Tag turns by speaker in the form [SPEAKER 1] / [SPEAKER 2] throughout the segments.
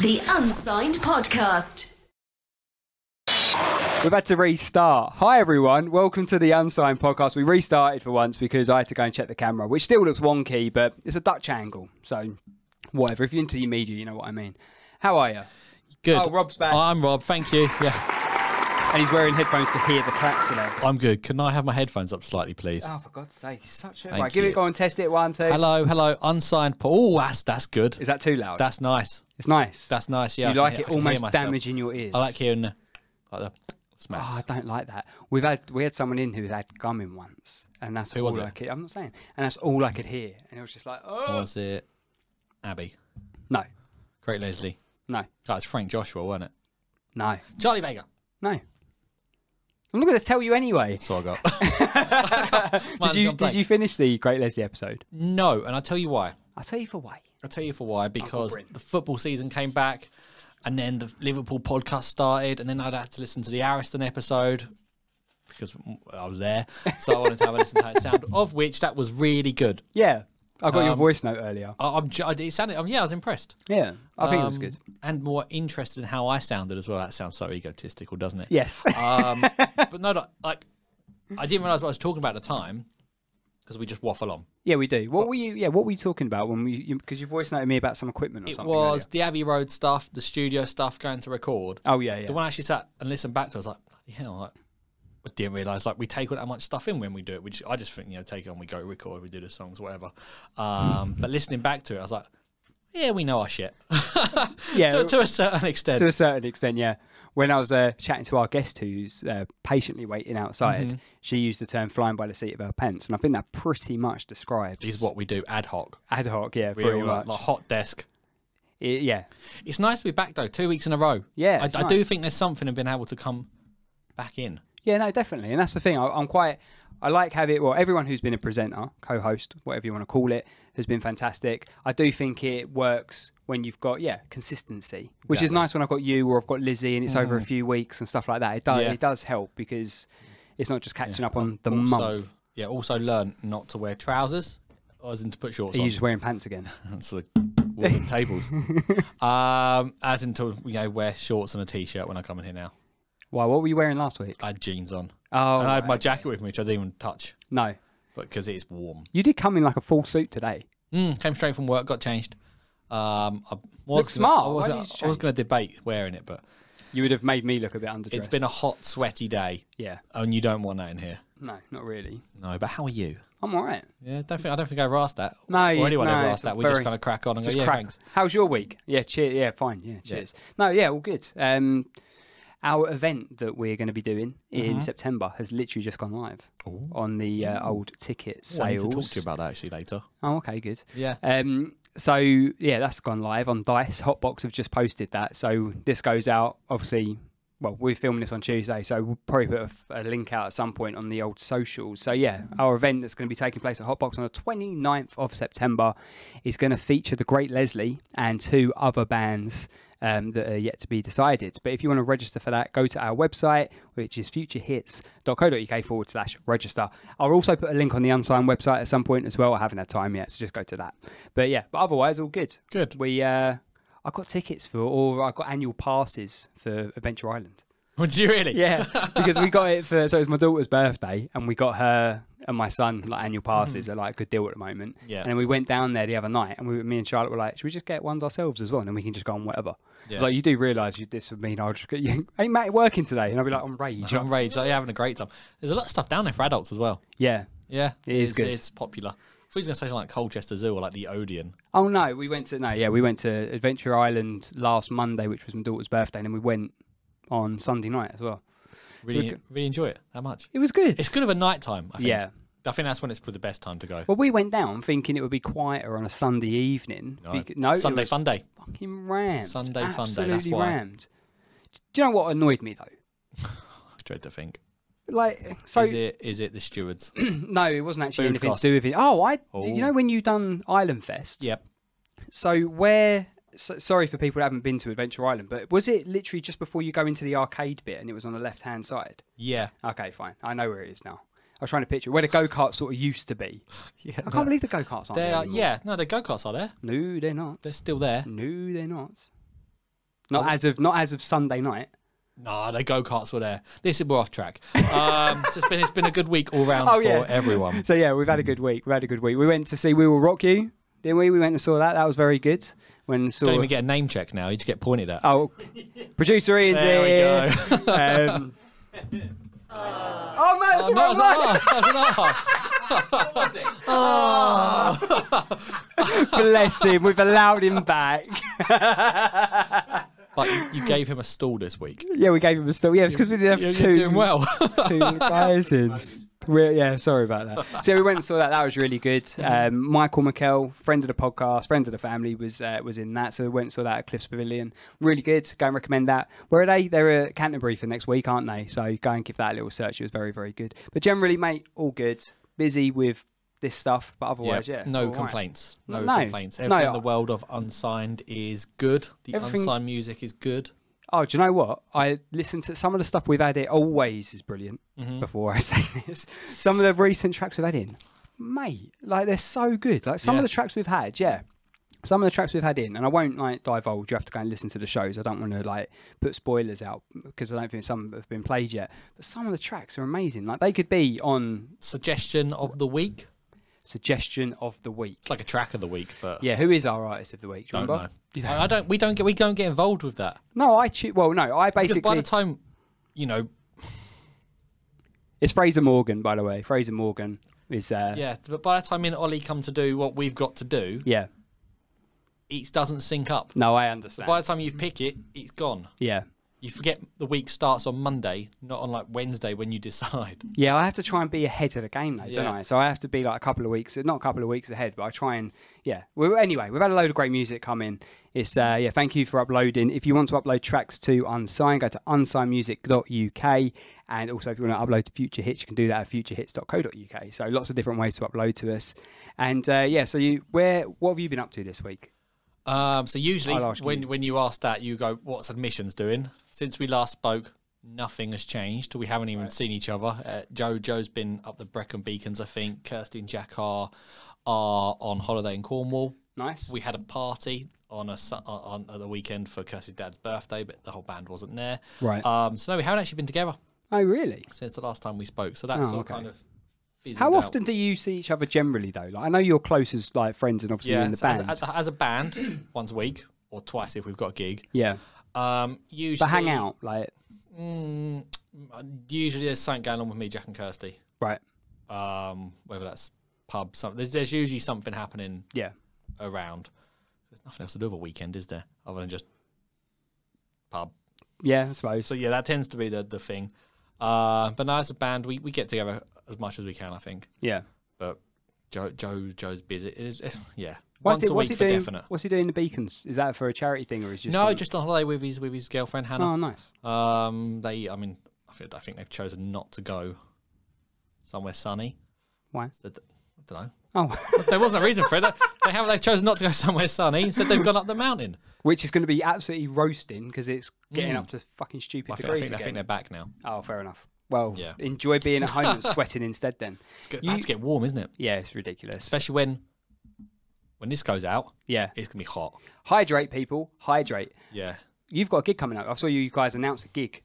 [SPEAKER 1] The Unsigned Podcast.
[SPEAKER 2] We've had to restart. Hi, everyone. Welcome to the Unsigned podcast. We restarted for once because I had to go and check the camera, which still looks wonky, but it's a Dutch angle. So, whatever. If you're into your media, you know what I mean. How are you?
[SPEAKER 3] Good.
[SPEAKER 2] Oh, Rob's back.
[SPEAKER 3] I'm Rob. Thank you. Yeah,
[SPEAKER 2] And he's wearing headphones to hear the clap today.
[SPEAKER 3] I'm good. Can I have my headphones up slightly, please?
[SPEAKER 2] Oh, for God's sake. Such a.
[SPEAKER 3] Thank
[SPEAKER 2] right, give it
[SPEAKER 3] you.
[SPEAKER 2] go and test it. One, two.
[SPEAKER 3] Hello, hello. Unsigned. Po- oh, that's that's good.
[SPEAKER 2] Is that too loud?
[SPEAKER 3] That's nice.
[SPEAKER 2] it's nice.
[SPEAKER 3] That's nice. Yeah. I
[SPEAKER 2] you
[SPEAKER 3] can
[SPEAKER 2] like
[SPEAKER 3] hear- I
[SPEAKER 2] it
[SPEAKER 3] can hear
[SPEAKER 2] almost
[SPEAKER 3] myself.
[SPEAKER 2] damaging your ears.
[SPEAKER 3] I like hearing the, like the smash.
[SPEAKER 2] Oh, I don't like that. We've had we had someone in who had gum in once, and that's all
[SPEAKER 3] was
[SPEAKER 2] I
[SPEAKER 3] it?
[SPEAKER 2] could. I'm not saying, and that's all I could hear, and it was just like, oh
[SPEAKER 3] was it Abby?
[SPEAKER 2] no,
[SPEAKER 3] Great Leslie.
[SPEAKER 2] no,
[SPEAKER 3] Oh, it's Frank Joshua, wasn't it?
[SPEAKER 2] no.
[SPEAKER 3] Charlie Baker.
[SPEAKER 2] No. I'm not going to tell you anyway.
[SPEAKER 3] So I got. Mine's
[SPEAKER 2] Did you,
[SPEAKER 3] gone blank.
[SPEAKER 2] did you finish the Great Leslie episode?
[SPEAKER 3] No, and I'll tell you why.
[SPEAKER 2] I'll tell you for why.
[SPEAKER 3] I'll tell you for why. Because
[SPEAKER 2] Bryn.
[SPEAKER 3] the football season came back, and then the Liverpool podcast started, and then I'd had to listen to the Ariston episode because mm, I was there. So I wanted to have a listen to how it sounded, of which that was really good.
[SPEAKER 2] Yeah. I got your
[SPEAKER 3] Um,
[SPEAKER 2] voice note earlier.
[SPEAKER 3] I, I'm, ju- it sounded, um, yeah, I was impressed.
[SPEAKER 2] Yeah. I think it was
[SPEAKER 3] Um,
[SPEAKER 2] good.
[SPEAKER 3] And more interested in how I sounded as well. That sounds so egotistical, doesn't it?
[SPEAKER 2] Yes.
[SPEAKER 3] Um, but no, like, like, I didn't realize what I was talking about at the time because we just waffle on.
[SPEAKER 2] yeah, we do. What, were you yeah, what were you talking about when we because you, voice noted me about some equipment or
[SPEAKER 3] It
[SPEAKER 2] something?
[SPEAKER 3] was the Abbey Road stuff, the studio stuff, going to record.
[SPEAKER 2] earlier? Oh yeah, yeah.
[SPEAKER 3] The one I actually sat and listened back to, I was like, bloody hell, like, I didn't realise like we take all that much stuff in when we do it. Which I just think you know, take it on, we go record, we do the songs, whatever. Um, but listening back to it, I was like, yeah, we know our shit.
[SPEAKER 2] yeah.
[SPEAKER 3] to, to a certain extent.
[SPEAKER 2] to a certain extent, yeah. When I was uh, chatting to our guest who's uh, patiently waiting outside,
[SPEAKER 3] Mm-hmm.
[SPEAKER 2] she used the term flying by the seat of her pants. And I think that pretty much describes
[SPEAKER 3] is what we do ad hoc.
[SPEAKER 2] ad hoc, yeah,
[SPEAKER 3] We're
[SPEAKER 2] pretty
[SPEAKER 3] all like,
[SPEAKER 2] much.
[SPEAKER 3] like hot desk.
[SPEAKER 2] I- yeah.
[SPEAKER 3] It's nice to be back though, two weeks in a row.
[SPEAKER 2] Yeah,
[SPEAKER 3] I,
[SPEAKER 2] it's
[SPEAKER 3] I do
[SPEAKER 2] nice.
[SPEAKER 3] think there's something in being able to come back in.
[SPEAKER 2] Yeah, no, definitely, and that's the thing. I, I'm quite. I like having well, everyone who's been a presenter, co-host, whatever you want to call it, has been fantastic. I do think it works when you've got yeah consistency, which is nice when I've got you or I've got Lizzie, and it's over a few weeks and stuff like that. It does
[SPEAKER 3] Mm. Yeah.
[SPEAKER 2] it does help because it's not just catching up on the
[SPEAKER 3] also,
[SPEAKER 2] month.
[SPEAKER 3] yeah, also learn not to wear trousers, as in to put shorts
[SPEAKER 2] Are
[SPEAKER 3] on.
[SPEAKER 2] you just wearing pants again?
[SPEAKER 3] That's the wooden tables. Um, as until you know, wear shorts and a t-shirt when I come in here now.
[SPEAKER 2] Why? What were you wearing last week?
[SPEAKER 3] I had jeans on.
[SPEAKER 2] Oh,
[SPEAKER 3] and I had
[SPEAKER 2] right,
[SPEAKER 3] my jacket with me, which I didn't even touch,
[SPEAKER 2] No,
[SPEAKER 3] but because it is warm.
[SPEAKER 2] you did come in like a full suit today.
[SPEAKER 3] Mm, came straight from work, got changed. Um, I was
[SPEAKER 2] Looks
[SPEAKER 3] gonna,
[SPEAKER 2] smart.
[SPEAKER 3] I
[SPEAKER 2] Why
[SPEAKER 3] was,
[SPEAKER 2] did
[SPEAKER 3] I
[SPEAKER 2] you
[SPEAKER 3] was
[SPEAKER 2] change?
[SPEAKER 3] going to debate wearing it, but
[SPEAKER 2] You would have made me look a bit underdressed.
[SPEAKER 3] it's been a hot, sweaty day,
[SPEAKER 2] yeah.
[SPEAKER 3] and you don't want that in here.
[SPEAKER 2] No, not really.
[SPEAKER 3] No, but how are you?
[SPEAKER 2] I'm all right.
[SPEAKER 3] Yeah, don't think I don't think I've asked that.
[SPEAKER 2] No, you-
[SPEAKER 3] or anyone
[SPEAKER 2] no,
[SPEAKER 3] ever
[SPEAKER 2] it's
[SPEAKER 3] asked that. We
[SPEAKER 2] very-
[SPEAKER 3] just kind of crack on and
[SPEAKER 2] Just
[SPEAKER 3] go, yeah,
[SPEAKER 2] crack.
[SPEAKER 3] thanks.
[SPEAKER 2] How's your week? Yeah, cheer. Yeah, fine. Yeah, cheers. No, yeah, all good. Um, our event that we're going to be doing in
[SPEAKER 3] Mm-hmm.
[SPEAKER 2] September has literally just gone live on the uh, old ticket
[SPEAKER 3] Oh, I need
[SPEAKER 2] sales.
[SPEAKER 3] to talk to you about that actually later.
[SPEAKER 2] Oh, okay, good.
[SPEAKER 3] Yeah.
[SPEAKER 2] Um, so yeah, that's gone live on Dice. Hotbox have just posted that. So this goes out obviously. Well, we're filming this on Tuesday, so we'll probably put a, f- a link out at some point on the old socials. So yeah, our event that's going to be taking place at Hotbox on the 29th of September is going to feature the Great Leslie and two other bands um, that are yet to be decided. But if you want to register for that, go to our website, which is futurehits.co.uk forward slash register. I'll also put a link on the unsigned website at some point as well. I haven't had time yet, so just go to that. But yeah, but otherwise, all good.
[SPEAKER 3] Good.
[SPEAKER 2] We, uh, I got tickets for, or I got annual passes for Adventure Island.
[SPEAKER 3] Would you really?
[SPEAKER 2] Yeah, because we got it for so it was my daughter's birthday, and we got her and my son like annual passes are like a good deal at the moment.
[SPEAKER 3] Yeah.
[SPEAKER 2] and then we went down there the other night, and we, me and Charlotte were like, "Should we just get ones ourselves as well, and then we can just go on whatever." I was
[SPEAKER 3] Yeah.
[SPEAKER 2] Like you do realise you, this would mean I'll just get you. Ain't Matt working today? And I'll be like, "I'm rage."
[SPEAKER 3] John Rage, like, you're having a great time. There's a lot of stuff down there for adults as well.
[SPEAKER 2] yeah.
[SPEAKER 3] Yeah,
[SPEAKER 2] It is
[SPEAKER 3] it's,
[SPEAKER 2] good.
[SPEAKER 3] It's popular. I thought he was going to say something like Colchester Zoo or like the Odeon.
[SPEAKER 2] Oh no, we went to no, yeah, we went to Adventure Island last Monday, which was my daughter's birthday, and then we went on Sunday night as well.
[SPEAKER 3] Really,
[SPEAKER 2] good.
[SPEAKER 3] really enjoy it that much.
[SPEAKER 2] It was good.
[SPEAKER 3] It's good of a night time. I think.
[SPEAKER 2] Yeah.
[SPEAKER 3] I think that's when it's probably the best time to go.
[SPEAKER 2] well, we went down thinking it would be quieter on a Sunday evening. Bec- no it
[SPEAKER 3] Sunday
[SPEAKER 2] was-
[SPEAKER 3] fun day.
[SPEAKER 2] fucking rammed.
[SPEAKER 3] Sunday fun day, that's
[SPEAKER 2] Absolutely
[SPEAKER 3] why.
[SPEAKER 2] rammed. Do you know what annoyed me though?
[SPEAKER 3] I dread to think.
[SPEAKER 2] Like, so
[SPEAKER 3] is it is it the stewards?
[SPEAKER 2] no, it wasn't actually
[SPEAKER 3] Food
[SPEAKER 2] anything
[SPEAKER 3] cost.
[SPEAKER 2] to do with it. Oh, I,
[SPEAKER 3] Oh.
[SPEAKER 2] you know, when you done Island Fest.
[SPEAKER 3] yep.
[SPEAKER 2] So where? So, sorry for people that haven't been to Adventure Island, but was it literally just before you go into the arcade bit and it was on the left hand side?
[SPEAKER 3] Yeah.
[SPEAKER 2] Okay, fine. I know where it is now. I was trying to picture where the go kart sort of used to be.
[SPEAKER 3] Yeah.
[SPEAKER 2] I can't believe the go karts aren't
[SPEAKER 3] They
[SPEAKER 2] there.
[SPEAKER 3] are.
[SPEAKER 2] anymore. Mm.
[SPEAKER 3] Yeah. No, the go karts are there.
[SPEAKER 2] No, they're not.
[SPEAKER 3] They're still there.
[SPEAKER 2] No, they're not. Not as of not as of Sunday night.
[SPEAKER 3] Nah, the go karts were there. This is we're off track. Um, so it's been it's been a good week all round
[SPEAKER 2] Oh,
[SPEAKER 3] for
[SPEAKER 2] yeah.
[SPEAKER 3] everyone.
[SPEAKER 2] So yeah, we've had a good week. We had a good week. We went to see We Will Rock You, didn't we? We went and saw that. That was very good. When saw
[SPEAKER 3] Don't even get a name check now. You just get pointed at.
[SPEAKER 2] oh, producer Ian's
[SPEAKER 3] There we
[SPEAKER 2] here.
[SPEAKER 3] go.
[SPEAKER 2] Um, oh no, that's
[SPEAKER 3] Oh,
[SPEAKER 2] the
[SPEAKER 3] no,
[SPEAKER 2] wrong
[SPEAKER 3] it's
[SPEAKER 2] one.
[SPEAKER 3] an R. It's an R.
[SPEAKER 2] Bless him. We've allowed him back.
[SPEAKER 3] But you, you gave him a stall this week.
[SPEAKER 2] Yeah, we gave him a still. Yeah, it's because we didn't have
[SPEAKER 3] You're,
[SPEAKER 2] 2
[SPEAKER 3] you're doing well.
[SPEAKER 2] two biases. We're, yeah, sorry about that. So we went and saw that. That was really good.
[SPEAKER 3] Mm-hmm.
[SPEAKER 2] Um, Michael McKell, friend of the podcast, friend of the family, was uh, was in that. So we went and saw that at Cliffs Pavilion. Really good. Go and recommend that. Where are they? They're at Canterbury for next week, aren't they? So go and give that a little search. It was very, very good. But generally, mate, all good. Busy with this stuff, but otherwise, yeah. all
[SPEAKER 3] No
[SPEAKER 2] right.
[SPEAKER 3] complaints. No,
[SPEAKER 2] No.
[SPEAKER 3] complaints.
[SPEAKER 2] No,
[SPEAKER 3] Everything in
[SPEAKER 2] I-
[SPEAKER 3] the world of unsigned is good. The
[SPEAKER 2] Everything's-
[SPEAKER 3] unsigned music is good.
[SPEAKER 2] Oh, do you know what? I listen to some of the stuff we've had. It always is brilliant.
[SPEAKER 3] Mm-hmm.
[SPEAKER 2] Before I say this, some of the recent tracks we've had in, mate, like they're so good. Like some
[SPEAKER 3] Yeah.
[SPEAKER 2] of the tracks we've had, yeah. Some of the tracks we've had in, and I won't like divulge. You have to go and listen to the shows. I don't want to like put spoilers out because I don't think some have been played yet. But some of the tracks are amazing. Like they could be on
[SPEAKER 3] Suggestion of the week.
[SPEAKER 2] suggestion of the week.
[SPEAKER 3] It's like a track of the week, but
[SPEAKER 2] Yeah, who is our artist of the week? Do you
[SPEAKER 3] don't
[SPEAKER 2] remember?
[SPEAKER 3] know. I I don't. We don't get. We don't get involved with that
[SPEAKER 2] No, I choo- well, no, I
[SPEAKER 3] because
[SPEAKER 2] basically
[SPEAKER 3] by the time, you know,
[SPEAKER 2] it's Fraser Morgan. By the way, Fraser Morgan is uh,
[SPEAKER 3] yeah. But by the time me and Ollie come to do what we've got to do,
[SPEAKER 2] yeah.
[SPEAKER 3] it doesn't sync up.
[SPEAKER 2] No, I understand.
[SPEAKER 3] By the time you pick it, it's gone.
[SPEAKER 2] yeah.
[SPEAKER 3] You forget the week starts on Monday, not on like Wednesday when you decide.
[SPEAKER 2] Yeah, I have to try and be ahead of the game though, don't
[SPEAKER 3] Yeah.
[SPEAKER 2] I? So I have to be like a couple of weeks, not a couple of weeks ahead, but I try and yeah. Well, anyway, we've had a load of great music come in. It's uh, yeah, thank you for uploading. If you want to upload tracks to Unsigned, go to unsignedmusic.uk, and also if you want to upload to Future Hits, you can do that at futurehits.co.uk. So lots of different ways to upload to us. And uh, yeah, so you where what have you been up to this week?
[SPEAKER 3] Um, so usually
[SPEAKER 2] I'll ask
[SPEAKER 3] when
[SPEAKER 2] you.
[SPEAKER 3] when you ask that, you go, "What's admissions doing?" Since we last spoke, nothing has changed. We haven't even seen each other. Uh, Joe Joe's been up the Brecon Beacons, I think. Kirsty and Jack are are on holiday in Cornwall.
[SPEAKER 2] Nice.
[SPEAKER 3] We had a party on a su- uh, on, on the weekend for Kirsty's dad's birthday, but the whole band wasn't there.
[SPEAKER 2] Right.
[SPEAKER 3] Um, so no, we haven't actually been together
[SPEAKER 2] oh really?
[SPEAKER 3] since the last time we spoke. So that's
[SPEAKER 2] Oh,
[SPEAKER 3] all
[SPEAKER 2] okay.
[SPEAKER 3] kind of. fizzled
[SPEAKER 2] How
[SPEAKER 3] out.
[SPEAKER 2] often do you see each other generally though? Like I know you're close as like friends and obviously you're
[SPEAKER 3] Yeah,
[SPEAKER 2] in the
[SPEAKER 3] so as,
[SPEAKER 2] band.
[SPEAKER 3] as, as a band, once a week or twice if we've got a gig.
[SPEAKER 2] yeah.
[SPEAKER 3] Um, usually,
[SPEAKER 2] But hang out, like
[SPEAKER 3] Mm, usually there's something going on with me, Jack and Kirsty.
[SPEAKER 2] right.
[SPEAKER 3] Um, whether that's pub, something. There's, there's usually something happening
[SPEAKER 2] Yeah.
[SPEAKER 3] around. There's nothing else to do of a weekend, is there? Other than just pub.
[SPEAKER 2] Yeah, I suppose.
[SPEAKER 3] So yeah, that tends to be the the thing. Uh, but now as a band, we, we get together as much as we can, I think.
[SPEAKER 2] yeah.
[SPEAKER 3] But Joe Joe Joe's busy. It is, it's- yeah,
[SPEAKER 2] What's
[SPEAKER 3] once
[SPEAKER 2] he,
[SPEAKER 3] a
[SPEAKER 2] what's
[SPEAKER 3] week
[SPEAKER 2] he
[SPEAKER 3] for
[SPEAKER 2] doing?
[SPEAKER 3] definite.
[SPEAKER 2] What's he doing in the beacons? Is that for a charity thing or is just
[SPEAKER 3] No,
[SPEAKER 2] on-
[SPEAKER 3] just on holiday with his with his girlfriend Hannah.
[SPEAKER 2] Oh nice.
[SPEAKER 3] Um, they, I mean, I think, I think they've chosen not to go somewhere sunny.
[SPEAKER 2] Why?
[SPEAKER 3] So th- I don't know.
[SPEAKER 2] Oh
[SPEAKER 3] There wasn't a reason for it. They have. They've chosen not to go somewhere sunny. Instead, they've gone up the mountain.
[SPEAKER 2] which is gonna be absolutely roasting because it's getting
[SPEAKER 3] Mm.
[SPEAKER 2] up to fucking stupid
[SPEAKER 3] I think, I,
[SPEAKER 2] degrees.
[SPEAKER 3] think, I think they're
[SPEAKER 2] again.
[SPEAKER 3] back now.
[SPEAKER 2] Oh fair enough. Well
[SPEAKER 3] Yeah.
[SPEAKER 2] enjoy being at home and sweating instead then.
[SPEAKER 3] It's get,
[SPEAKER 2] You-
[SPEAKER 3] about to get warm, isn't it?
[SPEAKER 2] Yeah, it's ridiculous.
[SPEAKER 3] Especially when when this goes out,
[SPEAKER 2] yeah.
[SPEAKER 3] it's gonna be hot.
[SPEAKER 2] Hydrate people, hydrate.
[SPEAKER 3] Yeah.
[SPEAKER 2] You've got a gig coming up. I saw you guys announce a gig.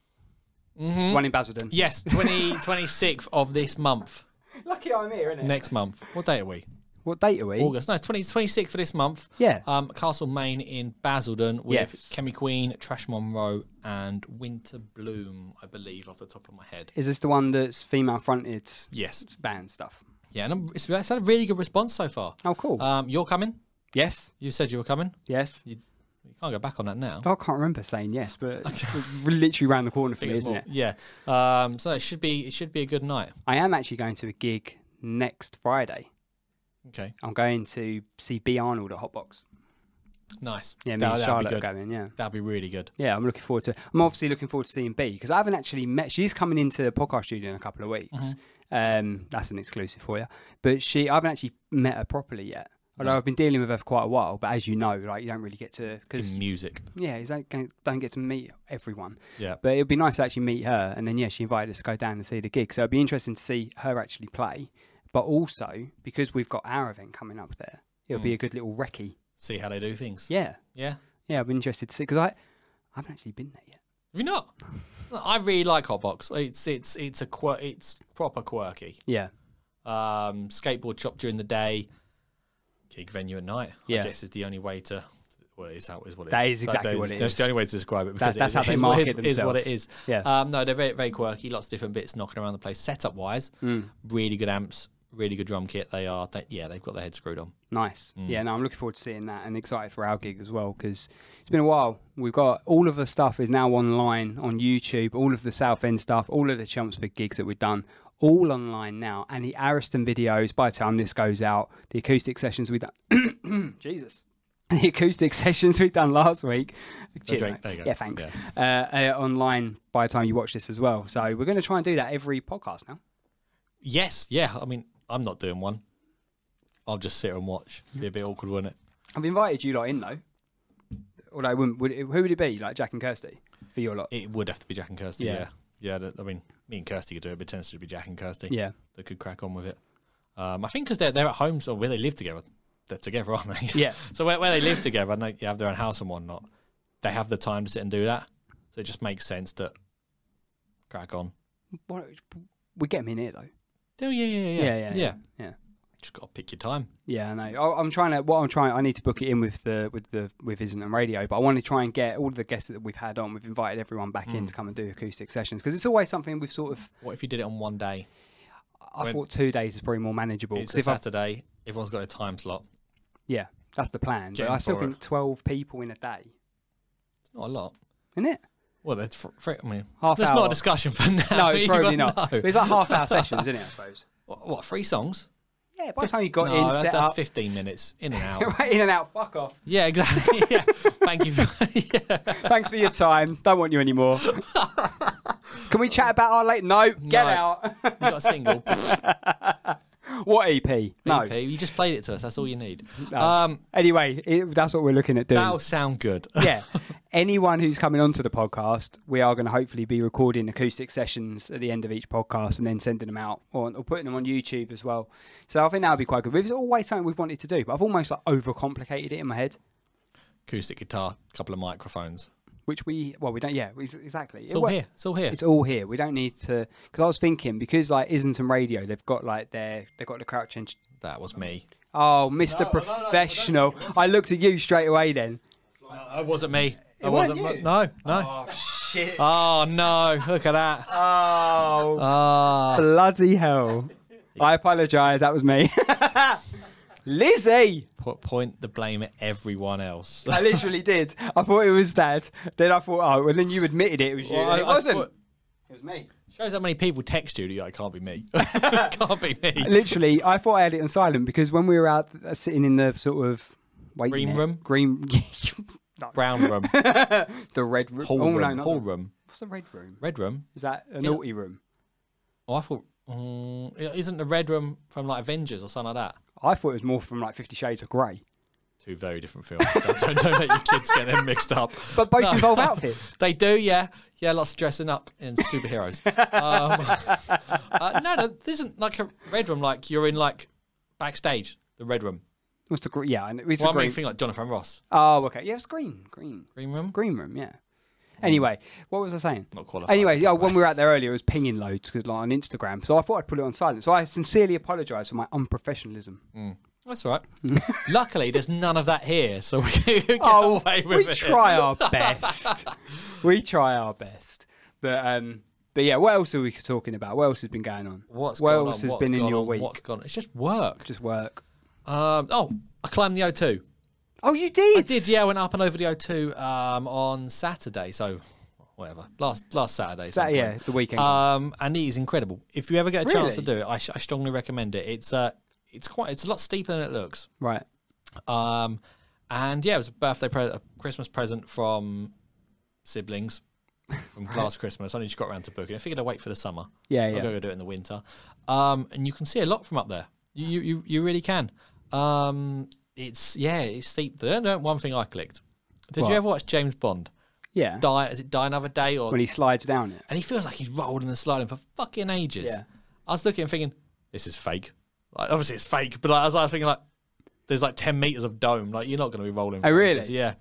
[SPEAKER 2] Mm-hmm. One in Basildon.
[SPEAKER 3] Yes, 20, 26th of this month.
[SPEAKER 2] Lucky I'm here, isn't it?
[SPEAKER 3] Next month. What day are we?
[SPEAKER 2] What date are we?
[SPEAKER 3] August. No, it's 20, 26th for this month.
[SPEAKER 2] Yeah.
[SPEAKER 3] Um, Castle Maine in Basildon with
[SPEAKER 2] Yes.
[SPEAKER 3] Kemi Queen, Trash Monroe, and Winter Bloom, I believe, off the top of my head.
[SPEAKER 2] Is this the one that's female fronted
[SPEAKER 3] Yes.
[SPEAKER 2] band stuff?
[SPEAKER 3] Yeah, and I'm- it's, it's had a really good response so far.
[SPEAKER 2] Oh, cool.
[SPEAKER 3] Um, you're coming.
[SPEAKER 2] yes.
[SPEAKER 3] You said you were coming.
[SPEAKER 2] Yes.
[SPEAKER 3] You can't go back on that now.
[SPEAKER 2] Oh, I can't remember saying yes, but it's literally round the corner for me,
[SPEAKER 3] It's
[SPEAKER 2] isn't
[SPEAKER 3] more-
[SPEAKER 2] it?
[SPEAKER 3] Yeah. Um, so it should be it should be a good night.
[SPEAKER 2] I am actually going to a gig next Friday.
[SPEAKER 3] Okay.
[SPEAKER 2] I'm going to see B Arnold at Hotbox.
[SPEAKER 3] Nice.
[SPEAKER 2] Yeah, me and
[SPEAKER 3] That- Oh, that'd
[SPEAKER 2] Charlotte
[SPEAKER 3] be
[SPEAKER 2] are
[SPEAKER 3] good.
[SPEAKER 2] going. Yeah,
[SPEAKER 3] That'd be really good.
[SPEAKER 2] yeah. I'm looking forward to. I'm obviously looking forward to seeing B because I haven't actually met. She's coming into the podcast studio in a couple of weeks.
[SPEAKER 3] Uh-huh.
[SPEAKER 2] Um, that's an exclusive for you. But she, I haven't actually met her properly yet. Although I've been dealing with her for quite a while. But as you know, like you don't really get to because
[SPEAKER 3] In music.
[SPEAKER 2] Yeah, you don't, get- don't get to meet everyone.
[SPEAKER 3] Yeah.
[SPEAKER 2] But it'd be nice to actually meet her. And then, yeah, she invited us to go down and see the gig. So it'd be interesting to see her actually play. But also, because we've got our event coming up there, it'll be a good little recce.
[SPEAKER 3] See how they do things.
[SPEAKER 2] Yeah.
[SPEAKER 3] Yeah.
[SPEAKER 2] Yeah, I'd be interested to see. Because I, I haven't actually been there yet.
[SPEAKER 3] Have you not? Well, I really like Hotbox. It's it's it's a quir- it's proper quirky.
[SPEAKER 2] Yeah.
[SPEAKER 3] Um, skateboard shop during the day, gig venue at night.
[SPEAKER 2] Yeah.
[SPEAKER 3] I guess is the only way to. Well, is how is what it is.
[SPEAKER 2] That is exactly what it
[SPEAKER 3] That's
[SPEAKER 2] is.
[SPEAKER 3] the only way to describe it. Because
[SPEAKER 2] that's
[SPEAKER 3] it
[SPEAKER 2] how they
[SPEAKER 3] is what it
[SPEAKER 2] market
[SPEAKER 3] is- Is what it
[SPEAKER 2] themselves.
[SPEAKER 3] is.
[SPEAKER 2] Yeah.
[SPEAKER 3] Um, no, they're very very quirky. Lots of different bits knocking around the place. Setup wise,
[SPEAKER 2] Hmm.
[SPEAKER 3] really good amps, really good drum kit. They are. They, yeah, they've got their head screwed on.
[SPEAKER 2] Nice.
[SPEAKER 3] Mm.
[SPEAKER 2] Yeah, no, I'm looking forward to seeing that and excited for our gig as well because it's been a while. We've got all of the stuff is now online on YouTube, all of the South End stuff, all of the Chelmsford gigs that we've done, all online now. And the Ariston videos, by the time this goes out, the acoustic sessions we've done. Jesus. The acoustic sessions we've done last week. Cheers,
[SPEAKER 3] drink.
[SPEAKER 2] mate.
[SPEAKER 3] There you go.
[SPEAKER 2] Yeah, thanks. Uh, uh, online by the time you watch this as well. So we're going to try and do that every podcast now.
[SPEAKER 3] Yes. Yeah. I mean, I'm not doing one. I'll just sit and watch. Be a bit awkward, wouldn't it?
[SPEAKER 2] I've invited you lot in though. Although, I wouldn't, would it, who would it be? Like Jack and Kirsty for your lot?
[SPEAKER 3] It would have to be Jack and Kirsty.
[SPEAKER 2] Yeah.
[SPEAKER 3] Yeah. Yeah. that- I mean, me and Kirsty could do it, but it tends to be Jack and Kirsty.
[SPEAKER 2] Yeah.
[SPEAKER 3] That could crack on with it. Um, I think because they're, they're at home, so where they live together, they're together, aren't they?
[SPEAKER 2] Yeah.
[SPEAKER 3] so where, where they live together and they have their own house and whatnot, they have the time to sit and do that. So it just makes sense to crack on.
[SPEAKER 2] What, we get him in here though.
[SPEAKER 3] Oh, yeah, yeah, yeah.
[SPEAKER 2] Yeah, yeah, yeah. Yeah.
[SPEAKER 3] Just got to pick your time.
[SPEAKER 2] Yeah, I know. I- I'm trying to. What I'm trying, I need to book it in with the with the with Isn't and Radio. But I want to try and get all the guests that we've had on. We've invited everyone back
[SPEAKER 3] Mm.
[SPEAKER 2] in to come and do acoustic sessions because it's always something we've sort of.
[SPEAKER 3] What if you did it on one day?
[SPEAKER 2] I
[SPEAKER 3] When-
[SPEAKER 2] thought two days is probably more manageable.
[SPEAKER 3] It's
[SPEAKER 2] 'cause
[SPEAKER 3] a
[SPEAKER 2] if I,
[SPEAKER 3] Saturday. Everyone's got a time slot.
[SPEAKER 2] yeah, that's the plan. But
[SPEAKER 3] Getting
[SPEAKER 2] I still
[SPEAKER 3] for it.
[SPEAKER 2] think twelve people in a day,
[SPEAKER 3] It's not a lot.
[SPEAKER 2] isn't it?
[SPEAKER 3] Well, that's fr- fr- I mean,
[SPEAKER 2] Half
[SPEAKER 3] that's
[SPEAKER 2] hour.
[SPEAKER 3] not a discussion for now.
[SPEAKER 2] No,
[SPEAKER 3] You've
[SPEAKER 2] probably
[SPEAKER 3] got-
[SPEAKER 2] not.
[SPEAKER 3] no.
[SPEAKER 2] But It's like half hour sessions, isn't it? I suppose.
[SPEAKER 3] What, what, three songs?
[SPEAKER 2] Yeah. By the time you got
[SPEAKER 3] no,
[SPEAKER 2] in,
[SPEAKER 3] that-
[SPEAKER 2] set
[SPEAKER 3] that's
[SPEAKER 2] up,
[SPEAKER 3] 15 minutes in an hour.
[SPEAKER 2] right in and out. Fuck off.
[SPEAKER 3] yeah, exactly. Yeah. Thank you. For, yeah.
[SPEAKER 2] Thanks for your time. Don't want you anymore. Can we chat about our late? No, get
[SPEAKER 3] No.
[SPEAKER 2] out.
[SPEAKER 3] You got a single.
[SPEAKER 2] what EP? No.
[SPEAKER 3] EP. You just played it to us. That's all you need. Um,
[SPEAKER 2] Anyway, it, that's what we're looking at doing.
[SPEAKER 3] that'll sound good.
[SPEAKER 2] yeah. Anyone who's coming onto the podcast, we are going to hopefully be recording acoustic sessions at the end of each podcast and then sending them out or, or putting them on YouTube as well. So I think that would be quite good. But it's always something we've wanted to do, but I've almost like overcomplicated it in my head,
[SPEAKER 3] Acoustic guitar, couple of microphones.
[SPEAKER 2] which we, well, we don't, yeah, we- exactly.
[SPEAKER 3] It's all
[SPEAKER 2] wa-
[SPEAKER 3] here. It's all here.
[SPEAKER 2] It's all here. We don't need to, because I was thinking, because like Islington Radio, they've got like their, they've got the Crouch End
[SPEAKER 3] that was me.
[SPEAKER 2] Oh, Mr. Professional. I looked at you straight away then.
[SPEAKER 3] It wasn't me. It
[SPEAKER 2] weren't
[SPEAKER 3] wasn't.
[SPEAKER 2] you?
[SPEAKER 3] No, no.
[SPEAKER 2] Shit.
[SPEAKER 3] Oh. no! Look at that.
[SPEAKER 2] Oh,
[SPEAKER 3] Ah,
[SPEAKER 2] bloody hell. I apologise. That was me. Lizzie.
[SPEAKER 3] po- point the blame at everyone else.
[SPEAKER 2] I literally did. I thought it was dad. Then I thought, oh, well, then you admitted it was you.
[SPEAKER 3] Well, I-
[SPEAKER 2] it
[SPEAKER 3] I
[SPEAKER 2] wasn't.
[SPEAKER 3] thought-
[SPEAKER 2] It was me.
[SPEAKER 3] Shows how many people text you. that you're like, It can't be me. can't be me.
[SPEAKER 2] Literally, I thought I had it on silent because when we were out uh, sitting in the sort of waiting
[SPEAKER 3] Green
[SPEAKER 2] area-
[SPEAKER 3] room?
[SPEAKER 2] green,
[SPEAKER 3] Brown room,
[SPEAKER 2] the red room,
[SPEAKER 3] hall
[SPEAKER 2] oh,
[SPEAKER 3] room,
[SPEAKER 2] no, not
[SPEAKER 3] hall
[SPEAKER 2] the-
[SPEAKER 3] room,
[SPEAKER 2] What's the red room?
[SPEAKER 3] red room.
[SPEAKER 2] Is that a
[SPEAKER 3] Is it-
[SPEAKER 2] naughty room?
[SPEAKER 3] Oh, I thought, um, isn't the Red Room from like Avengers or something like that?
[SPEAKER 2] I thought it was more from like Fifty Shades of Grey.
[SPEAKER 3] Two very different films. don't, don't, don't let your kids get them mixed up.
[SPEAKER 2] But both involve outfits.
[SPEAKER 3] They do, yeah, yeah. Lots of dressing up and superheroes. um, uh, no, no, this isn't like a Red Room. Like you're in like backstage, the Red Room.
[SPEAKER 2] What's the green? Yeah, and it's
[SPEAKER 3] Well,
[SPEAKER 2] a
[SPEAKER 3] I mean,
[SPEAKER 2] green.
[SPEAKER 3] thing like Jonathan Ross,
[SPEAKER 2] Oh, okay. Yeah, it's green, green,
[SPEAKER 3] Green Room.
[SPEAKER 2] green room. Yeah. Anyway, what was I saying?
[SPEAKER 3] Not qualified.
[SPEAKER 2] Anyway, oh, when we were out there earlier, it was pinging loads 'cause, like, on Instagram. So I thought I'd put it on silent. So I sincerely apologise for my unprofessionalism.
[SPEAKER 3] That's all right. Luckily, there's none of that here, so we can get
[SPEAKER 2] Oh,
[SPEAKER 3] away with
[SPEAKER 2] we
[SPEAKER 3] it.
[SPEAKER 2] try our best. we try our best. But um, but yeah, what else are we talking about? What else has been going on?
[SPEAKER 3] What's
[SPEAKER 2] what
[SPEAKER 3] gone
[SPEAKER 2] else
[SPEAKER 3] on?
[SPEAKER 2] has
[SPEAKER 3] What's
[SPEAKER 2] been in
[SPEAKER 3] gone
[SPEAKER 2] your
[SPEAKER 3] on?
[SPEAKER 2] week?
[SPEAKER 3] What's gone? It's just work.
[SPEAKER 2] Just work.
[SPEAKER 3] Um, oh, I climbed the O2.
[SPEAKER 2] Oh, you did.
[SPEAKER 3] I did, yeah. I went up and over the O2 um, on Saturday, so whatever. Last last Saturday.
[SPEAKER 2] That,
[SPEAKER 3] some
[SPEAKER 2] yeah,
[SPEAKER 3] point.
[SPEAKER 2] the weekend.
[SPEAKER 3] Um, and it is incredible. If you ever get a chance to
[SPEAKER 2] Really?
[SPEAKER 3] do it, I, sh- I strongly recommend it. It's uh, it's quite it's a lot steeper than it looks.
[SPEAKER 2] right.
[SPEAKER 3] Um, and yeah, it was a birthday pre- a Christmas present from siblings from last Christmas. I only just got around to booking. I figured I'd wait for the summer.
[SPEAKER 2] Yeah,
[SPEAKER 3] I'll
[SPEAKER 2] yeah.
[SPEAKER 3] go do it in the winter. Um, and you can see a lot from up there. You you you, you really can. Um, it's yeah, it's steep. The the one thing I clicked. Did
[SPEAKER 2] What?
[SPEAKER 3] you ever watch James Bond?
[SPEAKER 2] Yeah.
[SPEAKER 3] Die is it Die Another Day or?
[SPEAKER 2] When he slides down it.
[SPEAKER 3] and he feels like he's rolled and sliding for fucking ages.
[SPEAKER 2] Yeah.
[SPEAKER 3] I was looking and thinking, this is fake. Like, obviously it's fake, but like, as I was thinking, like, there's like ten meters of dome. Like you're not going to be rolling. for
[SPEAKER 2] Oh, really?
[SPEAKER 3] ages. Yeah.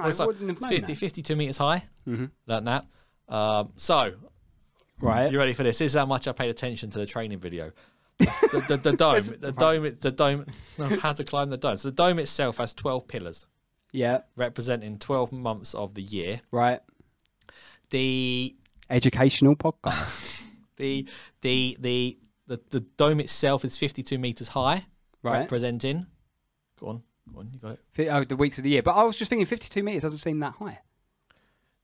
[SPEAKER 2] I
[SPEAKER 3] It's like
[SPEAKER 2] wouldn't have known
[SPEAKER 3] 50,
[SPEAKER 2] that. Mm-hmm.
[SPEAKER 3] 52 meters high. Learn that. Um, so
[SPEAKER 2] Right.
[SPEAKER 3] you ready for this? This is how much I paid attention to the training video. The, the, the dome, the dome, the dome. of How to climb the dome. So the dome itself has twelve pillars
[SPEAKER 2] yeah.
[SPEAKER 3] representing twelve months of the year.
[SPEAKER 2] Right.
[SPEAKER 3] The
[SPEAKER 2] Educational podcast.
[SPEAKER 3] the the the the, the dome itself is fifty-two meters high,
[SPEAKER 2] right.
[SPEAKER 3] representing. Go on, go on, you got it.
[SPEAKER 2] Fi- Oh, the weeks of the year. But I was just thinking 52 metres doesn't seem that high.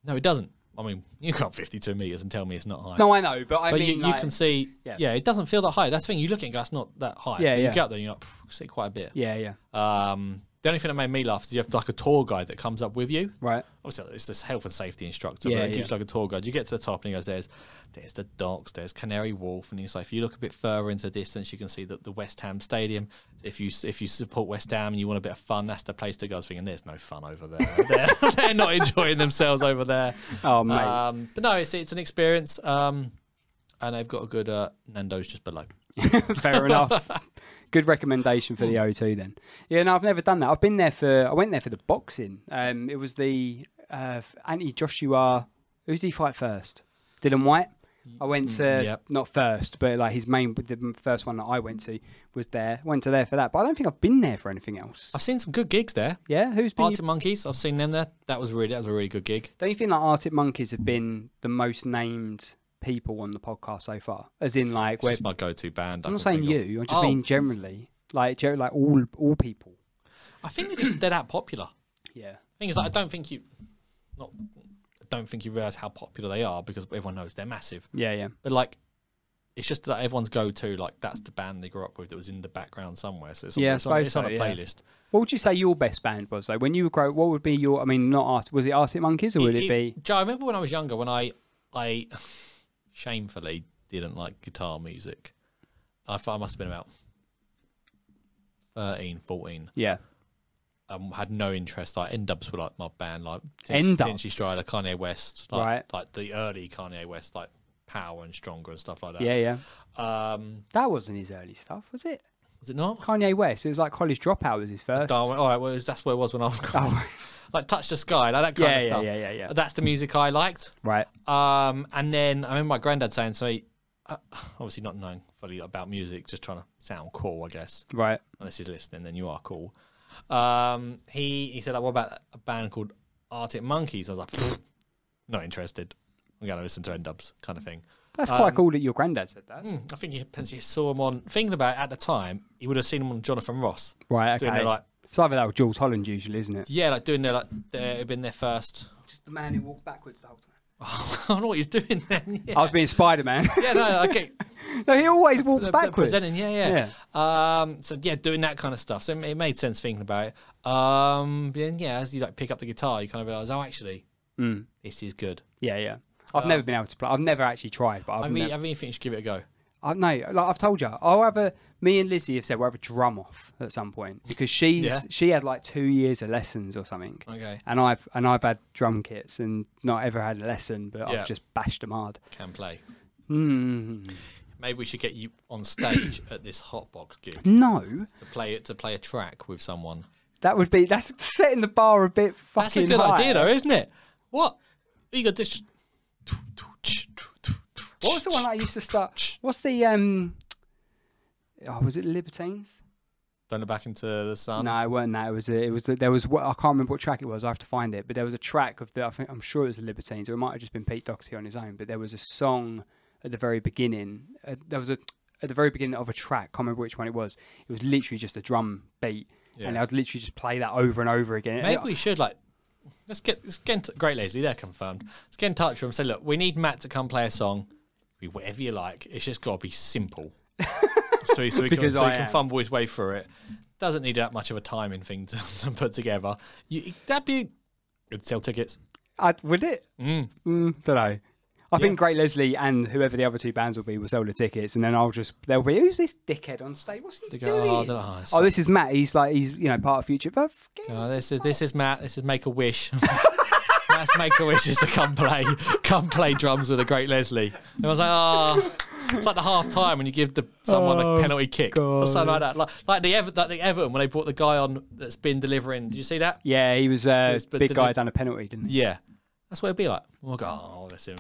[SPEAKER 3] No, it doesn't. I mean, you got fifty-two meters and tell me it's not high.
[SPEAKER 2] No, I know, but I
[SPEAKER 3] but
[SPEAKER 2] mean,
[SPEAKER 3] you, you can see,
[SPEAKER 2] yeah.
[SPEAKER 3] yeah. it doesn't feel that high. That's the thing. You look at it and go, it's not that high.
[SPEAKER 2] Yeah,
[SPEAKER 3] But
[SPEAKER 2] yeah.
[SPEAKER 3] You get up there and you're like, "Phew, I see quite a bit.
[SPEAKER 2] Yeah, yeah.
[SPEAKER 3] Um, the only thing that made me laugh is you have like a tour guide that comes up with you.
[SPEAKER 2] Right.
[SPEAKER 3] Obviously, it's this health and safety instructor,
[SPEAKER 2] Yeah,
[SPEAKER 3] but it
[SPEAKER 2] yeah.
[SPEAKER 3] gives like a tour guide. You get to the top and he goes, "There's, there's the docks, there's Canary Wharf," and he's like, "If you look a bit further into the distance, you can see that the West Ham Stadium. If you if you support West Ham and you want a bit of fun, that's the place to go." I was thinking, "There's no fun over there. they're, they're not enjoying themselves over there."
[SPEAKER 2] Oh, mate.
[SPEAKER 3] Um, but no, it's it's an experience. Um, and they've got a good uh, Nando's just below.
[SPEAKER 2] Fair enough. Good recommendation for the O2 then. Yeah, no, I've never done that. I've been there for, I went there for the boxing. Um, it was the uh, anti Joshua, who did he fight first? Dylan White? I went to,
[SPEAKER 3] Mm, yep.
[SPEAKER 2] not first, but like his main, the first one that I went to was there. Went to there for that, but I don't think I've been there for anything else.
[SPEAKER 3] I've seen some good gigs there.
[SPEAKER 2] Yeah, who's been?
[SPEAKER 3] Arctic Monkeys, I've seen them there. That was really that was a really good gig.
[SPEAKER 2] Don't you think like Arctic Monkeys have been the most named people on the podcast so far? As in, like,
[SPEAKER 3] It's
[SPEAKER 2] where,
[SPEAKER 3] just my go-to band. I
[SPEAKER 2] I'm
[SPEAKER 3] can
[SPEAKER 2] not saying
[SPEAKER 3] think of.
[SPEAKER 2] you. I just
[SPEAKER 3] Oh.
[SPEAKER 2] mean generally, like, ge- like all all people.
[SPEAKER 3] I think they're just they're that popular.
[SPEAKER 2] Yeah.
[SPEAKER 3] thing is, like, I
[SPEAKER 2] Hmm.
[SPEAKER 3] don't think you, not, I don't think you realize how popular they are because everyone knows they're massive.
[SPEAKER 2] Yeah, yeah,
[SPEAKER 3] But like, it's just that everyone's go-to. Like that's the band they grew up with that was in the background somewhere. So it's on,
[SPEAKER 2] Yeah, I
[SPEAKER 3] it's on,
[SPEAKER 2] suppose
[SPEAKER 3] it's on
[SPEAKER 2] so,
[SPEAKER 3] a
[SPEAKER 2] yeah.
[SPEAKER 3] playlist.
[SPEAKER 2] What would you say your best band was though? When you were growing, what would be your? I mean, not Arctic. Was it Arctic Monkeys or would it, be?
[SPEAKER 3] Joe, I remember when I was younger when I, I shamefully didn't like guitar music. I, thought I must have been about 13, 14.
[SPEAKER 2] Yeah,
[SPEAKER 3] Um, had no interest. Like N Dubs were like my band, like
[SPEAKER 2] N-Dubs?
[SPEAKER 3] Tinchy Strider, Kanye West, like,
[SPEAKER 2] Right.
[SPEAKER 3] Like the early Kanye West, like Power and Stronger and stuff like that.
[SPEAKER 2] yeah, yeah.
[SPEAKER 3] Um,
[SPEAKER 2] That wasn't his early stuff, was it?
[SPEAKER 3] was it not?
[SPEAKER 2] Kanye West. It was like College Dropout was his first.
[SPEAKER 3] Darwin. All right. Well, that's where it was when I was growing.
[SPEAKER 2] Oh.
[SPEAKER 3] like Touch the Sky, like that kind
[SPEAKER 2] Yeah,
[SPEAKER 3] of
[SPEAKER 2] yeah,
[SPEAKER 3] stuff.
[SPEAKER 2] yeah, yeah, yeah.
[SPEAKER 3] That's the music I liked.
[SPEAKER 2] Right.
[SPEAKER 3] Um, and then I remember my granddad saying to me, uh, obviously not knowing fully about music, just trying to sound cool, I guess.
[SPEAKER 2] Right.
[SPEAKER 3] Unless he's listening, then you are cool. Um, he he said, like, "What about a band called Arctic Monkeys?" I was like, "Pfft, "Not interested. I'm going to listen to N Dubs," kind of thing.
[SPEAKER 2] That's
[SPEAKER 3] Um,
[SPEAKER 2] quite cool that your granddad said that.
[SPEAKER 3] Mm, I think he potentially saw him on. Thinking about it at the time, he would have seen him on Jonathan Ross.
[SPEAKER 2] Right.
[SPEAKER 3] Doing
[SPEAKER 2] Okay.
[SPEAKER 3] their like,
[SPEAKER 2] it's either that or Jules Holland usually, isn't it?
[SPEAKER 3] yeah, like doing their like, their, it'd been their first.
[SPEAKER 2] Just the man who walked backwards the whole time.
[SPEAKER 3] I don't know what he's doing then. Yeah,
[SPEAKER 2] I was being Spider Man.
[SPEAKER 3] yeah no, okay.
[SPEAKER 2] no, he always walks
[SPEAKER 3] the- the
[SPEAKER 2] backwards.
[SPEAKER 3] Presenting, yeah, yeah. Um, so yeah, doing that kind of stuff. So it, it made sense thinking about it. Um, then yeah, as you like pick up the guitar, you kind of realize, oh, actually,
[SPEAKER 2] Mm.
[SPEAKER 3] this is good.
[SPEAKER 2] yeah, yeah. I've never been able to play. I've never actually tried, but I've
[SPEAKER 3] Uh, I really,
[SPEAKER 2] never,
[SPEAKER 3] I really think you should give it a go.
[SPEAKER 2] I, no, like I've told you, I'll have a. Me and Lizzie have said we'll have a drum off at some point because she's
[SPEAKER 3] Yeah.
[SPEAKER 2] she had like two years of lessons or something,
[SPEAKER 3] Okay,
[SPEAKER 2] and I've and I've had drum kits and not ever had a lesson, but
[SPEAKER 3] Yeah.
[SPEAKER 2] I've just bashed them hard.
[SPEAKER 3] can play.
[SPEAKER 2] Mm.
[SPEAKER 3] Maybe we should get you on stage at this hotbox gig
[SPEAKER 2] No,
[SPEAKER 3] to play it to play a track with someone.
[SPEAKER 2] that would be that's setting the bar a bit fucking
[SPEAKER 3] That's a good
[SPEAKER 2] high.
[SPEAKER 3] idea, though, isn't it? What? You got this.
[SPEAKER 2] What was the one I used to start? What's the um? Oh, was it Libertines?
[SPEAKER 3] Turn it back into the sun.
[SPEAKER 2] No, it weren't that. It was a, it was the, there was what I can't remember what track it was. I have to find it. But there was a track of the I think I'm sure it was the Libertines, or it might have just been Pete Doherty on his own. But there was a song at the very beginning. Uh, there was a at the very beginning of a track. Can't remember which one it was. It was literally just a drum beat, and
[SPEAKER 3] Yeah.
[SPEAKER 2] I'd literally just play that over and over again.
[SPEAKER 3] Maybe we should like let's get let's get in t- great lazy. They're confirmed. Let's get in touch with them. Say, look, we need Matt to come play a song. Be whatever you like. It's just got to be simple. so he, so he, can,
[SPEAKER 2] Because
[SPEAKER 3] so he
[SPEAKER 2] I
[SPEAKER 3] can
[SPEAKER 2] am.
[SPEAKER 3] fumble his way through it. Doesn't need that much of a timing thing to, to put together. You, that'd be good. Sell tickets.
[SPEAKER 2] I, would it?
[SPEAKER 3] Mm.
[SPEAKER 2] Mm, don't know. I think Great Leslie and whoever the other two bands will be will sell the tickets, and then I'll just they'll be who's this dickhead on stage? What's he
[SPEAKER 3] They go,
[SPEAKER 2] doing?
[SPEAKER 3] oh, I don't know.
[SPEAKER 2] Oh, this is Matt. He's like he's you know part of Future. But forget
[SPEAKER 3] Oh, this is this is Matt. This is Make a Wish. Matt's Make a Wish is to come play, come play drums with a great Leslie. And I was like, oh, it's like the half time when you give the someone
[SPEAKER 2] Oh,
[SPEAKER 3] a penalty kick or something like that. Like, like the Ever, like the Everton when they brought the guy on that's been delivering. Did you see that?
[SPEAKER 2] Yeah, he was a uh,
[SPEAKER 3] Just- but
[SPEAKER 2] big
[SPEAKER 3] the-
[SPEAKER 2] guy down a penalty, didn't he?
[SPEAKER 3] Yeah. That's what it'd be like. We'll go, oh, that's him.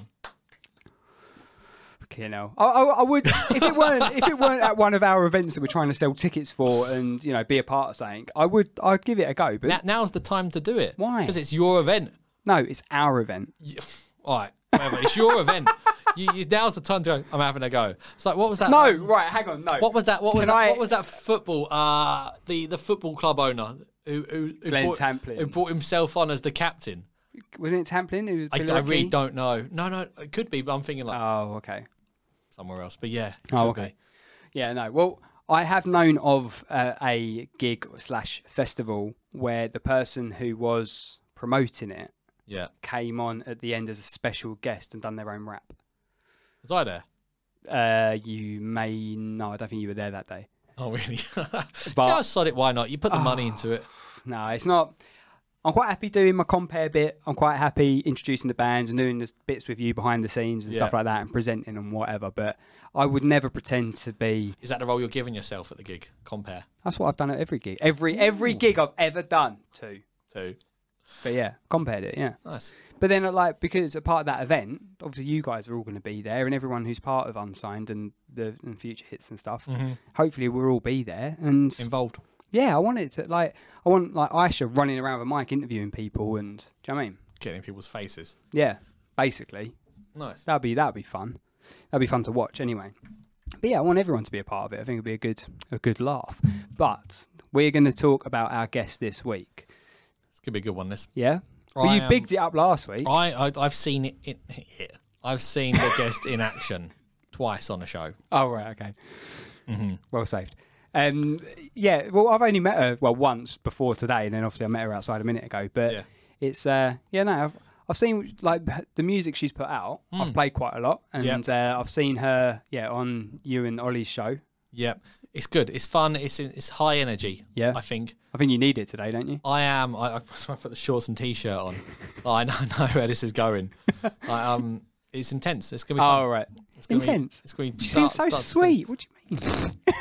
[SPEAKER 2] Okay, no. I, I, I would if it weren't if it weren't at one of our events that we're trying to sell tickets for and you know be a part of something. I would I'd give it a go, but
[SPEAKER 3] Now, now's the time to do it.
[SPEAKER 2] Why?
[SPEAKER 3] Because it's your event.
[SPEAKER 2] no, it's our event.
[SPEAKER 3] You- All right, whatever. it's your event. You, you, now's the time to go. I'm having a go. It's like, what was that?
[SPEAKER 2] No, right, hang on, no.
[SPEAKER 3] What was that? What was
[SPEAKER 2] Can
[SPEAKER 3] that?
[SPEAKER 2] I-
[SPEAKER 3] What was that football? Uh, the the football club owner who who, who,
[SPEAKER 2] Glenn
[SPEAKER 3] brought,
[SPEAKER 2] Tamplin.
[SPEAKER 3] who brought himself on as the captain.
[SPEAKER 2] Wasn't it Tamplin? It was
[SPEAKER 3] I,
[SPEAKER 2] Billy
[SPEAKER 3] I really
[SPEAKER 2] Lucky?
[SPEAKER 3] don't know. No, no, it could be, but I'm thinking like
[SPEAKER 2] Oh, okay.
[SPEAKER 3] somewhere else. But yeah. it
[SPEAKER 2] Oh,
[SPEAKER 3] could
[SPEAKER 2] okay. Yeah, no. Well, I have known of uh, a gig slash festival where the person who was promoting it
[SPEAKER 3] be. Yeah.
[SPEAKER 2] came on at the end as a special guest and done their own rap.
[SPEAKER 3] Was I there?
[SPEAKER 2] Uh, you may no, I don't think you were there that day.
[SPEAKER 3] Oh, really?
[SPEAKER 2] But- Ah.
[SPEAKER 3] yeah, I sod it. Why not? You put the money into it.
[SPEAKER 2] No, it's not. I'm quite happy doing my compare bit. I'm quite happy introducing the bands and doing the bits with you behind the scenes and stuff
[SPEAKER 3] Yeah.
[SPEAKER 2] like that and presenting and whatever. But I would never pretend to be.
[SPEAKER 3] Is that the role you're giving yourself at the gig? Compare
[SPEAKER 2] That's what I've done at every gig. Every every gig I've ever done too.
[SPEAKER 3] to.
[SPEAKER 2] But yeah, compared it. Yeah.
[SPEAKER 3] Nice.
[SPEAKER 2] But then, like, because a part of that event, obviously, you guys are all going to be there, and everyone who's part of Unsigned and the and future hits and stuff. Hopefully, we'll all be there. And
[SPEAKER 3] Involved.
[SPEAKER 2] yeah, I want it to like, I want like Aisha running around with a mic, interviewing people, and do you know what I mean?
[SPEAKER 3] Getting in people's faces.
[SPEAKER 2] Yeah, basically,
[SPEAKER 3] Nice.
[SPEAKER 2] that'd be that'd be fun. That'd be fun to watch anyway. But yeah, I want everyone to be a part of it. I think it'd be a good a good laugh. But we're going to talk about our guest this week.
[SPEAKER 3] This could be a good one. This.
[SPEAKER 2] Yeah. Well,
[SPEAKER 3] I,
[SPEAKER 2] you
[SPEAKER 3] um,
[SPEAKER 2] bigged it up last week.
[SPEAKER 3] I, I I've seen it. In, I've seen the guest in action twice on a show.
[SPEAKER 2] Oh right, okay.
[SPEAKER 3] Mm-hmm.
[SPEAKER 2] Well saved. Um, yeah, well, I've only met her well once before today, and then obviously I met her outside a minute ago. But
[SPEAKER 3] Yeah.
[SPEAKER 2] it's uh, yeah, no, I've, I've seen like h- the music she's put out.
[SPEAKER 3] Mm.
[SPEAKER 2] I've played quite a lot, and
[SPEAKER 3] Yep.
[SPEAKER 2] uh, I've seen her yeah on you and Ollie's show.
[SPEAKER 3] Yep. It's good. It's fun. It's it's high energy.
[SPEAKER 2] Yeah.
[SPEAKER 3] I think
[SPEAKER 2] I think you need it today, don't you?
[SPEAKER 3] I am. I, I put the shorts and t-shirt on. I know, know where this is going. I, um, it's intense. It's gonna be. Fun.
[SPEAKER 2] oh, right,
[SPEAKER 3] It's gonna be-
[SPEAKER 2] intense.
[SPEAKER 3] it's gonna be.
[SPEAKER 2] She
[SPEAKER 3] start-
[SPEAKER 2] seems so
[SPEAKER 3] start to finish.
[SPEAKER 2] sweet. What do you mean?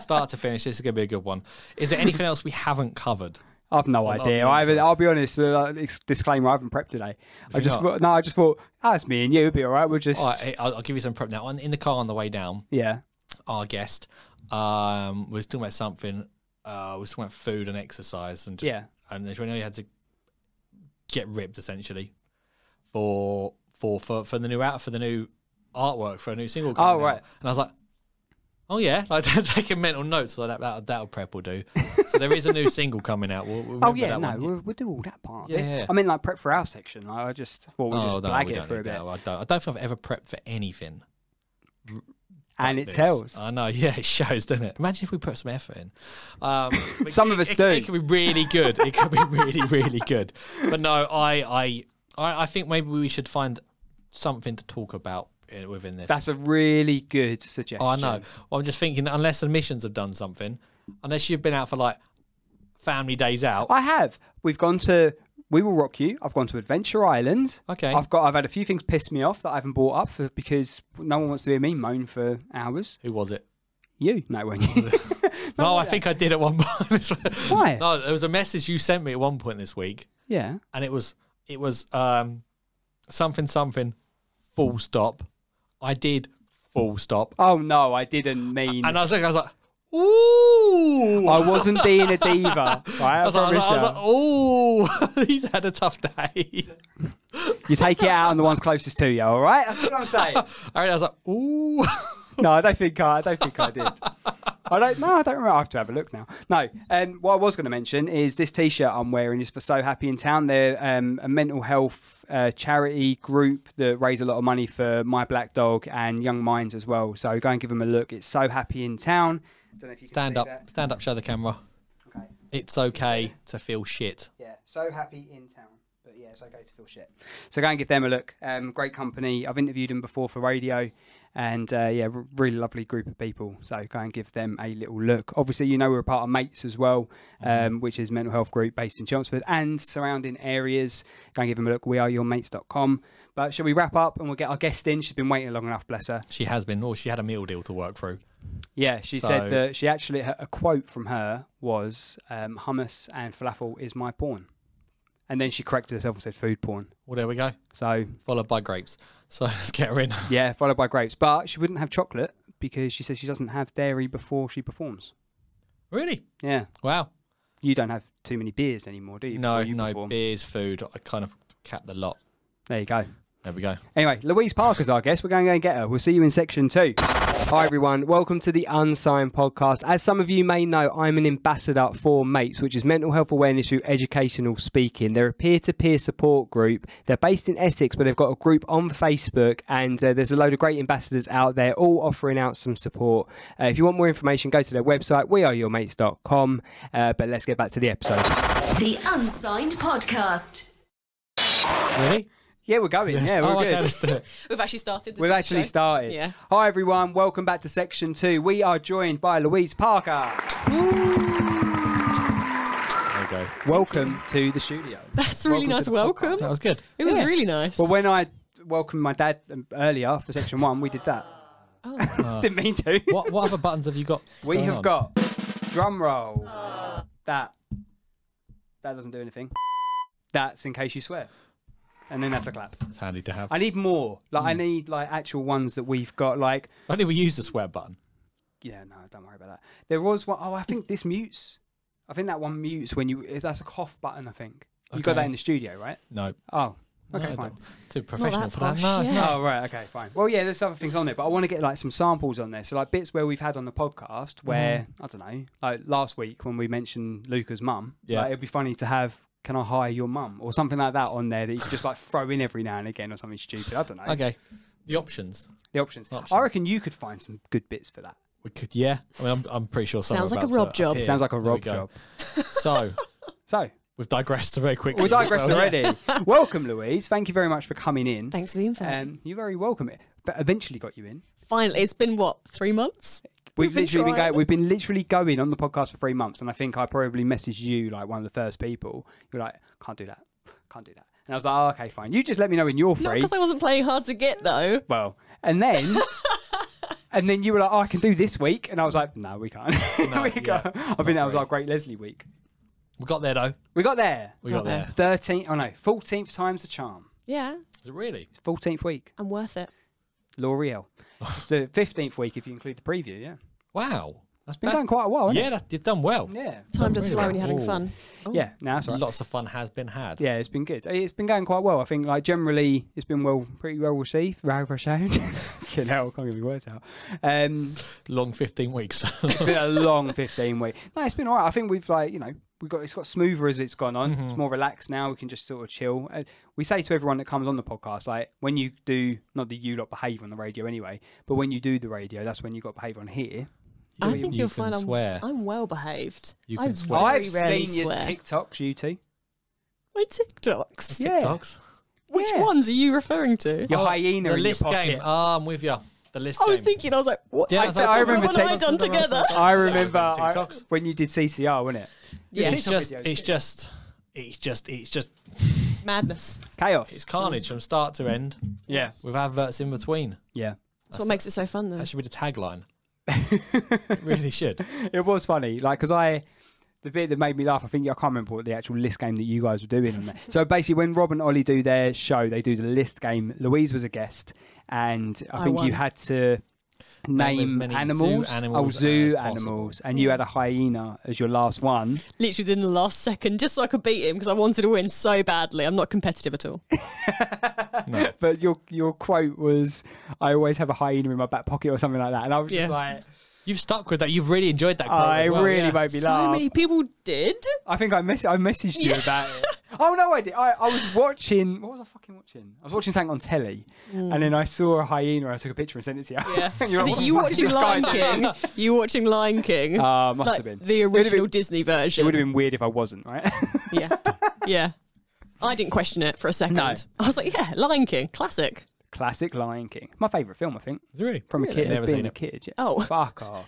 [SPEAKER 3] start to finish, this is going to be a good one. Is there anything else we haven't covered?
[SPEAKER 2] I've no
[SPEAKER 3] I'll be
[SPEAKER 2] idea. I haven't,
[SPEAKER 3] honest.
[SPEAKER 2] I'll be honest. Uh, like, ex- disclaimer: I haven't prepped today. I
[SPEAKER 3] you
[SPEAKER 2] just
[SPEAKER 3] not?
[SPEAKER 2] thought, no, I just thought oh, it's me and you. It'll be all right. We'll just
[SPEAKER 3] All right, I'll, I'll give you some prep now. On- In the car on the way down,
[SPEAKER 2] yeah.
[SPEAKER 3] our guest um, was talking about something. Uh, was talking about food and exercise, and just,
[SPEAKER 2] Yeah.
[SPEAKER 3] and she went, "Oh, you had to get ripped essentially for for for for the new out for the new artwork for a new single. coming
[SPEAKER 2] Oh,
[SPEAKER 3] out."
[SPEAKER 2] right.
[SPEAKER 3] and I was like. Oh yeah, like taking mental notes. So that that that'll prep will do. So there is a new single coming out. We'll, we'll
[SPEAKER 2] Oh
[SPEAKER 3] remember
[SPEAKER 2] yeah,
[SPEAKER 3] that
[SPEAKER 2] no,
[SPEAKER 3] one.
[SPEAKER 2] we'll, we'll do all that part.
[SPEAKER 3] Yeah,
[SPEAKER 2] Yeah,
[SPEAKER 3] yeah.
[SPEAKER 2] I mean, like prep for our section. Like, I just thought we'd just blag it for a
[SPEAKER 3] need
[SPEAKER 2] bit,
[SPEAKER 3] that. I Oh, don't, I don't think I've ever prepped for anything.
[SPEAKER 2] and it
[SPEAKER 3] this. Uh,
[SPEAKER 2] tells.
[SPEAKER 3] I know. Yeah, it shows, doesn't it? Imagine if we put some effort in. Um, but
[SPEAKER 2] Some
[SPEAKER 3] it-
[SPEAKER 2] of us
[SPEAKER 3] it,
[SPEAKER 2] do.
[SPEAKER 3] It could be really good. It could be really, really good. But no, I, I, I, I think maybe we should find something to talk about uh, within this.
[SPEAKER 2] That's a really good suggestion.
[SPEAKER 3] Oh, I know. Well, I'm just thinking, unless admissions have done something, unless you've been out for like family days out.
[SPEAKER 2] I have. We've gone to. We will rock you. I've gone to Adventure Island.
[SPEAKER 3] Okay.
[SPEAKER 2] I've got. I've had a few things piss me off that I haven't brought up for because no one wants to hear me moan for hours.
[SPEAKER 3] Who was it?
[SPEAKER 2] You, no, weren't you?
[SPEAKER 3] No, I think I did at one point.
[SPEAKER 2] Why?
[SPEAKER 3] No, there was a message you sent me at one point this week.
[SPEAKER 2] yeah.
[SPEAKER 3] and it was it was um something something full stop. I did full stop,
[SPEAKER 2] Oh no, I didn't mean.
[SPEAKER 3] and I was like, I was like, ooh.
[SPEAKER 2] I wasn't being a diva. Right? I
[SPEAKER 3] I was, like, I was
[SPEAKER 2] promise
[SPEAKER 3] like- oh. I was
[SPEAKER 2] you.
[SPEAKER 3] like, "Ooh, he's had a tough day."
[SPEAKER 2] you take it out on the ones closest to you. All right, that's what I'm saying.
[SPEAKER 3] I mean, I was like, "Ooh."
[SPEAKER 2] no, I don't think I, I don't think I did. I don't. No, I don't remember. I have to have a look now. No. Um, what I was going to mention is this T-shirt I'm wearing is for So Happy in Town. They're um, a mental health uh, charity group that raise a lot of money for My Black Dog and Young Minds as well. So go and give them a look. It's So Happy in Town. Don't know if you can
[SPEAKER 3] Stand
[SPEAKER 2] see
[SPEAKER 3] up,
[SPEAKER 2] that.
[SPEAKER 3] stand up, show the camera.
[SPEAKER 2] Okay.
[SPEAKER 3] It's okay to feel shit.
[SPEAKER 2] Yeah, so happy in town. But yeah, it's okay to feel shit. So go and give them a look. Um, great company. I've interviewed them before for radio, and uh, yeah, r- really lovely group of people. So go and give them a little look. Obviously, you know we're a part of Mates as well, um, which is a mental health group based in Chelmsford and surrounding areas. Go and give them a look. We are yourmates.com. But shall we wrap up and we'll get our guest in? She's been waiting long enough, bless her.
[SPEAKER 3] She has been, or she had a meal deal to work through.
[SPEAKER 2] Yeah, she
[SPEAKER 3] So-
[SPEAKER 2] said that she actually her- a quote from her was um, hummus and falafel is my porn. And then she corrected herself and said food porn.
[SPEAKER 3] Well, there we go.
[SPEAKER 2] So
[SPEAKER 3] Followed by grapes. So let's get her in.
[SPEAKER 2] yeah, followed by grapes. But she wouldn't have chocolate because she says she doesn't have dairy before she performs.
[SPEAKER 3] Really?
[SPEAKER 2] Yeah,
[SPEAKER 3] Wow.
[SPEAKER 2] you don't have too many beers anymore, do you?
[SPEAKER 3] No,
[SPEAKER 2] before you
[SPEAKER 3] no
[SPEAKER 2] perform?
[SPEAKER 3] beers, food. I kind of cap the lot.
[SPEAKER 2] There you go.
[SPEAKER 3] There we go.
[SPEAKER 2] Anyway, Louise Parker's our guest. We're going to go and get her. We'll see you in section two. Hi, everyone. Welcome to the Unsigned Podcast. As some of you may know, I'm an ambassador for MATES, which is mental health awareness through educational speaking. They're a peer to peer support group. They're based in Essex, but they've got a group on Facebook, and uh, there's a load of great ambassadors out there all offering out some support. Uh, if you want more information, go to their website, weareyourmates.com. Uh, but let's get back to the episode.
[SPEAKER 1] The Unsigned Podcast.
[SPEAKER 3] Really?
[SPEAKER 2] Yeah, we're going. Yeah, we're
[SPEAKER 3] oh,
[SPEAKER 2] good.
[SPEAKER 3] okay, let's do it.
[SPEAKER 4] We've actually started this.
[SPEAKER 2] We've actually
[SPEAKER 4] show.
[SPEAKER 2] started.
[SPEAKER 4] Yeah.
[SPEAKER 2] Hi everyone, welcome back to section two. We are joined by Louise Parker.
[SPEAKER 3] There we go.
[SPEAKER 2] Welcome to the studio.
[SPEAKER 4] That's a really
[SPEAKER 2] Welcome to
[SPEAKER 4] nice
[SPEAKER 2] the
[SPEAKER 4] welcome.
[SPEAKER 3] That was good.
[SPEAKER 4] It was really nice.
[SPEAKER 2] Well, when I welcomed my dad um, earlier for section one, we did that. Didn't mean to.
[SPEAKER 3] What what other buttons have you got?
[SPEAKER 2] We
[SPEAKER 3] going
[SPEAKER 2] have
[SPEAKER 3] on?
[SPEAKER 2] got drum roll. That. That doesn't do anything. That's in case you swear. And then that's a clap.
[SPEAKER 3] It's handy to have.
[SPEAKER 2] I need more. Like I need like actual ones that we've got. Like
[SPEAKER 3] I think we use the swear button.
[SPEAKER 2] Yeah, no, don't worry about that. There was one oh I think this mutes. I think that one mutes when you. That's a cough button, I think. You got that
[SPEAKER 3] Okay.
[SPEAKER 2] in the studio, right?
[SPEAKER 3] No.
[SPEAKER 2] Oh,
[SPEAKER 3] No,
[SPEAKER 2] okay,
[SPEAKER 3] I
[SPEAKER 2] fine.
[SPEAKER 3] don't. Too professional
[SPEAKER 4] that
[SPEAKER 3] for that.
[SPEAKER 4] posh,
[SPEAKER 3] No,
[SPEAKER 4] yeah.
[SPEAKER 3] no.
[SPEAKER 2] Oh, right, okay, fine. Well, yeah, there's other things on there, but I want to get like some samples on there. So like bits where we've had on the podcast where
[SPEAKER 3] Mm-hmm.
[SPEAKER 2] I don't know, like last week when we mentioned Luca's mum.
[SPEAKER 3] Yeah.
[SPEAKER 2] like, it'd be funny to have. Can I hire your mum or something like that on there that you could just like throw in every now and again or something stupid? I don't know.
[SPEAKER 3] Okay. The options.
[SPEAKER 2] The options. I
[SPEAKER 3] Options.
[SPEAKER 2] reckon you could find some good bits for that.
[SPEAKER 3] We could, yeah. I mean, I'm, I'm pretty sure. some are
[SPEAKER 4] Sounds like a
[SPEAKER 3] about
[SPEAKER 4] Rob
[SPEAKER 3] to
[SPEAKER 4] job.
[SPEAKER 3] appear.
[SPEAKER 2] Sounds like a
[SPEAKER 3] There we
[SPEAKER 2] Rob
[SPEAKER 3] go.
[SPEAKER 2] job.
[SPEAKER 3] So
[SPEAKER 2] So
[SPEAKER 3] we've digressed very quickly.
[SPEAKER 2] we digressed already. Welcome, Louise. Thank you very much for coming in.
[SPEAKER 4] Thanks for the info.
[SPEAKER 2] Um, you're very welcome. But eventually got you in.
[SPEAKER 4] Finally, Uh, it's been what three months.
[SPEAKER 2] We've,
[SPEAKER 4] We've been
[SPEAKER 2] literally been
[SPEAKER 4] trying.
[SPEAKER 2] going. We've been literally going on the podcast for three months, and I think I probably messaged you like one of the first people. You're like, can't do that, can't do that, and I was like, oh, okay, fine. You just let me know when you're
[SPEAKER 4] Not
[SPEAKER 2] free.
[SPEAKER 4] because I wasn't playing hard to get though.
[SPEAKER 2] well, and then, and then you were like, oh, I can do this week, and I was like, no, we can't. we
[SPEAKER 3] yeah,
[SPEAKER 2] can't. I think that was our great Leslie week.
[SPEAKER 3] We got there though.
[SPEAKER 2] We got there.
[SPEAKER 3] We got there.
[SPEAKER 2] Thirteen. Oh no, fourteenth time's the charm.
[SPEAKER 4] Yeah,
[SPEAKER 3] Is it really?
[SPEAKER 2] Fourteenth week,
[SPEAKER 4] I'm worth it.
[SPEAKER 2] L'Oreal. so fifteenth week if you include the preview. Yeah,
[SPEAKER 3] Wow. That's
[SPEAKER 2] been
[SPEAKER 3] that's-
[SPEAKER 2] going quite a while. hasn't
[SPEAKER 3] Yeah, that's, you've done well.
[SPEAKER 2] it? Yeah.
[SPEAKER 4] Time does
[SPEAKER 3] really
[SPEAKER 4] fly
[SPEAKER 3] well.
[SPEAKER 4] when you're having
[SPEAKER 3] Ooh.
[SPEAKER 4] fun. Oh.
[SPEAKER 2] Yeah. Now that's all right.
[SPEAKER 3] Lots of fun has been had.
[SPEAKER 2] Yeah, it's been good. It's been going quite well. I think like generally it's been well, pretty well received. Well received. Fucking hell, can't get my words out. Um,
[SPEAKER 3] Long 15 weeks.
[SPEAKER 2] it's been a long fifteen week. No, it's been all right. I think we've like you know we got it's got smoother as it's gone on. It's
[SPEAKER 3] Mm-hmm.
[SPEAKER 2] more relaxed now. We can just sort of chill. Uh, we say to everyone that comes on the podcast like when you do not that you lot behave on the radio anyway, but when you do the radio, that's when you got to behave on here.
[SPEAKER 4] I think
[SPEAKER 3] you
[SPEAKER 4] you'll
[SPEAKER 3] can
[SPEAKER 4] find I'm,
[SPEAKER 3] swear.
[SPEAKER 4] I'm well behaved.
[SPEAKER 3] You
[SPEAKER 4] I
[SPEAKER 3] can swear.
[SPEAKER 4] Very
[SPEAKER 2] I've
[SPEAKER 4] rarely
[SPEAKER 2] seen your
[SPEAKER 4] swear.
[SPEAKER 2] TikToks, you two.
[SPEAKER 4] My TikToks.
[SPEAKER 2] Yeah.
[SPEAKER 3] TikToks.
[SPEAKER 4] Which
[SPEAKER 2] Yeah.
[SPEAKER 4] ones are you referring to?
[SPEAKER 2] Your hyena
[SPEAKER 3] Oh, The
[SPEAKER 2] in
[SPEAKER 3] list
[SPEAKER 2] your pocket.
[SPEAKER 3] game. Ah, I'm with you. The list
[SPEAKER 4] I
[SPEAKER 3] game.
[SPEAKER 4] was thinking. I was like, what?
[SPEAKER 3] Yeah, I
[SPEAKER 4] I
[SPEAKER 3] was
[SPEAKER 4] don't
[SPEAKER 3] like, I
[SPEAKER 4] know,
[SPEAKER 3] remember
[SPEAKER 4] what have I
[SPEAKER 3] TikToks
[SPEAKER 4] done
[SPEAKER 3] and
[SPEAKER 4] together?
[SPEAKER 2] I remember I-
[SPEAKER 3] TikToks.
[SPEAKER 2] when you did CCR, wasn't it?
[SPEAKER 4] Yeah,
[SPEAKER 3] It's
[SPEAKER 2] TikTok
[SPEAKER 3] just,
[SPEAKER 2] videos.
[SPEAKER 3] it's just, it's just, it's just,
[SPEAKER 4] madness.
[SPEAKER 2] Chaos.
[SPEAKER 3] it's carnage from start to end
[SPEAKER 2] yeah.
[SPEAKER 3] with adverts in between.
[SPEAKER 2] Yeah.
[SPEAKER 4] That's what makes it so fun though.
[SPEAKER 3] That should be the tagline.
[SPEAKER 2] Mm.
[SPEAKER 3] it really should.
[SPEAKER 2] It was funny, like because I, the bit that made me laugh, I think I can't remember what the actual list game that you guys were doing on there. so basically, when Rob and Ollie do their show, they do the list game. Louise was a guest, and I
[SPEAKER 4] I
[SPEAKER 2] think
[SPEAKER 4] won.
[SPEAKER 2] you had to
[SPEAKER 3] Name as
[SPEAKER 2] name
[SPEAKER 3] many zoo
[SPEAKER 2] animals,
[SPEAKER 3] animals
[SPEAKER 2] oh, zoo
[SPEAKER 3] as possible.
[SPEAKER 2] animals, and you had a hyena as your last one.
[SPEAKER 4] Literally within the last second, just so I could beat him because I wanted to win so badly. I'm not competitive at all.
[SPEAKER 3] No.
[SPEAKER 2] But your your quote was, "I always have a hyena in my back pocket" or something like that, and I was just
[SPEAKER 4] Yeah.
[SPEAKER 2] like,
[SPEAKER 3] You've stuck with that. You've really enjoyed that. quote
[SPEAKER 2] "I
[SPEAKER 3] as well,
[SPEAKER 2] really
[SPEAKER 3] yeah.
[SPEAKER 2] made me
[SPEAKER 4] so
[SPEAKER 2] laugh."
[SPEAKER 4] many people did.
[SPEAKER 2] I think I mess I messaged you about it. Oh no, I did. I, I was watching. What was I fucking watching? I was watching something on telly, and then I saw a hyena. and I took a picture and sent it to you.
[SPEAKER 4] Mm. Yeah.
[SPEAKER 2] And you're
[SPEAKER 4] I
[SPEAKER 2] like,
[SPEAKER 4] think
[SPEAKER 2] "What
[SPEAKER 4] you
[SPEAKER 2] the fuck is
[SPEAKER 4] watching
[SPEAKER 2] this guy
[SPEAKER 4] Lion
[SPEAKER 2] doing?"
[SPEAKER 4] King. you watching Lion King.
[SPEAKER 2] Uh, must
[SPEAKER 4] like
[SPEAKER 2] have been.
[SPEAKER 4] The
[SPEAKER 2] It would have
[SPEAKER 4] original
[SPEAKER 2] been-
[SPEAKER 4] Disney
[SPEAKER 2] It
[SPEAKER 4] version.
[SPEAKER 2] would have been weird if I wasn't, right?
[SPEAKER 4] Yeah. Yeah. I didn't question it for a second.
[SPEAKER 2] No.
[SPEAKER 4] I was like, yeah, Lion King, classic.
[SPEAKER 2] Classic Lion King. My favourite film, I think.
[SPEAKER 3] Is it Really?
[SPEAKER 2] From a kid,
[SPEAKER 3] Never
[SPEAKER 2] as being
[SPEAKER 3] seen
[SPEAKER 2] a
[SPEAKER 3] it.
[SPEAKER 2] kid. Yeah.
[SPEAKER 4] Oh.
[SPEAKER 2] fuck off!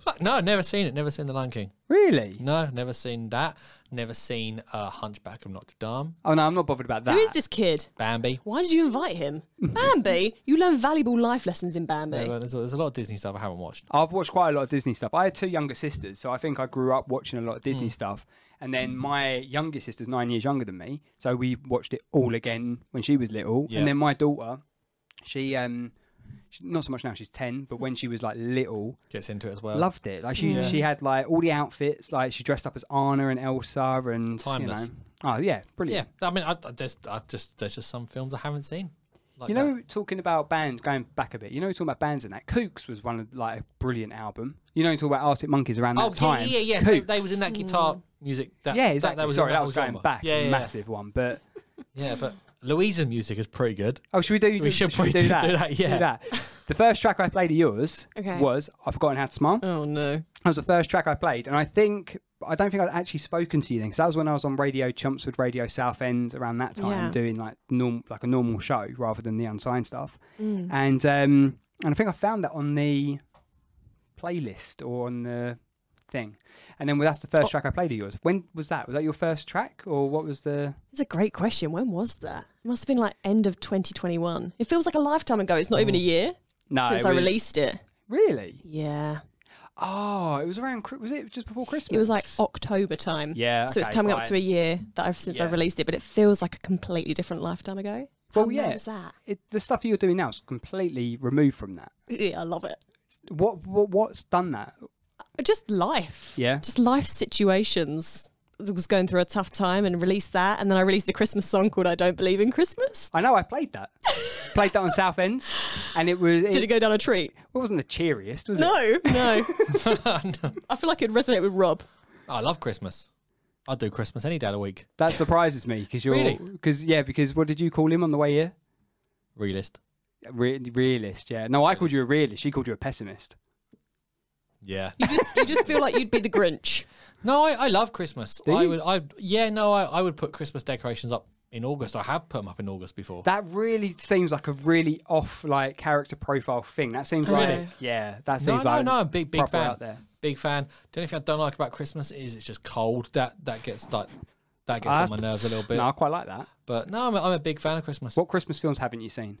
[SPEAKER 3] Fuck, no, never seen it. Never seen The Lion King.
[SPEAKER 2] Really?
[SPEAKER 3] No, never seen that. Never seen uh, Hunchback of Notre Dame.
[SPEAKER 2] Oh no, I'm not bothered about that.
[SPEAKER 4] Who is this kid?
[SPEAKER 3] Bambi.
[SPEAKER 4] Why did you invite him? Bambi? You learn valuable life lessons in Bambi.
[SPEAKER 3] Yeah, but There's, there's a lot of Disney stuff I haven't watched.
[SPEAKER 2] I've watched quite a lot of Disney stuff. I had two younger sisters, so I think I grew up watching a lot of Disney
[SPEAKER 3] Mm.
[SPEAKER 2] stuff. And then my younger sister's nine years younger than me, so we watched it all again when she was little.
[SPEAKER 3] Yeah.
[SPEAKER 2] And then my daughter, she um, she, not so much now, she's ten, but when she was like little,
[SPEAKER 3] Gets into it as well.
[SPEAKER 2] loved it. Like she she had like all the outfits. Like she dressed up as Anna and Elsa and
[SPEAKER 3] Timeless.
[SPEAKER 2] you know. Oh yeah,
[SPEAKER 3] Yeah,
[SPEAKER 2] brilliant.
[SPEAKER 3] I mean, I, I just, I just, there's just some films I haven't seen. Like
[SPEAKER 2] you
[SPEAKER 3] that.
[SPEAKER 2] know, talking about bands, going back a bit. You know, talking about bands and that. Kooks was one of like a brilliant album. You know, talking about Arctic Monkeys around
[SPEAKER 3] Oh
[SPEAKER 2] that
[SPEAKER 3] yeah,
[SPEAKER 2] time.
[SPEAKER 3] yeah, yeah. So
[SPEAKER 2] Kooks.
[SPEAKER 3] they was in that guitar music. That,
[SPEAKER 2] yeah,
[SPEAKER 3] that-
[SPEAKER 2] exactly.
[SPEAKER 3] That was in
[SPEAKER 2] Sorry,
[SPEAKER 3] that
[SPEAKER 2] that was going
[SPEAKER 3] genre.
[SPEAKER 2] back.
[SPEAKER 3] Yeah, yeah,
[SPEAKER 2] massive one. But
[SPEAKER 3] Yeah. yeah, but Louisa music is pretty good.
[SPEAKER 2] oh, should we do?
[SPEAKER 3] We should probably
[SPEAKER 2] do
[SPEAKER 3] do
[SPEAKER 2] that.
[SPEAKER 3] that, yeah.
[SPEAKER 2] do that. The first track I played of yours
[SPEAKER 4] Okay.
[SPEAKER 2] was "I've Forgotten How to Smile."
[SPEAKER 4] Oh no.
[SPEAKER 2] That was the first track I played, and I think I don't think I'd actually spoken to you then, because that was when I was on Radio Chumpswood, Radio Southend, around that time,
[SPEAKER 4] Yeah.
[SPEAKER 2] doing like norm like a normal show rather than the unsigned stuff.
[SPEAKER 4] Mm.
[SPEAKER 2] And um, and I think I found that on the playlist or on the thing, and then that's the
[SPEAKER 3] Oh.
[SPEAKER 2] first track I played of yours. When was that? Was that your first track, or what was the?
[SPEAKER 4] It's a great question. When was that? It must have been like end of 2021. It feels like a lifetime ago. It's not even a year
[SPEAKER 2] No,
[SPEAKER 4] since
[SPEAKER 2] it
[SPEAKER 4] I
[SPEAKER 2] was-
[SPEAKER 4] released it.
[SPEAKER 2] Really?
[SPEAKER 4] Yeah.
[SPEAKER 2] Oh, it was around. Chri- Was it just before Christmas?
[SPEAKER 4] It was like October time.
[SPEAKER 2] Yeah,
[SPEAKER 4] So it's
[SPEAKER 2] okay,
[SPEAKER 4] coming up
[SPEAKER 2] fine.
[SPEAKER 4] to a year that I've since I
[SPEAKER 2] Yeah.
[SPEAKER 4] released it, but it feels like a completely different lifetime ago.
[SPEAKER 2] Well,
[SPEAKER 4] How mad
[SPEAKER 2] yeah.
[SPEAKER 4] is that?
[SPEAKER 2] It, the stuff you're doing now is completely removed from that.
[SPEAKER 4] Yeah, I love it.
[SPEAKER 2] What, what what's done that?
[SPEAKER 4] Just life.
[SPEAKER 2] Yeah.
[SPEAKER 4] Just life situations. I was going through a tough time and released that, and then I released a Christmas song called "I Don't Believe in Christmas."
[SPEAKER 2] I know I played that. played that on South End, and it was
[SPEAKER 4] Did it
[SPEAKER 2] it,
[SPEAKER 4] go down a treat?
[SPEAKER 2] it wasn't the cheeriest, was it?
[SPEAKER 4] No, no. I feel like it'd resonate with Rob.
[SPEAKER 3] I love Christmas. I do Christmas any day of the week.
[SPEAKER 2] That surprises me because you're
[SPEAKER 3] Really?
[SPEAKER 2] because yeah because what did you call him on the way here?
[SPEAKER 3] Realist.
[SPEAKER 2] Re- realist, yeah. No, I called you a realist. She called you a pessimist.
[SPEAKER 3] Yeah.
[SPEAKER 4] You just, you just feel like you'd be the Grinch.
[SPEAKER 3] No, I, I love Christmas.
[SPEAKER 2] Do
[SPEAKER 3] I
[SPEAKER 2] you?
[SPEAKER 3] would. I yeah. No, I, I would put Christmas decorations up in August. I have put them up in August before.
[SPEAKER 2] That really seems like a really off like character profile thing. That seems like
[SPEAKER 3] Really?
[SPEAKER 2] yeah, that
[SPEAKER 3] no,
[SPEAKER 2] seems
[SPEAKER 3] no,
[SPEAKER 2] like
[SPEAKER 3] no. I'm big, big
[SPEAKER 2] proper
[SPEAKER 3] fan.
[SPEAKER 2] out there.
[SPEAKER 3] Big fan. The only thing I don't like about Christmas is it's just cold. That that gets like that gets
[SPEAKER 2] Ah.
[SPEAKER 3] on my nerves a little bit.
[SPEAKER 2] No, I quite like that.
[SPEAKER 3] But no, I'm a, I'm a big fan of Christmas.
[SPEAKER 2] What Christmas films haven't you seen?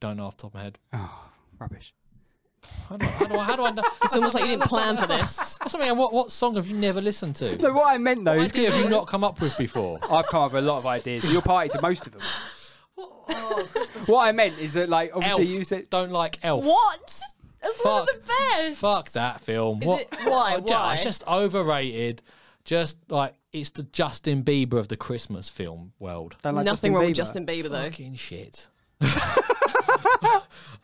[SPEAKER 3] Don't know off the top of my head.
[SPEAKER 2] Oh, rubbish.
[SPEAKER 3] How do I, how do I, how do I know?
[SPEAKER 4] It's almost like you didn't
[SPEAKER 3] That's
[SPEAKER 4] plan for
[SPEAKER 3] something-
[SPEAKER 4] this.
[SPEAKER 3] That's something. What what song have you never listened to?
[SPEAKER 2] No, what I meant though
[SPEAKER 3] What
[SPEAKER 2] is
[SPEAKER 3] idea have you not come up with before?
[SPEAKER 4] Oh.
[SPEAKER 2] I've come up with a lot of ideas. and You're party to most of them.
[SPEAKER 4] Oh,
[SPEAKER 2] what I meant is that, like, obviously,
[SPEAKER 3] Elf.
[SPEAKER 2] you said
[SPEAKER 3] Don't like Elf.
[SPEAKER 4] What? That's one
[SPEAKER 3] Fuck.
[SPEAKER 4] of the best.
[SPEAKER 3] Fuck that film.
[SPEAKER 4] Is
[SPEAKER 3] what?
[SPEAKER 4] it- why?
[SPEAKER 3] Oh, ju-
[SPEAKER 4] Why?
[SPEAKER 3] It's just overrated. Just like it's the Justin Bieber of the Christmas film world.
[SPEAKER 2] don't like
[SPEAKER 4] Nothing
[SPEAKER 2] Justin
[SPEAKER 4] wrong
[SPEAKER 2] Bieber.
[SPEAKER 4] with Justin Bieber though.
[SPEAKER 3] Fucking shit.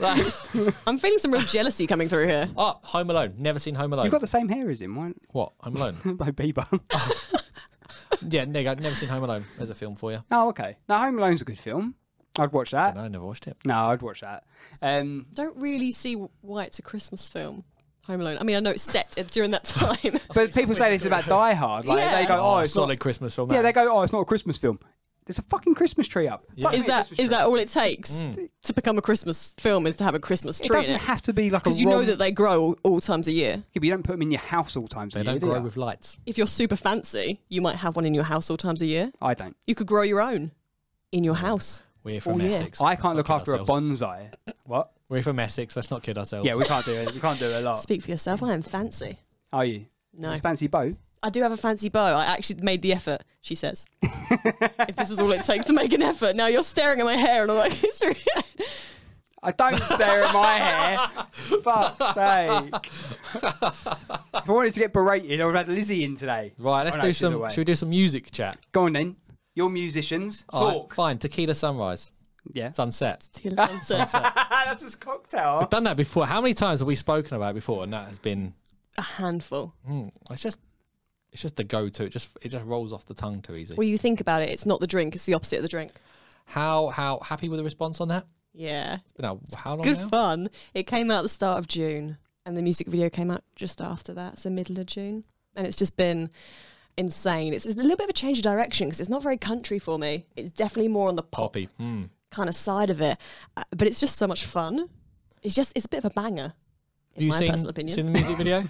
[SPEAKER 4] I'm feeling some real jealousy coming through here.
[SPEAKER 3] Oh, Home Alone. Never seen Home Alone.
[SPEAKER 2] You've got the same hair as him, why?
[SPEAKER 3] what? Home Alone.
[SPEAKER 2] No Bieber.
[SPEAKER 3] yeah, there you go. Never seen Home Alone. There's a film for you.
[SPEAKER 2] oh, okay. Now, Home Alone's a good film. I'd watch that.
[SPEAKER 3] No, I never watched it.
[SPEAKER 2] No, I'd watch that. Um,
[SPEAKER 4] Don't really see why it's a Christmas film. Home Alone. I mean, I know it's set during that time.
[SPEAKER 2] but people say this about Die Hard. Like
[SPEAKER 4] Yeah.
[SPEAKER 2] they go, "Oh, it's
[SPEAKER 3] solid
[SPEAKER 2] not."
[SPEAKER 3] Christmas film.
[SPEAKER 2] Yeah,
[SPEAKER 3] that
[SPEAKER 2] they
[SPEAKER 3] is.
[SPEAKER 2] go, "Oh, it's not a Christmas film." There's a fucking Christmas tree up. Fuck me,
[SPEAKER 4] is
[SPEAKER 2] a
[SPEAKER 4] that
[SPEAKER 2] Christmas
[SPEAKER 4] is
[SPEAKER 2] tree.
[SPEAKER 4] that all it takes to become a Christmas film? Is to have a Christmas
[SPEAKER 2] Mm. It
[SPEAKER 4] tree in
[SPEAKER 2] doesn't
[SPEAKER 4] it?
[SPEAKER 2] have to be like a.
[SPEAKER 4] Because you know
[SPEAKER 2] rom-
[SPEAKER 4] that they grow all, all times a year.
[SPEAKER 2] Yeah, but you don't put them in your house all times.
[SPEAKER 3] They don't grow with lights.
[SPEAKER 4] If you're super fancy, you might have one in your house all times a year.
[SPEAKER 2] I don't.
[SPEAKER 4] You could grow your own in your house.
[SPEAKER 3] We're from
[SPEAKER 4] Oh, yeah.
[SPEAKER 3] Essex.
[SPEAKER 2] I
[SPEAKER 3] Let's
[SPEAKER 2] can't
[SPEAKER 3] not
[SPEAKER 2] look
[SPEAKER 3] kid
[SPEAKER 2] after a
[SPEAKER 3] ourselves.
[SPEAKER 2] bonsai. What?
[SPEAKER 3] We're from Essex. Let's not kid ourselves.
[SPEAKER 2] Yeah, we can't do it. We can't do it a lot.
[SPEAKER 4] Speak for yourself. I am fancy.
[SPEAKER 2] Are you?
[SPEAKER 4] No.
[SPEAKER 2] You fancy bow?
[SPEAKER 4] I do have a fancy bow. I actually made the effort, she says. if this is all it takes to make an effort. Now you're staring at my hair and I'm like, it's re-
[SPEAKER 2] I don't stare at my hair. Fuck's sake. if I wanted to get berated, I would have had Lizzie in today.
[SPEAKER 3] Right, let's
[SPEAKER 2] Oh, no,
[SPEAKER 3] do
[SPEAKER 2] she's
[SPEAKER 3] some.
[SPEAKER 2] away.
[SPEAKER 3] Should we do some music chat?
[SPEAKER 2] Go on then. You're musicians.
[SPEAKER 3] All right,
[SPEAKER 2] Talk. Uh,
[SPEAKER 3] fine. Tequila sunrise,
[SPEAKER 2] Yeah.
[SPEAKER 3] sunset.
[SPEAKER 4] Tequila sunset.
[SPEAKER 2] That's just cocktail.
[SPEAKER 3] Done that before. How many times have we spoken about it before? And that has been.
[SPEAKER 4] a handful.
[SPEAKER 3] It's just. It's just the go-to. It just. It just rolls off the tongue too easy.
[SPEAKER 4] Well, you think about it, it's not the drink, it's the opposite of the drink.
[SPEAKER 3] How how happy with the response on that?
[SPEAKER 4] Yeah.
[SPEAKER 3] It's been out how long
[SPEAKER 4] Good
[SPEAKER 3] now?
[SPEAKER 4] fun. It came out at the start of June and the music video came out just after that, so middle of June. And it's just been insane. It's a little bit of a change of direction because it's not very country for me. It's definitely more on the pop
[SPEAKER 3] Poppy. Mm.
[SPEAKER 4] kind of side of it. Uh, But it's just so much fun. It's just, it's a bit of a banger. in
[SPEAKER 3] you
[SPEAKER 4] my
[SPEAKER 3] seen,
[SPEAKER 4] personal opinion.
[SPEAKER 3] seen the music video?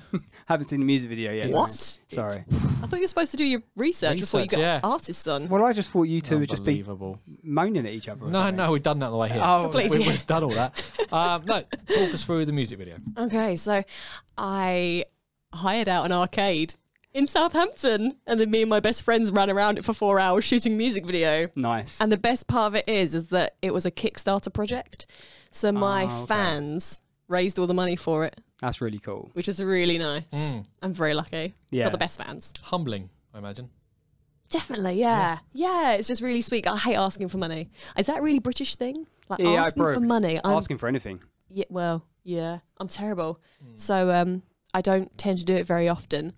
[SPEAKER 2] Haven't seen the music video yet.
[SPEAKER 4] What?
[SPEAKER 2] Sorry.
[SPEAKER 4] I thought you were supposed to do your research, before you
[SPEAKER 3] Research,
[SPEAKER 4] got
[SPEAKER 3] yeah.
[SPEAKER 4] artists on.
[SPEAKER 2] Well, I just thought you two would just be
[SPEAKER 3] Unbelievable.
[SPEAKER 2] moaning at each other. or
[SPEAKER 3] No,
[SPEAKER 2] something.
[SPEAKER 3] no, we've done that on the way here.
[SPEAKER 2] Oh,
[SPEAKER 4] Please.
[SPEAKER 3] we, we've done all that. Um, no, talk us through the music video.
[SPEAKER 4] Okay, so I hired out an arcade in Southampton, and then me and my best friends ran around it for four hours shooting music video.
[SPEAKER 2] nice.
[SPEAKER 4] And the best part of it is, is that it was a Kickstarter project, so my
[SPEAKER 2] Ah, okay.
[SPEAKER 4] fans raised all the money for it,
[SPEAKER 2] That's really cool.
[SPEAKER 4] which is really nice. I'm very lucky.
[SPEAKER 2] Mm. Yeah.
[SPEAKER 4] got the best fans.
[SPEAKER 3] Humbling, I imagine.
[SPEAKER 4] Definitely, yeah. yeah, It's just really sweet. I hate asking for money. Is that a really British thing? Like
[SPEAKER 2] Yeah, I
[SPEAKER 4] asking for
[SPEAKER 2] probably-
[SPEAKER 4] money. I'm
[SPEAKER 2] Asking for anything.
[SPEAKER 4] Yeah, well, yeah, I'm terrible.
[SPEAKER 2] Hmm.
[SPEAKER 4] So um, I don't tend to do it very often.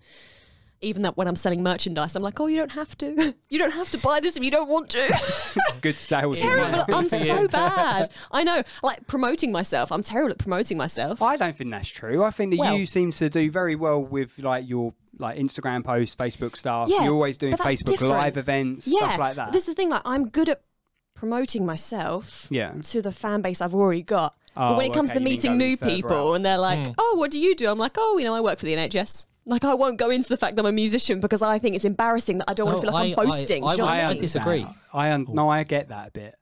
[SPEAKER 4] Even that when I'm selling merchandise, I'm like, oh, you don't have to. You don't have to buy this if you don't want to.
[SPEAKER 2] Good sales.
[SPEAKER 4] terrible. I'm
[SPEAKER 3] for
[SPEAKER 4] so
[SPEAKER 3] you.
[SPEAKER 4] bad. I know. Like promoting myself, I'm terrible at promoting myself.
[SPEAKER 2] I don't think that's true. I think that
[SPEAKER 4] Well-
[SPEAKER 2] you seem to do very well with like your like Instagram posts, Facebook stuff.
[SPEAKER 4] Yeah,
[SPEAKER 2] You're always doing
[SPEAKER 4] but that's
[SPEAKER 2] Facebook
[SPEAKER 4] different.
[SPEAKER 2] live events,
[SPEAKER 4] yeah,
[SPEAKER 2] stuff like that.
[SPEAKER 4] This is the thing. Like, I'm good at promoting myself.
[SPEAKER 2] Yeah.
[SPEAKER 4] To the fan base I've already got.
[SPEAKER 2] Oh,
[SPEAKER 4] but when it comes
[SPEAKER 2] okay,
[SPEAKER 4] to
[SPEAKER 2] you didn't go
[SPEAKER 4] meeting new
[SPEAKER 2] further
[SPEAKER 4] people
[SPEAKER 2] out. Hmm.
[SPEAKER 4] and they're like, oh, what do you do? I'm like, oh, you know, I work for the NHS. Like, I won't go into the fact that I'm a musician because I think it's embarrassing that I don't want to
[SPEAKER 3] No,
[SPEAKER 4] feel like
[SPEAKER 3] I-
[SPEAKER 4] Oh, I, am boasting.
[SPEAKER 3] I-
[SPEAKER 4] do you know what
[SPEAKER 3] I-
[SPEAKER 4] I,
[SPEAKER 3] I
[SPEAKER 4] mean?
[SPEAKER 3] dis- disagree.
[SPEAKER 2] I un- no, I get that a bit.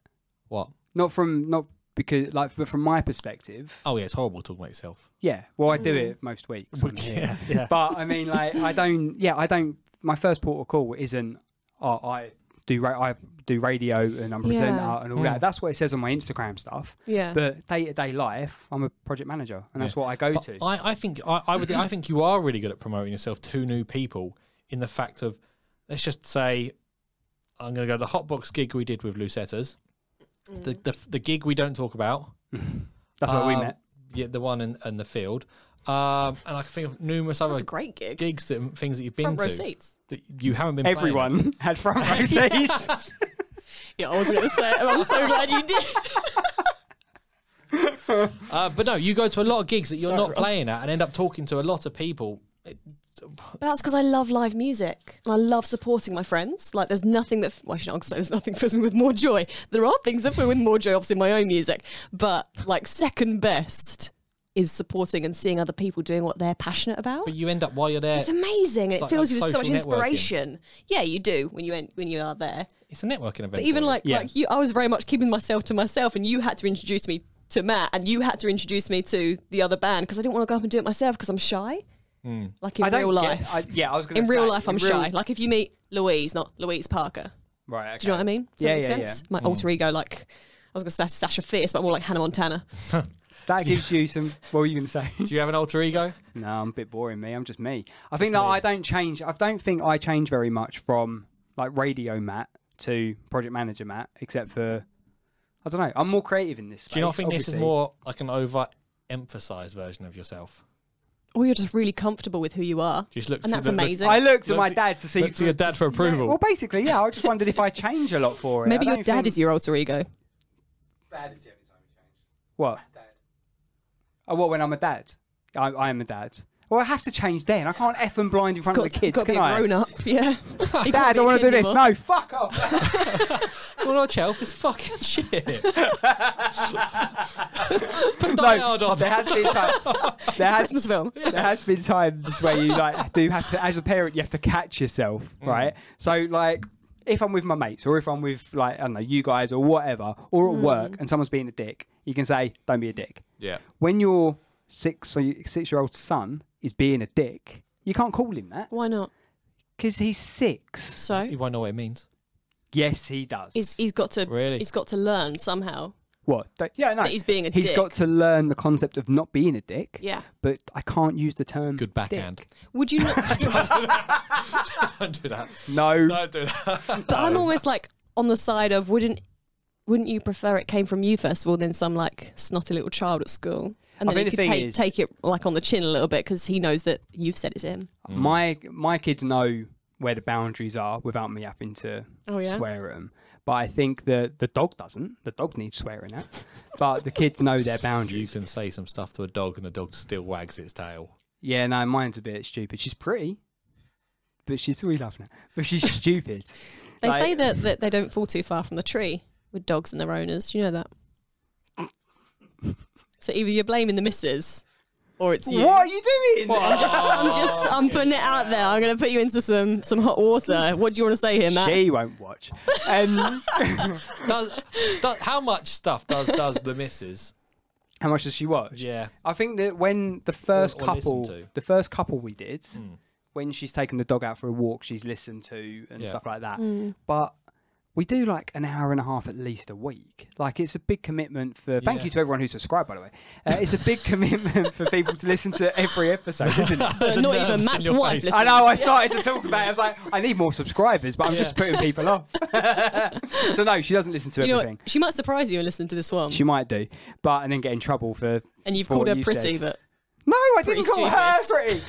[SPEAKER 3] What?
[SPEAKER 2] Not from not because like, but from my perspective,
[SPEAKER 3] Oh, yeah, it's horrible talking about yourself.
[SPEAKER 2] yeah. Well, I do
[SPEAKER 4] Mm.
[SPEAKER 2] it most weeks. on here.
[SPEAKER 3] Yeah, yeah.
[SPEAKER 2] But I mean, like, I don't. Yeah, I don't. My first port of call isn't. Oh, I do. Ra- I do radio and I'm a presenter
[SPEAKER 4] Yeah.
[SPEAKER 2] and all
[SPEAKER 3] Mm.
[SPEAKER 2] that. That's what it says on my Instagram stuff.
[SPEAKER 4] Yeah.
[SPEAKER 2] But day to day life, I'm a project manager, and that's
[SPEAKER 3] Yeah.
[SPEAKER 2] what I go
[SPEAKER 3] But
[SPEAKER 2] to.
[SPEAKER 3] I, I think I, I would. I think you are really good at promoting yourself to new people. In the fact of, let's just say, I'm going to go to the hotbox gig we did with Lucetta's,
[SPEAKER 4] Mm.
[SPEAKER 3] the, the the gig we don't talk about.
[SPEAKER 2] that's where we
[SPEAKER 3] um,
[SPEAKER 2] met.
[SPEAKER 3] Yeah, the one in, in the field. Um, and I can think of numerous
[SPEAKER 4] That was
[SPEAKER 3] other
[SPEAKER 4] a great gig.
[SPEAKER 3] gigs that and things that you've been
[SPEAKER 4] Front
[SPEAKER 3] to
[SPEAKER 4] row seats.
[SPEAKER 3] that you haven't been. playing at.
[SPEAKER 2] Everyone had front row seats.
[SPEAKER 4] Yeah, I was going to say. I'm so glad you did.
[SPEAKER 3] Uh, but no, you go to a lot of gigs that you're
[SPEAKER 4] Sorry,
[SPEAKER 3] not
[SPEAKER 4] Rob.
[SPEAKER 3] playing at and end up talking to a lot of people.
[SPEAKER 4] But that's because I love live music. And I love supporting my friends. Like, there's nothing that, well, I shouldn't say there's nothing fills me with more joy. There are things that fill me with more joy, obviously, in my own music. But, like, second best is supporting and seeing other people doing what they're passionate about.
[SPEAKER 3] But you end up while you're there.
[SPEAKER 4] It's amazing. It
[SPEAKER 3] like-
[SPEAKER 4] fills
[SPEAKER 3] like
[SPEAKER 4] you with so much
[SPEAKER 3] social networking.
[SPEAKER 4] inspiration. Yeah, you do when you en- when you are there.
[SPEAKER 3] It's a networking event.
[SPEAKER 4] But even
[SPEAKER 3] really.
[SPEAKER 4] like
[SPEAKER 2] Yeah.
[SPEAKER 4] like you, I was very much keeping myself to myself, and you had to introduce me to Matt, and you had to introduce me to the other band because I didn't want to go up and do it myself because I'm shy. Like in
[SPEAKER 2] I don't
[SPEAKER 4] real
[SPEAKER 2] get-
[SPEAKER 4] life,
[SPEAKER 2] I, yeah, I was gonna
[SPEAKER 4] in
[SPEAKER 2] say,
[SPEAKER 4] real life, I'm
[SPEAKER 2] in
[SPEAKER 4] shy.
[SPEAKER 2] real-
[SPEAKER 4] Like if you meet Louise, not Louise Parker.
[SPEAKER 2] Right. Okay.
[SPEAKER 4] Do you know what I mean? Does
[SPEAKER 2] Yeah,
[SPEAKER 4] that make
[SPEAKER 2] yeah, yeah. Mm.
[SPEAKER 4] sense? My alter ego, like I was going to say Sasha Fierce, but more like Hannah Montana.
[SPEAKER 2] That gives you some. What were you gonna say?
[SPEAKER 3] do you have an alter ego?
[SPEAKER 2] No, I'm a bit boring, me. I'm just me. I think that I don't change. I don't think I change very much from like radio Matt to project manager Matt, except for I don't know. I'm more creative in this. Space,
[SPEAKER 3] Do you not think this is
[SPEAKER 2] obviously.
[SPEAKER 3] more like an overemphasized version of yourself?
[SPEAKER 4] Or you're just really comfortable with who you are,
[SPEAKER 3] You just look to
[SPEAKER 4] and that's
[SPEAKER 3] the- the-
[SPEAKER 4] amazing.
[SPEAKER 2] I look to
[SPEAKER 3] Look
[SPEAKER 2] my
[SPEAKER 3] to-
[SPEAKER 2] dad to see.
[SPEAKER 3] look to your dad for approval.
[SPEAKER 2] Yeah, well, basically, yeah. I just wondered if I change a lot for it.
[SPEAKER 4] Maybe your dad is your alter ego.
[SPEAKER 2] what? Oh, what when I'm a dad? I, I am a dad. Well, I have to change then. I can't f and blind in front of
[SPEAKER 4] Got,
[SPEAKER 2] the kids,
[SPEAKER 4] got to
[SPEAKER 2] can
[SPEAKER 4] be
[SPEAKER 2] I?
[SPEAKER 4] a grown up. Yeah. You
[SPEAKER 2] Dad, I
[SPEAKER 4] can't be a
[SPEAKER 2] don't want to
[SPEAKER 4] kid
[SPEAKER 2] do this.
[SPEAKER 4] anymore.
[SPEAKER 2] No, fuck off.
[SPEAKER 3] Well, our shelf is fucking shit. Put dialogue on.
[SPEAKER 2] there has been time. There has
[SPEAKER 4] Christmas film.
[SPEAKER 2] there has been times where you like do have to as a parent you have to catch yourself right so like if i'm with my mates or if i'm with like i don't know you guys or whatever or at
[SPEAKER 4] Mm.
[SPEAKER 2] work and someone's being a dick you can say don't be a dick
[SPEAKER 3] Yeah.
[SPEAKER 2] when your six or six year old son is being a dick you can't call him that
[SPEAKER 4] Why not?
[SPEAKER 2] because he's six
[SPEAKER 4] So
[SPEAKER 3] You won't know what it means.
[SPEAKER 2] yes he does
[SPEAKER 4] he's, he's got to
[SPEAKER 3] Really?
[SPEAKER 4] he's got to learn somehow.
[SPEAKER 2] what Don't- yeah no
[SPEAKER 4] That he's being a
[SPEAKER 2] He's
[SPEAKER 4] dick.
[SPEAKER 2] got to learn the concept of not being a dick
[SPEAKER 4] Yeah.
[SPEAKER 2] but i can't use the term
[SPEAKER 3] Good backhand.
[SPEAKER 4] Would you not?
[SPEAKER 3] Don't do that.
[SPEAKER 2] no
[SPEAKER 3] Don't do that.
[SPEAKER 4] but I'm always like on the side of wouldn't wouldn't you prefer it came from you first of all than some like snotty little child at school? And
[SPEAKER 2] I think
[SPEAKER 4] then you
[SPEAKER 2] the
[SPEAKER 4] could
[SPEAKER 2] thing
[SPEAKER 4] take,
[SPEAKER 2] is-
[SPEAKER 4] take it like on the chin a little bit because he knows that you've said it to him.
[SPEAKER 2] Mm. My my kids know where the boundaries are without me having to
[SPEAKER 4] Oh, yeah?
[SPEAKER 2] swear at them. But I think that the dog doesn't. The dog needs swearing at. But the kids know their
[SPEAKER 3] You
[SPEAKER 2] boundaries.
[SPEAKER 3] can say some stuff to a dog and the dog still wags its tail.
[SPEAKER 2] Yeah, no, mine's a bit stupid. She's pretty, but she's we love now. But she's stupid.
[SPEAKER 4] They
[SPEAKER 2] Like-
[SPEAKER 4] say that, that they don't fall too far from the tree with dogs and their owners. Do you know that? So either you're blaming the missus or it's you.
[SPEAKER 2] What are you Oh. doing?
[SPEAKER 4] I'm just,
[SPEAKER 3] Oh.
[SPEAKER 4] I'm just, I'm putting it out there. I'm going to put you into some, some hot water. What do you want to say here, Matt?
[SPEAKER 2] She won't watch. Um,
[SPEAKER 3] does, does, how much stuff does does the missus?
[SPEAKER 2] how much does she watch?
[SPEAKER 3] Yeah.
[SPEAKER 2] I think that when the first
[SPEAKER 3] or listen
[SPEAKER 2] couple,
[SPEAKER 3] to. Hmm.
[SPEAKER 2] the first couple we did, when she's taken the dog out for a walk, she's listened to and
[SPEAKER 3] Yeah.
[SPEAKER 2] stuff like that. But we do like an hour and a half at least a week. Like it's a big commitment for. Thank
[SPEAKER 3] Yeah.
[SPEAKER 2] you to everyone who's subscribed, by the way. Uh, it's a big commitment for people to listen to every episode, isn't it?
[SPEAKER 4] But
[SPEAKER 3] The
[SPEAKER 4] not
[SPEAKER 3] nerves
[SPEAKER 4] even
[SPEAKER 3] in
[SPEAKER 4] Matt's
[SPEAKER 3] your
[SPEAKER 4] wife.
[SPEAKER 3] face.
[SPEAKER 4] listens.
[SPEAKER 2] I know. I started to talk about it. I was like, I need more subscribers, but I'm just
[SPEAKER 3] Yeah.
[SPEAKER 2] putting people off. so no, she doesn't listen to
[SPEAKER 4] You know
[SPEAKER 2] everything.
[SPEAKER 4] what? She might surprise you and listen to this one.
[SPEAKER 2] She might do, but and then get in trouble for.
[SPEAKER 4] and you've
[SPEAKER 2] for
[SPEAKER 4] called
[SPEAKER 2] what
[SPEAKER 4] her
[SPEAKER 2] you
[SPEAKER 4] pretty,
[SPEAKER 2] said.
[SPEAKER 4] but
[SPEAKER 2] No, I
[SPEAKER 4] Pretty
[SPEAKER 2] didn't call her pretty.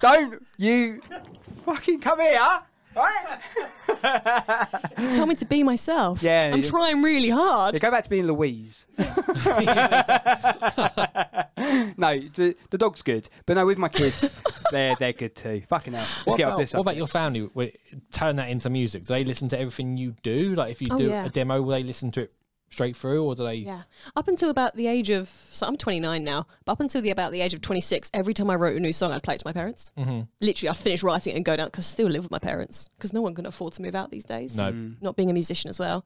[SPEAKER 2] Don't you fucking come here, right?
[SPEAKER 4] you told me to be myself.
[SPEAKER 2] Yeah,
[SPEAKER 4] I'm
[SPEAKER 2] you-
[SPEAKER 4] trying really hard.
[SPEAKER 2] Yeah, go back to being Louise. no, the, the dog's good, but no, with my kids, they're they're good too. Fucking hell, let's
[SPEAKER 3] What
[SPEAKER 2] get
[SPEAKER 3] about,
[SPEAKER 2] off this.
[SPEAKER 3] what about
[SPEAKER 2] subject.
[SPEAKER 3] your family? Will- Turn that into music. Do they listen to everything you do? Like if you
[SPEAKER 4] Oh,
[SPEAKER 3] do
[SPEAKER 4] yeah.
[SPEAKER 3] a demo, will they listen to it straight through, or do they?
[SPEAKER 4] Yeah. Up until about the age of, so I'm 29 now, but up until the about the age of 26, every time I wrote a new song, I'd play it to my parents. Mm-hmm. Literally, I'd finish writing it and go down because I still live with my parents because no one can afford to move out these days.
[SPEAKER 3] No.
[SPEAKER 2] Mm.
[SPEAKER 4] Not being a musician as well.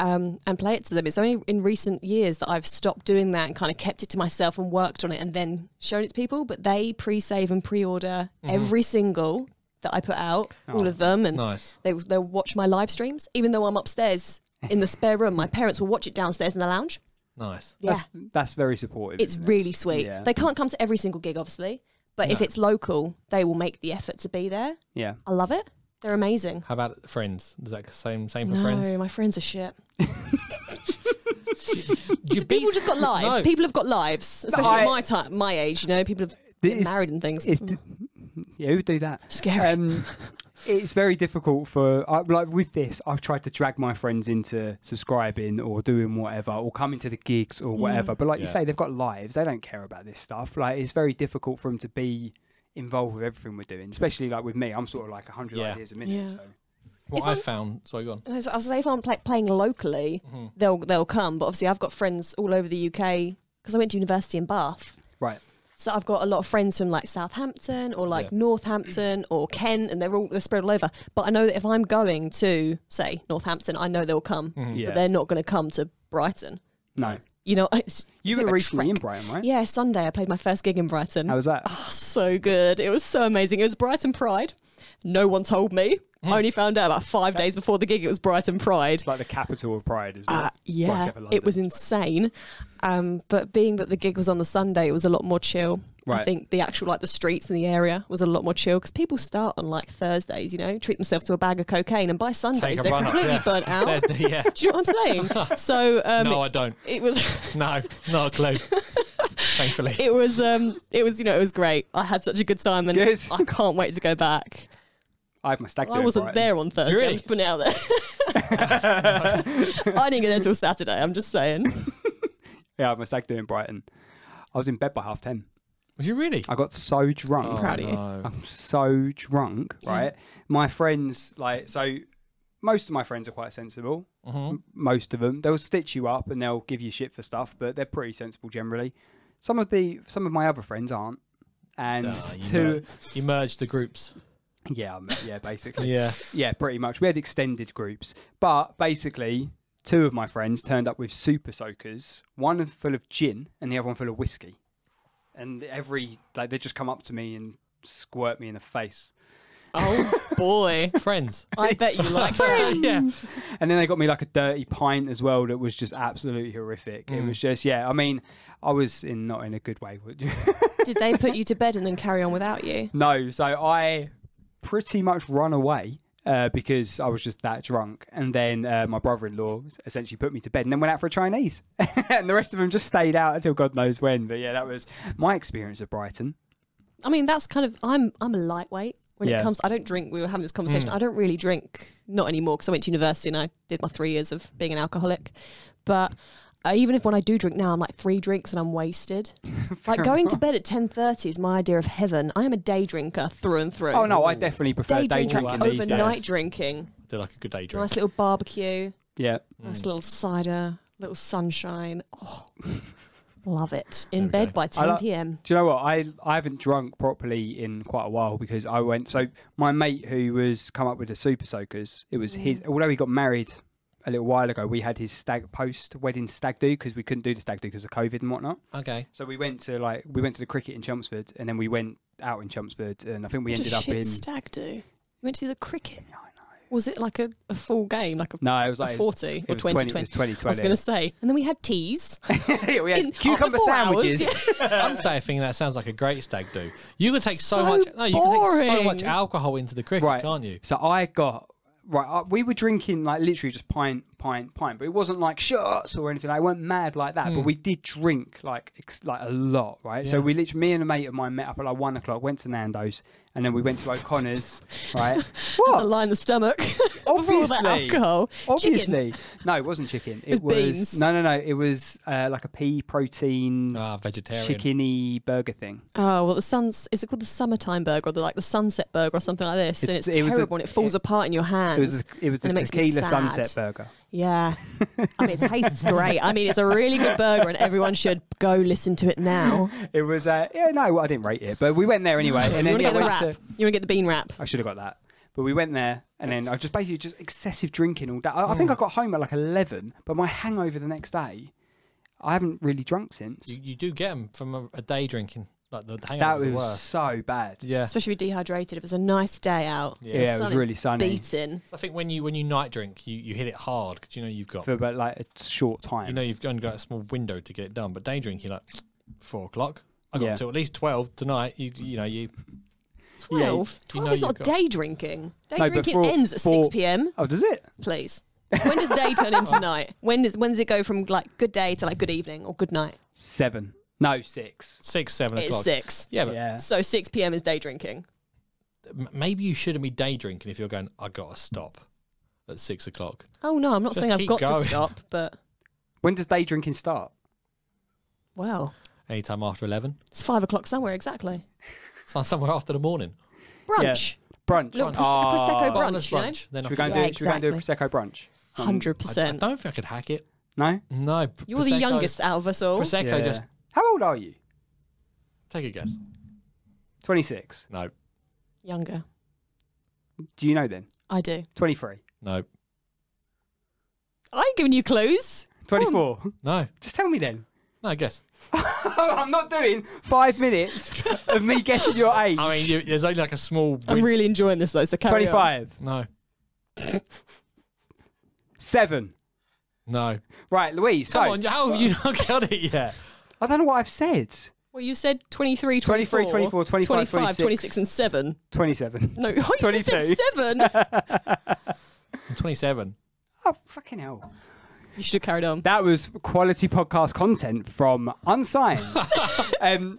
[SPEAKER 4] Um, and play it to them. It's only in recent years that I've stopped doing that and kind of kept it to myself and worked on it and then shown it to people. But they pre save and pre order every single that I put out, all of them. And
[SPEAKER 3] Nice.
[SPEAKER 4] they they'll watch my live streams, even though I'm upstairs in the spare room. My parents will watch it downstairs in the lounge.
[SPEAKER 3] Nice.
[SPEAKER 4] Yeah,
[SPEAKER 2] That's, that's very supportive.
[SPEAKER 4] it's really sweet.
[SPEAKER 2] Yeah.
[SPEAKER 4] They can't come to every single gig, obviously, but if it's local, they will make the effort to be there.
[SPEAKER 2] yeah.
[SPEAKER 4] I love it. They're amazing.
[SPEAKER 3] How about friends? Is that same same for
[SPEAKER 4] No,
[SPEAKER 3] friends?
[SPEAKER 4] my friends are shit.
[SPEAKER 3] Do you
[SPEAKER 4] People
[SPEAKER 3] beat-
[SPEAKER 4] just got lives.
[SPEAKER 3] No.
[SPEAKER 4] People have got lives, especially
[SPEAKER 2] I-
[SPEAKER 4] at my time, my age. You know, people have been
[SPEAKER 2] It's-
[SPEAKER 4] married and things. Mm.
[SPEAKER 2] It's, yeah, who would do that?
[SPEAKER 4] Scary.
[SPEAKER 2] Um, it's very difficult for I, like with this. I've tried to drag my friends into subscribing or doing whatever or coming to the gigs or whatever. But like you
[SPEAKER 3] Mm. Yeah.
[SPEAKER 2] say, they've got lives. They don't care about this stuff. Like it's very difficult for them to be involved with everything we're doing, especially like with me. I'm sort of like hundred
[SPEAKER 3] Yeah.
[SPEAKER 2] ideas a minute.
[SPEAKER 4] Yeah.
[SPEAKER 2] So.
[SPEAKER 3] What
[SPEAKER 4] If
[SPEAKER 3] I
[SPEAKER 4] I'm-
[SPEAKER 3] found. Sorry, go on.
[SPEAKER 4] I was I was gonna say if I'm pla playing locally,
[SPEAKER 2] Mm-hmm.
[SPEAKER 4] they'll they'll come. But obviously, I've got friends all over the UK because I went to university in Bath.
[SPEAKER 2] Right.
[SPEAKER 4] So I've got a lot of friends from like Southampton or like
[SPEAKER 3] Yeah.
[SPEAKER 4] Northampton or Kent, and they're all they're spread all over. But I know that if I'm going to say Northampton, I know they'll come,
[SPEAKER 3] Mm-hmm.
[SPEAKER 2] Yeah.
[SPEAKER 4] but they're not going to come to Brighton.
[SPEAKER 2] No.
[SPEAKER 4] You know, it's,
[SPEAKER 2] You
[SPEAKER 4] it's a bit of
[SPEAKER 2] were
[SPEAKER 4] a
[SPEAKER 2] recently in
[SPEAKER 4] trek.
[SPEAKER 2] Brighton, right?
[SPEAKER 4] Yeah, Ah. Sunday I played my first gig in Brighton.
[SPEAKER 2] How was that?
[SPEAKER 4] so good. It was so amazing. It was Brighton Pride. No one told me.
[SPEAKER 2] Hmm.
[SPEAKER 4] I only found out about five days before the gig. It was Brighton Pride.
[SPEAKER 2] It's like the capital of pride, isn't it?
[SPEAKER 4] Uh,
[SPEAKER 2] Well,
[SPEAKER 4] yeah,
[SPEAKER 2] except for
[SPEAKER 4] it was
[SPEAKER 2] London.
[SPEAKER 4] insane. Um, but being that the gig was on the Sunday, it was a lot more chill. I
[SPEAKER 2] Right.
[SPEAKER 4] think the actual like the streets in the area was a lot more chill because people start on like Thursdays, you know, treat themself to a bag of cocaine, and by Sundays
[SPEAKER 3] Take a
[SPEAKER 4] they're
[SPEAKER 3] run up,
[SPEAKER 4] completely
[SPEAKER 3] yeah.
[SPEAKER 4] burnt out.
[SPEAKER 3] They're- yeah.
[SPEAKER 4] Do you know what I'm saying? So um,
[SPEAKER 3] no, I
[SPEAKER 4] it,
[SPEAKER 3] don't.
[SPEAKER 4] it was.
[SPEAKER 3] No, not a clue. Thankfully.
[SPEAKER 4] It was um it was you know it was great. I had such a good time and
[SPEAKER 2] Good.
[SPEAKER 4] I can't wait to go back.
[SPEAKER 2] I had my stag do
[SPEAKER 4] I
[SPEAKER 2] in
[SPEAKER 4] wasn't
[SPEAKER 2] Brighton.
[SPEAKER 4] there on Thursday.
[SPEAKER 3] really?
[SPEAKER 4] I'm just putting it out there. I didn't get there till Saturday. I'm just saying.
[SPEAKER 2] Yeah, I had my stag do in Brighton. I was in bed by half ten.
[SPEAKER 3] Was you really?
[SPEAKER 2] I got so drunk.
[SPEAKER 3] Oh.
[SPEAKER 4] proud of you.
[SPEAKER 2] I'm so drunk, right? My friends, like, so most of my friends are quite sensible. M- Most of them, they'll stitch you up and they'll give you shit for stuff, but they're pretty sensible generally. Some of the, some of my other friends aren't, and
[SPEAKER 3] you,
[SPEAKER 2] two,
[SPEAKER 3] mer- you merged the groups.
[SPEAKER 2] yeah, I'm- yeah, basically,
[SPEAKER 3] Yeah.
[SPEAKER 2] yeah, pretty much. We had extended groups, but basically, two of my friends turned up with super soakers, one full of gin and the other one full of whiskey. And every like they just come up to me and squirt me in the face.
[SPEAKER 4] Oh boy,
[SPEAKER 3] Friends.
[SPEAKER 4] I bet you liked that.
[SPEAKER 3] yeah.
[SPEAKER 2] And then they got me like a dirty pint as well that was just absolutely horrific. It was just yeah. I mean, I was in not in a good way. Would you?
[SPEAKER 4] Did they put you to bed and then carry on without you?
[SPEAKER 2] no, so I pretty much run away. Uh, because I was just that drunk, and then uh, my brother-in-law essentially put me to bed, and then went out for a Chinese, and the rest of them just stayed out until God knows when. But yeah, that was my experience of Brighton.
[SPEAKER 4] I mean, that's kind of I'm I'm a lightweight when
[SPEAKER 2] Yeah. Mm.
[SPEAKER 4] it comes. I don't drink. We were having this conversation. I don't really drink, not anymore, because I went to university and I did my three years of being an alcoholic. But uh, even if when I do drink now, I'm like three drinks and I'm wasted. like going to bed at ten thirty is my idea of heaven. I am a day drinker through and through.
[SPEAKER 2] Oh no, I definitely prefer
[SPEAKER 4] Day,
[SPEAKER 2] day,
[SPEAKER 4] drinking,
[SPEAKER 2] drinking these days.
[SPEAKER 4] overnight drinking,
[SPEAKER 3] Did like a good day drink.
[SPEAKER 4] nice little barbecue,
[SPEAKER 2] Yeah,
[SPEAKER 4] nice little cider, little sunshine. Oh, Love it. In
[SPEAKER 3] There we
[SPEAKER 4] bed
[SPEAKER 3] go.
[SPEAKER 4] by 10
[SPEAKER 2] like-
[SPEAKER 4] p.m.
[SPEAKER 2] Do you know what? I I haven't drunk properly in quite a while because I went. So my mate who was come up with the super soakers, it was his.
[SPEAKER 4] Mm.
[SPEAKER 2] Although he got married a little while ago, we had his stag post wedding stag do because we couldn't do the stag do because of COVID and whatnot.
[SPEAKER 3] Okay.
[SPEAKER 2] So we went to like we went to the cricket in Chelmsford and then we went out in Chelmsford and I think we
[SPEAKER 5] What
[SPEAKER 2] ended
[SPEAKER 5] does
[SPEAKER 2] up
[SPEAKER 5] shit
[SPEAKER 2] in.
[SPEAKER 5] stag do?
[SPEAKER 4] We went to the cricket. Was it like a, a full game, like a,
[SPEAKER 2] no, it was
[SPEAKER 4] a
[SPEAKER 2] like it was-
[SPEAKER 4] 40
[SPEAKER 2] it
[SPEAKER 4] or
[SPEAKER 2] was
[SPEAKER 4] 20
[SPEAKER 2] it was 2020.
[SPEAKER 4] I was going to say. And then we had teas.
[SPEAKER 2] we had
[SPEAKER 4] in- after
[SPEAKER 2] cucumber
[SPEAKER 4] four hours,
[SPEAKER 2] sandwiches.
[SPEAKER 3] I'm saying thinking that sounds like a great stag do. You could take so,
[SPEAKER 4] So
[SPEAKER 3] much. No, you could take so
[SPEAKER 4] boring.
[SPEAKER 3] much alcohol into the cricket,
[SPEAKER 2] Right.
[SPEAKER 3] can't you?
[SPEAKER 2] So I got right. Uh, we were drinking like literally just pint, pint, pint, but it wasn't like shots or anything. I weren't mad like that,
[SPEAKER 4] Hmm.
[SPEAKER 2] but we did drink like ex- like a lot, right? So
[SPEAKER 3] Yeah.
[SPEAKER 2] we literally, me and a mate of mine met up at like one o'clock, went to Nando's, and then we went to O'Connor's, right?
[SPEAKER 4] to
[SPEAKER 2] What?
[SPEAKER 4] line the stomach. Before that
[SPEAKER 2] Obviously.
[SPEAKER 4] alcohol. Chicken.
[SPEAKER 2] Obviously, no, it wasn't chicken. It
[SPEAKER 4] It was
[SPEAKER 2] was
[SPEAKER 4] beans.
[SPEAKER 2] no, no, no. It was uh, like a pea protein,
[SPEAKER 3] Ah, vegetarian.
[SPEAKER 2] chickeny burger thing.
[SPEAKER 4] Oh well, the sun's is it called the summertime burger or the like the sunset burger or something like this? and
[SPEAKER 2] It's-
[SPEAKER 4] it's
[SPEAKER 2] it was the-
[SPEAKER 4] terrible and it falls
[SPEAKER 2] it-
[SPEAKER 4] apart in your hands.
[SPEAKER 2] It was it was the
[SPEAKER 4] And it makes me
[SPEAKER 2] tequila
[SPEAKER 4] sad.
[SPEAKER 2] sunset burger.
[SPEAKER 4] yeah, I mean it tastes great. I mean it's a really good burger and everyone should go listen to it now.
[SPEAKER 2] It was uh, yeah, no, I didn't rate it, but we went there anyway, and
[SPEAKER 4] you
[SPEAKER 2] then
[SPEAKER 4] want to
[SPEAKER 2] yeah,
[SPEAKER 4] get the
[SPEAKER 2] went
[SPEAKER 4] wrap?
[SPEAKER 2] to.
[SPEAKER 4] You want to get the bean wrap?
[SPEAKER 2] I should have got that. But we went there, and then I just basically just excessive drinking all day. I, I
[SPEAKER 3] Hmm.
[SPEAKER 2] think I got home at like eleven, but my hangover the next day, I haven't really drunk since.
[SPEAKER 3] You, you do get them from a, a day drinking, like the
[SPEAKER 2] that
[SPEAKER 3] hangovers
[SPEAKER 2] was
[SPEAKER 3] are worse.
[SPEAKER 2] so bad.
[SPEAKER 3] Yeah.
[SPEAKER 4] Especially if you're dehydrated. If it's a nice day out,
[SPEAKER 2] Yeah, it was
[SPEAKER 4] sun is
[SPEAKER 2] really sunny
[SPEAKER 4] beaten.
[SPEAKER 3] I think when you when you night drink, you, you hit it hard because you know you've got
[SPEAKER 2] for about like a short time.
[SPEAKER 3] you know you've only got a small window to get it done. But day drink, you're like four o'clock. I got
[SPEAKER 2] Yeah.
[SPEAKER 3] till at least twelve tonight. You you know
[SPEAKER 2] Yeah,
[SPEAKER 3] you
[SPEAKER 2] you-
[SPEAKER 4] Twelve.
[SPEAKER 3] you know
[SPEAKER 4] Twelve is not
[SPEAKER 3] you've got-
[SPEAKER 4] day drinking. Day
[SPEAKER 2] No, but
[SPEAKER 4] drinking
[SPEAKER 2] for-
[SPEAKER 4] ends at
[SPEAKER 2] for-
[SPEAKER 4] six p.m.
[SPEAKER 2] oh, does it?
[SPEAKER 4] Please. When does day turn into night? When does when does it go from like good day to like good evening or good night?
[SPEAKER 2] Seven? No, six.
[SPEAKER 3] six seven
[SPEAKER 4] It's
[SPEAKER 3] o'clock.
[SPEAKER 4] six.
[SPEAKER 3] Yeah, but
[SPEAKER 2] Yeah.
[SPEAKER 4] So 6 p.m. is day drinking.
[SPEAKER 3] m- maybe you shouldn't be day drinking if you're going. I gotta stop at six o'clock.
[SPEAKER 4] Oh no, I'm not
[SPEAKER 3] Just
[SPEAKER 4] saying I've
[SPEAKER 3] keep
[SPEAKER 4] got
[SPEAKER 3] going.
[SPEAKER 4] to stop, but
[SPEAKER 2] When does day drinking start?
[SPEAKER 4] well,
[SPEAKER 3] Anytime after eleven,
[SPEAKER 4] it's five o'clock somewhere exactly.
[SPEAKER 3] so somewhere after the morning.
[SPEAKER 4] Brunch,
[SPEAKER 2] Brunch.
[SPEAKER 4] Little
[SPEAKER 2] Brunch.
[SPEAKER 4] pros- Prosecco
[SPEAKER 2] Ah. Mm,
[SPEAKER 4] brunch, you know?
[SPEAKER 3] Then
[SPEAKER 2] Should
[SPEAKER 3] I
[SPEAKER 2] we
[SPEAKER 3] think-
[SPEAKER 2] go and do?
[SPEAKER 4] Yeah,
[SPEAKER 2] Should we go and do a prosecco brunch? Um,
[SPEAKER 4] hundred
[SPEAKER 3] I, I
[SPEAKER 4] percent.
[SPEAKER 3] don't think I could hack it.
[SPEAKER 2] No.
[SPEAKER 3] No, pr-
[SPEAKER 4] You're the
[SPEAKER 3] Prosecco-
[SPEAKER 4] youngest out of us all.
[SPEAKER 3] Prosecco,
[SPEAKER 2] Yeah.
[SPEAKER 3] just
[SPEAKER 2] How old are you?
[SPEAKER 3] take a guess.
[SPEAKER 2] Twenty six.
[SPEAKER 3] No,
[SPEAKER 4] Younger,
[SPEAKER 2] Do you know then?
[SPEAKER 4] I do.
[SPEAKER 2] Twenty three.
[SPEAKER 3] no,
[SPEAKER 4] I ain't giving you clues.
[SPEAKER 2] Twenty four.
[SPEAKER 3] no,
[SPEAKER 2] Just tell me then.
[SPEAKER 3] no. Guess.
[SPEAKER 2] I'm not doing five minutes of me guessing your age.
[SPEAKER 3] I mean, you, there's only like a small.
[SPEAKER 4] I'm
[SPEAKER 3] win-
[SPEAKER 4] really enjoying this though. So carry on.
[SPEAKER 2] 25,
[SPEAKER 3] no,
[SPEAKER 2] 7.
[SPEAKER 3] no.
[SPEAKER 2] Right, Louise.
[SPEAKER 3] Come
[SPEAKER 2] so,
[SPEAKER 3] on, how have you not got it yet?
[SPEAKER 2] I don't know what I've said.
[SPEAKER 4] Well, you said 23,
[SPEAKER 2] 23,
[SPEAKER 4] 24,
[SPEAKER 2] 24, 25, 26.
[SPEAKER 4] 26, and seven.
[SPEAKER 2] 27.
[SPEAKER 4] No, you just
[SPEAKER 2] 22.
[SPEAKER 4] said seven.
[SPEAKER 3] I'm 27.
[SPEAKER 2] Oh, fucking hell.
[SPEAKER 4] you should have carried on.
[SPEAKER 2] That was quality podcast content from Unsigned. um,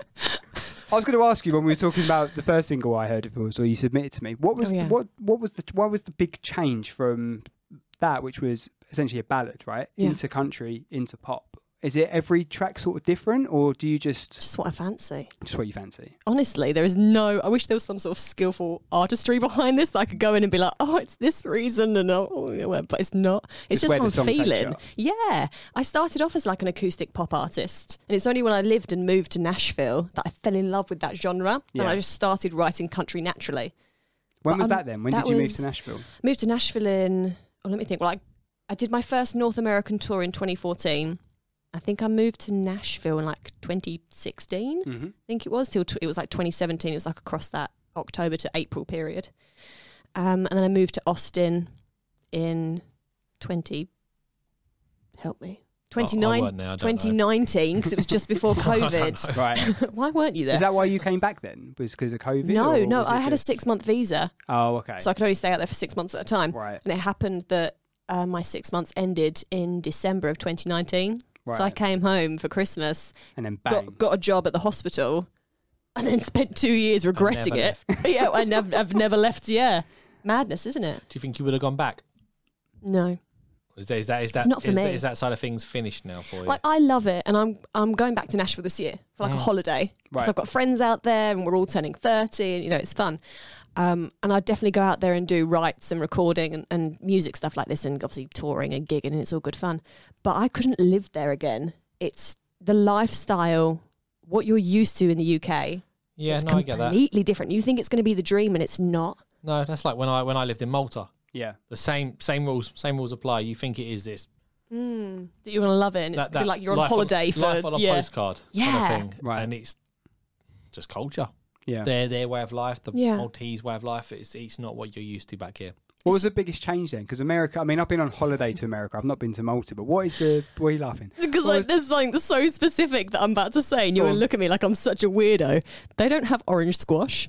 [SPEAKER 2] I was going to ask you when we were talking about the first single I heard of yours, or you submitted to me. What was
[SPEAKER 4] Oh, yeah.
[SPEAKER 2] the, what what was the what was the big change from that, which was essentially a ballad, right,
[SPEAKER 4] Yeah.
[SPEAKER 2] into country, into pop? Is it every track sort of different, or do you just
[SPEAKER 4] Just what I fancy.
[SPEAKER 2] just what you fancy?
[SPEAKER 4] honestly, there is no. I wish there was some sort of skillful artistry behind this that I could go in and be like, oh, it's this reason, and oh, oh, yeah, well, but it's not. It's
[SPEAKER 2] Just where
[SPEAKER 4] just,
[SPEAKER 2] the
[SPEAKER 4] how
[SPEAKER 2] song
[SPEAKER 4] I'm
[SPEAKER 2] takes you
[SPEAKER 4] feeling.
[SPEAKER 2] up.
[SPEAKER 4] Yeah, I started off as like an acoustic pop artist, and it's only when I lived and moved to Nashville that I fell in love with that genre,
[SPEAKER 2] Yeah.
[SPEAKER 4] and I just started writing country naturally.
[SPEAKER 2] When
[SPEAKER 4] But,
[SPEAKER 2] was
[SPEAKER 4] um,
[SPEAKER 2] that then? When
[SPEAKER 4] that
[SPEAKER 2] did you move
[SPEAKER 4] was-
[SPEAKER 2] to Nashville?
[SPEAKER 4] Moved to Nashville in. Oh, let me think. Well, I, I did my first North American tour in 2014. I think I moved to Nashville in like 2016.
[SPEAKER 2] Mm-hmm.
[SPEAKER 4] think it was till tw it was like 2017. It was like across that October to April period, um, and then I moved to Austin in 20. Help me,
[SPEAKER 3] Oh, I- I
[SPEAKER 4] 29
[SPEAKER 3] weren't there, I don't know.
[SPEAKER 4] 2019 because it was just before
[SPEAKER 3] I don't
[SPEAKER 4] COVID.
[SPEAKER 3] know.
[SPEAKER 2] Right.
[SPEAKER 4] Why weren't you there?
[SPEAKER 2] Is that why you came back then? Was because of COVID?
[SPEAKER 4] no,
[SPEAKER 2] or
[SPEAKER 4] no,
[SPEAKER 2] was it
[SPEAKER 4] I had
[SPEAKER 2] just-
[SPEAKER 4] a six month visa,
[SPEAKER 2] Oh, okay.
[SPEAKER 4] so I could only stay out there for six months at a time.
[SPEAKER 2] right,
[SPEAKER 4] And it happened that uh, my six months ended in December of 2019.
[SPEAKER 2] right.
[SPEAKER 4] So I came home for Christmas,
[SPEAKER 2] and then bang.
[SPEAKER 4] got, got a job at the hospital, and then spent two years regretting
[SPEAKER 3] never
[SPEAKER 4] it. yeah, and I've, I've never left. Yeah, madness, isn't it?
[SPEAKER 3] Do you think you would have gone back?
[SPEAKER 4] No,
[SPEAKER 3] Is that is that is
[SPEAKER 4] It's
[SPEAKER 3] that,
[SPEAKER 4] not for
[SPEAKER 3] is that-
[SPEAKER 4] me.
[SPEAKER 3] is that side of things finished now for you?
[SPEAKER 4] like I love it, and I'm I'm going back to Nashville this year for
[SPEAKER 3] Mm.
[SPEAKER 4] like a holiday.
[SPEAKER 2] Right.
[SPEAKER 4] So I've got friends out there, and we're all turning thirty, and you know it's fun. Um, and I'd definitely go out there and do rights and recording and, and music stuff like this, and obviously touring and gigging, and it's all good fun. But I couldn't live there again. It's the lifestyle, what you're used to in the UK,
[SPEAKER 3] Yeah,
[SPEAKER 4] it's
[SPEAKER 3] no, I get that.
[SPEAKER 4] completely different. You think it's going to be the dream, and it's not.
[SPEAKER 3] No, that's like when I when I lived in Malta.
[SPEAKER 2] Yeah.
[SPEAKER 3] The same same rules same rules apply. You think it is this
[SPEAKER 4] That you're going to love it, and it's
[SPEAKER 3] that- that
[SPEAKER 4] gonna be like you're on
[SPEAKER 3] life
[SPEAKER 4] holiday for
[SPEAKER 3] life on a
[SPEAKER 4] yeah.
[SPEAKER 3] postcard.
[SPEAKER 4] Yeah.
[SPEAKER 3] kind of thing.
[SPEAKER 2] Right.
[SPEAKER 3] and it's just culture.
[SPEAKER 2] Yeah.
[SPEAKER 3] Their their way of life, the
[SPEAKER 4] Yeah.
[SPEAKER 3] Maltese way of life. It's it's not what you're used to back here.
[SPEAKER 2] What was the biggest change then? Because America, I mean, I've been on holiday to America. I've not been to Malta, but what is the? What are you laughing?
[SPEAKER 4] Because
[SPEAKER 2] Well,
[SPEAKER 4] like, there's something that's so specific that I'm about to say, and you're
[SPEAKER 2] Go
[SPEAKER 4] going
[SPEAKER 2] on.
[SPEAKER 4] to look at me like I'm such a weirdo. They don't have orange squash,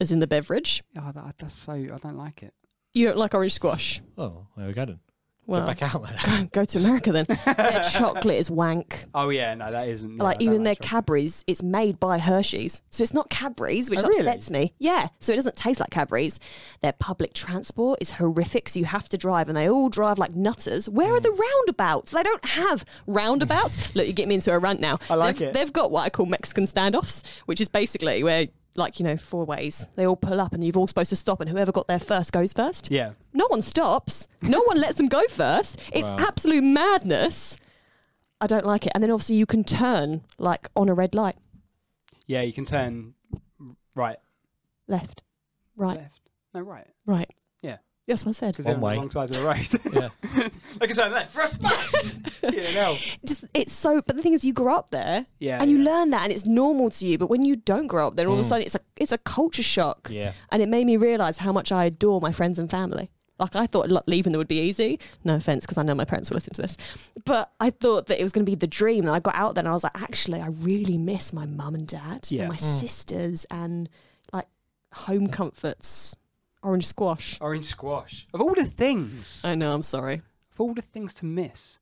[SPEAKER 4] as in the beverage.
[SPEAKER 2] Oh, that, that's so. I don't like it.
[SPEAKER 4] You don't like orange squash.
[SPEAKER 3] Oh, there we go then.
[SPEAKER 4] Well,
[SPEAKER 3] Go back out there.
[SPEAKER 4] go to America then. their chocolate is wank.
[SPEAKER 2] Oh yeah, no, that isn't. yeah, I
[SPEAKER 4] like
[SPEAKER 2] don't
[SPEAKER 4] even their
[SPEAKER 2] chocolate.
[SPEAKER 4] Cadbury's, it's made by Hershey's, so it's not Cadbury's, which
[SPEAKER 2] Oh, really?
[SPEAKER 4] upsets me. Yeah, so it doesn't taste like Cadbury's. Their public transport is horrific, so you have to drive, and they all drive like nutters. Where are
[SPEAKER 2] Mm.
[SPEAKER 4] the roundabouts? They don't have roundabouts. Look, you get me into a rant now.
[SPEAKER 2] I like
[SPEAKER 4] they've,
[SPEAKER 2] it.
[SPEAKER 4] They've got what I call Mexican standoffs, which is basically where. Like, you know, four ways. They all pull up and you've all supposed to stop, and whoever got there first goes first.
[SPEAKER 2] Yeah.
[SPEAKER 4] No one stops. No one lets them go first. It's
[SPEAKER 3] Wow.
[SPEAKER 4] absolute madness. I don't like it. And then obviously you can turn like on a red light,
[SPEAKER 2] Yeah, you can turn right,
[SPEAKER 4] left, right,
[SPEAKER 2] left. No, right.
[SPEAKER 4] right.
[SPEAKER 2] Yeah.
[SPEAKER 4] That's what I said.
[SPEAKER 2] Because they're
[SPEAKER 3] One
[SPEAKER 2] on the
[SPEAKER 3] way.
[SPEAKER 2] wrong side of the road.
[SPEAKER 3] Yeah.
[SPEAKER 2] like I said, left. yeah, no.
[SPEAKER 4] Just it's so. But the thing is, you grew up there,
[SPEAKER 2] Yeah,
[SPEAKER 4] and you
[SPEAKER 2] yeah. Mm.
[SPEAKER 4] learn that, and it's normal to you. But when you don't grow up, then all of a sudden it's a it's a culture shock.
[SPEAKER 3] Yeah.
[SPEAKER 4] And it made me realize how much I adore my friends and family. Like I thought lo- leaving them would be easy. No offense, because I know my parents will listen to this. But I thought that it was going to be the dream. And I got out there, and I was like, actually, I really miss my mum and dad,
[SPEAKER 2] Yeah.
[SPEAKER 4] and my sisters, and like home comforts, orange squash.
[SPEAKER 2] Orange squash. Of all the things,
[SPEAKER 4] I know. I'm sorry.
[SPEAKER 2] of all the things to miss,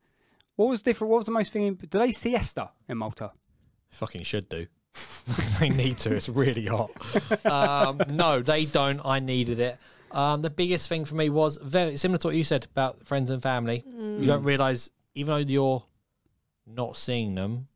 [SPEAKER 2] what was different? What was the most thing? Do they siesta in Malta?
[SPEAKER 3] Fucking should do. they need to. It's really hot. Um, no, they don't. I needed it. Um, the biggest thing for me was very similar to what you said about friends and family. You don't realize, even though you're not seeing them,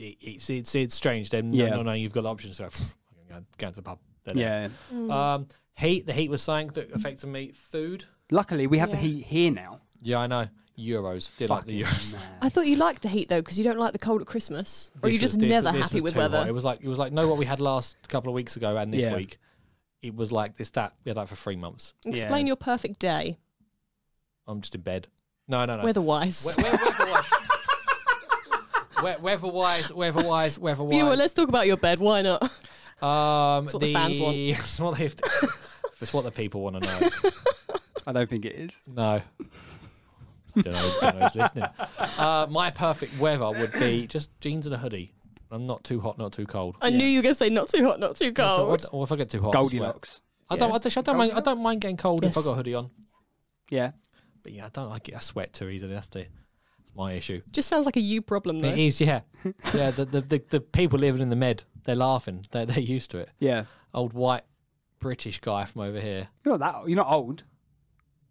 [SPEAKER 3] it, it's it's it's strange. Then no,
[SPEAKER 2] Yeah.
[SPEAKER 3] no, no, you've got options. So "Pfft, I'm gonna go to the pub. Don't know.
[SPEAKER 2] Yeah.
[SPEAKER 3] Um, heat. The heat was something that affected me. Food.
[SPEAKER 2] Luckily, we have the
[SPEAKER 4] Yeah.
[SPEAKER 2] heat here now.
[SPEAKER 3] Yeah, I know. Euros. Did like the
[SPEAKER 2] Fucking
[SPEAKER 3] Euros.
[SPEAKER 2] mad.
[SPEAKER 4] I thought you liked the heat though, because you don't like the cold at Christmas, or
[SPEAKER 3] This
[SPEAKER 4] you're just
[SPEAKER 3] was- this
[SPEAKER 4] never
[SPEAKER 3] was- this
[SPEAKER 4] happy
[SPEAKER 3] was
[SPEAKER 4] with
[SPEAKER 3] too
[SPEAKER 4] weather.
[SPEAKER 3] hot. It was like it was like no, what we had last couple of weeks ago and this
[SPEAKER 2] Yeah.
[SPEAKER 3] week, it was like this that we had that for three months.
[SPEAKER 4] Explain
[SPEAKER 2] Yeah.
[SPEAKER 4] your perfect day,
[SPEAKER 3] I'm just in bed. No, no, no.
[SPEAKER 4] weather-wise.
[SPEAKER 3] We- we- weather-wise, we- weather-wise, weather-wise, weather-wise.
[SPEAKER 4] You know what? Let's talk about your bed. Why not?
[SPEAKER 3] um,
[SPEAKER 4] It's what the fans want.
[SPEAKER 3] It's what, they've, it's what the people want to know.
[SPEAKER 2] I don't think it is.
[SPEAKER 3] No. don't know, don't know who's listening. Uh, my perfect weather would be just jeans and a hoodie. I'm not too hot, not too cold.
[SPEAKER 4] I knew you were going to say not too hot, not too
[SPEAKER 3] Or
[SPEAKER 4] cold.
[SPEAKER 3] if I get too hot, I'll sweat.
[SPEAKER 2] Goldilocks.
[SPEAKER 3] I don't.
[SPEAKER 2] Yeah.
[SPEAKER 3] I don't, I don't mind. I don't mind getting cold if I
[SPEAKER 4] Yes.
[SPEAKER 3] got a hoodie on.
[SPEAKER 2] Yeah.
[SPEAKER 3] But yeah, I don't like it. I sweat too easily. That's the. That's my issue.
[SPEAKER 4] Just sounds like a you problem
[SPEAKER 3] It
[SPEAKER 4] though.
[SPEAKER 3] is. Yeah. Yeah. The the, the, the people living in the med, they're laughing. They're they're used to it.
[SPEAKER 2] Yeah.
[SPEAKER 3] Old white British guy from over here.
[SPEAKER 2] You're not that. You're not old.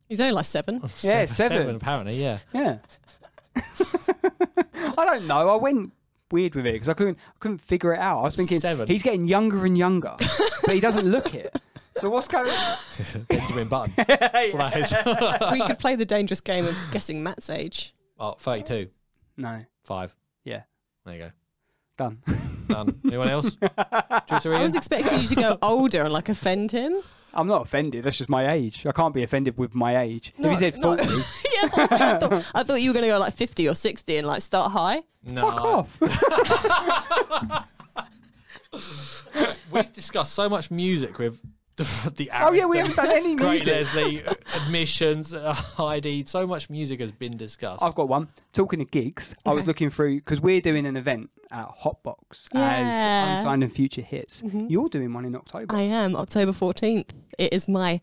[SPEAKER 4] He's only like seven.
[SPEAKER 2] Yeah,
[SPEAKER 3] seven
[SPEAKER 2] seven.
[SPEAKER 3] apparently. Yeah.
[SPEAKER 2] Yeah. I don't know. I went weird with it because I couldn't. I couldn't figure it out. I was thinking
[SPEAKER 3] Seven.
[SPEAKER 2] he's getting younger and younger, but he doesn't look it. So what's going? on?
[SPEAKER 3] Benjamin Button. That's what that is.
[SPEAKER 4] we could play the dangerous game of guessing Matt's age.
[SPEAKER 3] oh, 32.
[SPEAKER 2] No.
[SPEAKER 3] Five.
[SPEAKER 2] Yeah.
[SPEAKER 3] There you go.
[SPEAKER 2] Done.
[SPEAKER 3] Done. Anyone else? Juice or
[SPEAKER 4] I was
[SPEAKER 3] Ian?
[SPEAKER 4] expecting you to go older and like offend him.
[SPEAKER 2] I'm not offended. That's just my age. I can't be offended with my age. if
[SPEAKER 4] No,
[SPEAKER 2] he said
[SPEAKER 4] no.
[SPEAKER 2] forty,
[SPEAKER 4] yes, I, was like, I thought, I thought you were going to go like 50 or 60 and like start high.
[SPEAKER 3] No.
[SPEAKER 2] fuck off.
[SPEAKER 3] We've discussed so much music with the, the
[SPEAKER 2] oh yeah, we haven't
[SPEAKER 3] Ariston.
[SPEAKER 2] done any
[SPEAKER 3] Great
[SPEAKER 2] music.
[SPEAKER 3] Leslie, uh, admissions, uh, ID. So much music has been discussed.
[SPEAKER 2] I've got one. Talking of gigs, I was
[SPEAKER 4] Okay.
[SPEAKER 2] looking through because we're doing an event at Hotbox
[SPEAKER 4] Yeah. Mm-hmm.
[SPEAKER 2] as unsigned and future hits. You're doing one in October.
[SPEAKER 4] I am, October 14th. It is my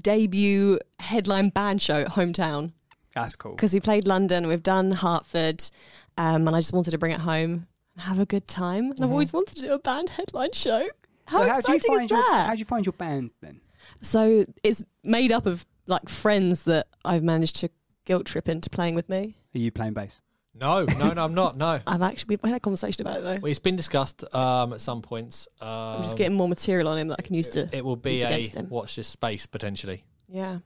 [SPEAKER 4] debut headline band show at Hometown.
[SPEAKER 2] That's cool.
[SPEAKER 4] because we played London, we've done Hartford, um, and I just wanted to bring it home and have a good time. And I've always wanted to do a band headline show. How
[SPEAKER 2] Mm-hmm. So
[SPEAKER 4] exciting
[SPEAKER 2] do you find
[SPEAKER 4] is
[SPEAKER 2] your,
[SPEAKER 4] that?
[SPEAKER 2] How do you find your band then?
[SPEAKER 4] so it's made up of like friends that I've managed to guilt trip into playing with me.
[SPEAKER 2] Are you playing bass?
[SPEAKER 3] no, no, no, I'm not. No.
[SPEAKER 4] I've actually we've had a conversation about it though.
[SPEAKER 3] Well, it's been discussed um, at some points. Um,
[SPEAKER 4] I'm just getting more material on him that I can use to.
[SPEAKER 3] It will be
[SPEAKER 4] Who's
[SPEAKER 3] a
[SPEAKER 4] against him?
[SPEAKER 3] watch this space potentially.
[SPEAKER 4] Oh, yeah,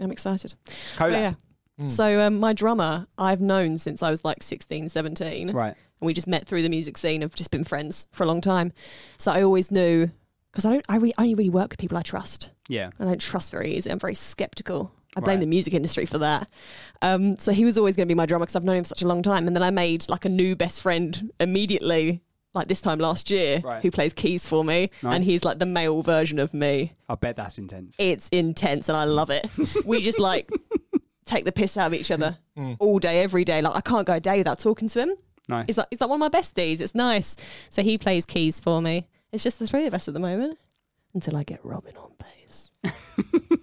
[SPEAKER 4] I'm excited. But
[SPEAKER 2] Collab.
[SPEAKER 4] yeah, So um, my drummer, I've known since I was like 16, 17.
[SPEAKER 2] Right.
[SPEAKER 4] and we just met through the music scene. I've just been friends for a long time, so I always knew because I don't. I re- I only really work with people I trust.
[SPEAKER 2] Yeah.
[SPEAKER 4] I don't trust very easy. I'm very skeptical. I blame
[SPEAKER 2] Right.
[SPEAKER 4] the music industry for that. Um, so he was always going to be my drummer because I've known him for such a long time. And then I made like a new best friend immediately, like this time last year,
[SPEAKER 2] Right.
[SPEAKER 4] who plays keys for me,
[SPEAKER 2] Nice.
[SPEAKER 4] and he's like the male version of me.
[SPEAKER 2] I bet that's intense.
[SPEAKER 4] It's intense and I love it. we just like take the piss out of each other
[SPEAKER 2] Mm.
[SPEAKER 4] all day, every day. Like I can't go a day without talking to him.
[SPEAKER 2] nice.
[SPEAKER 4] He's like, he's like one of my besties. It's nice. So he plays keys for me. It's just the three of us at the moment until I get Robin on bass.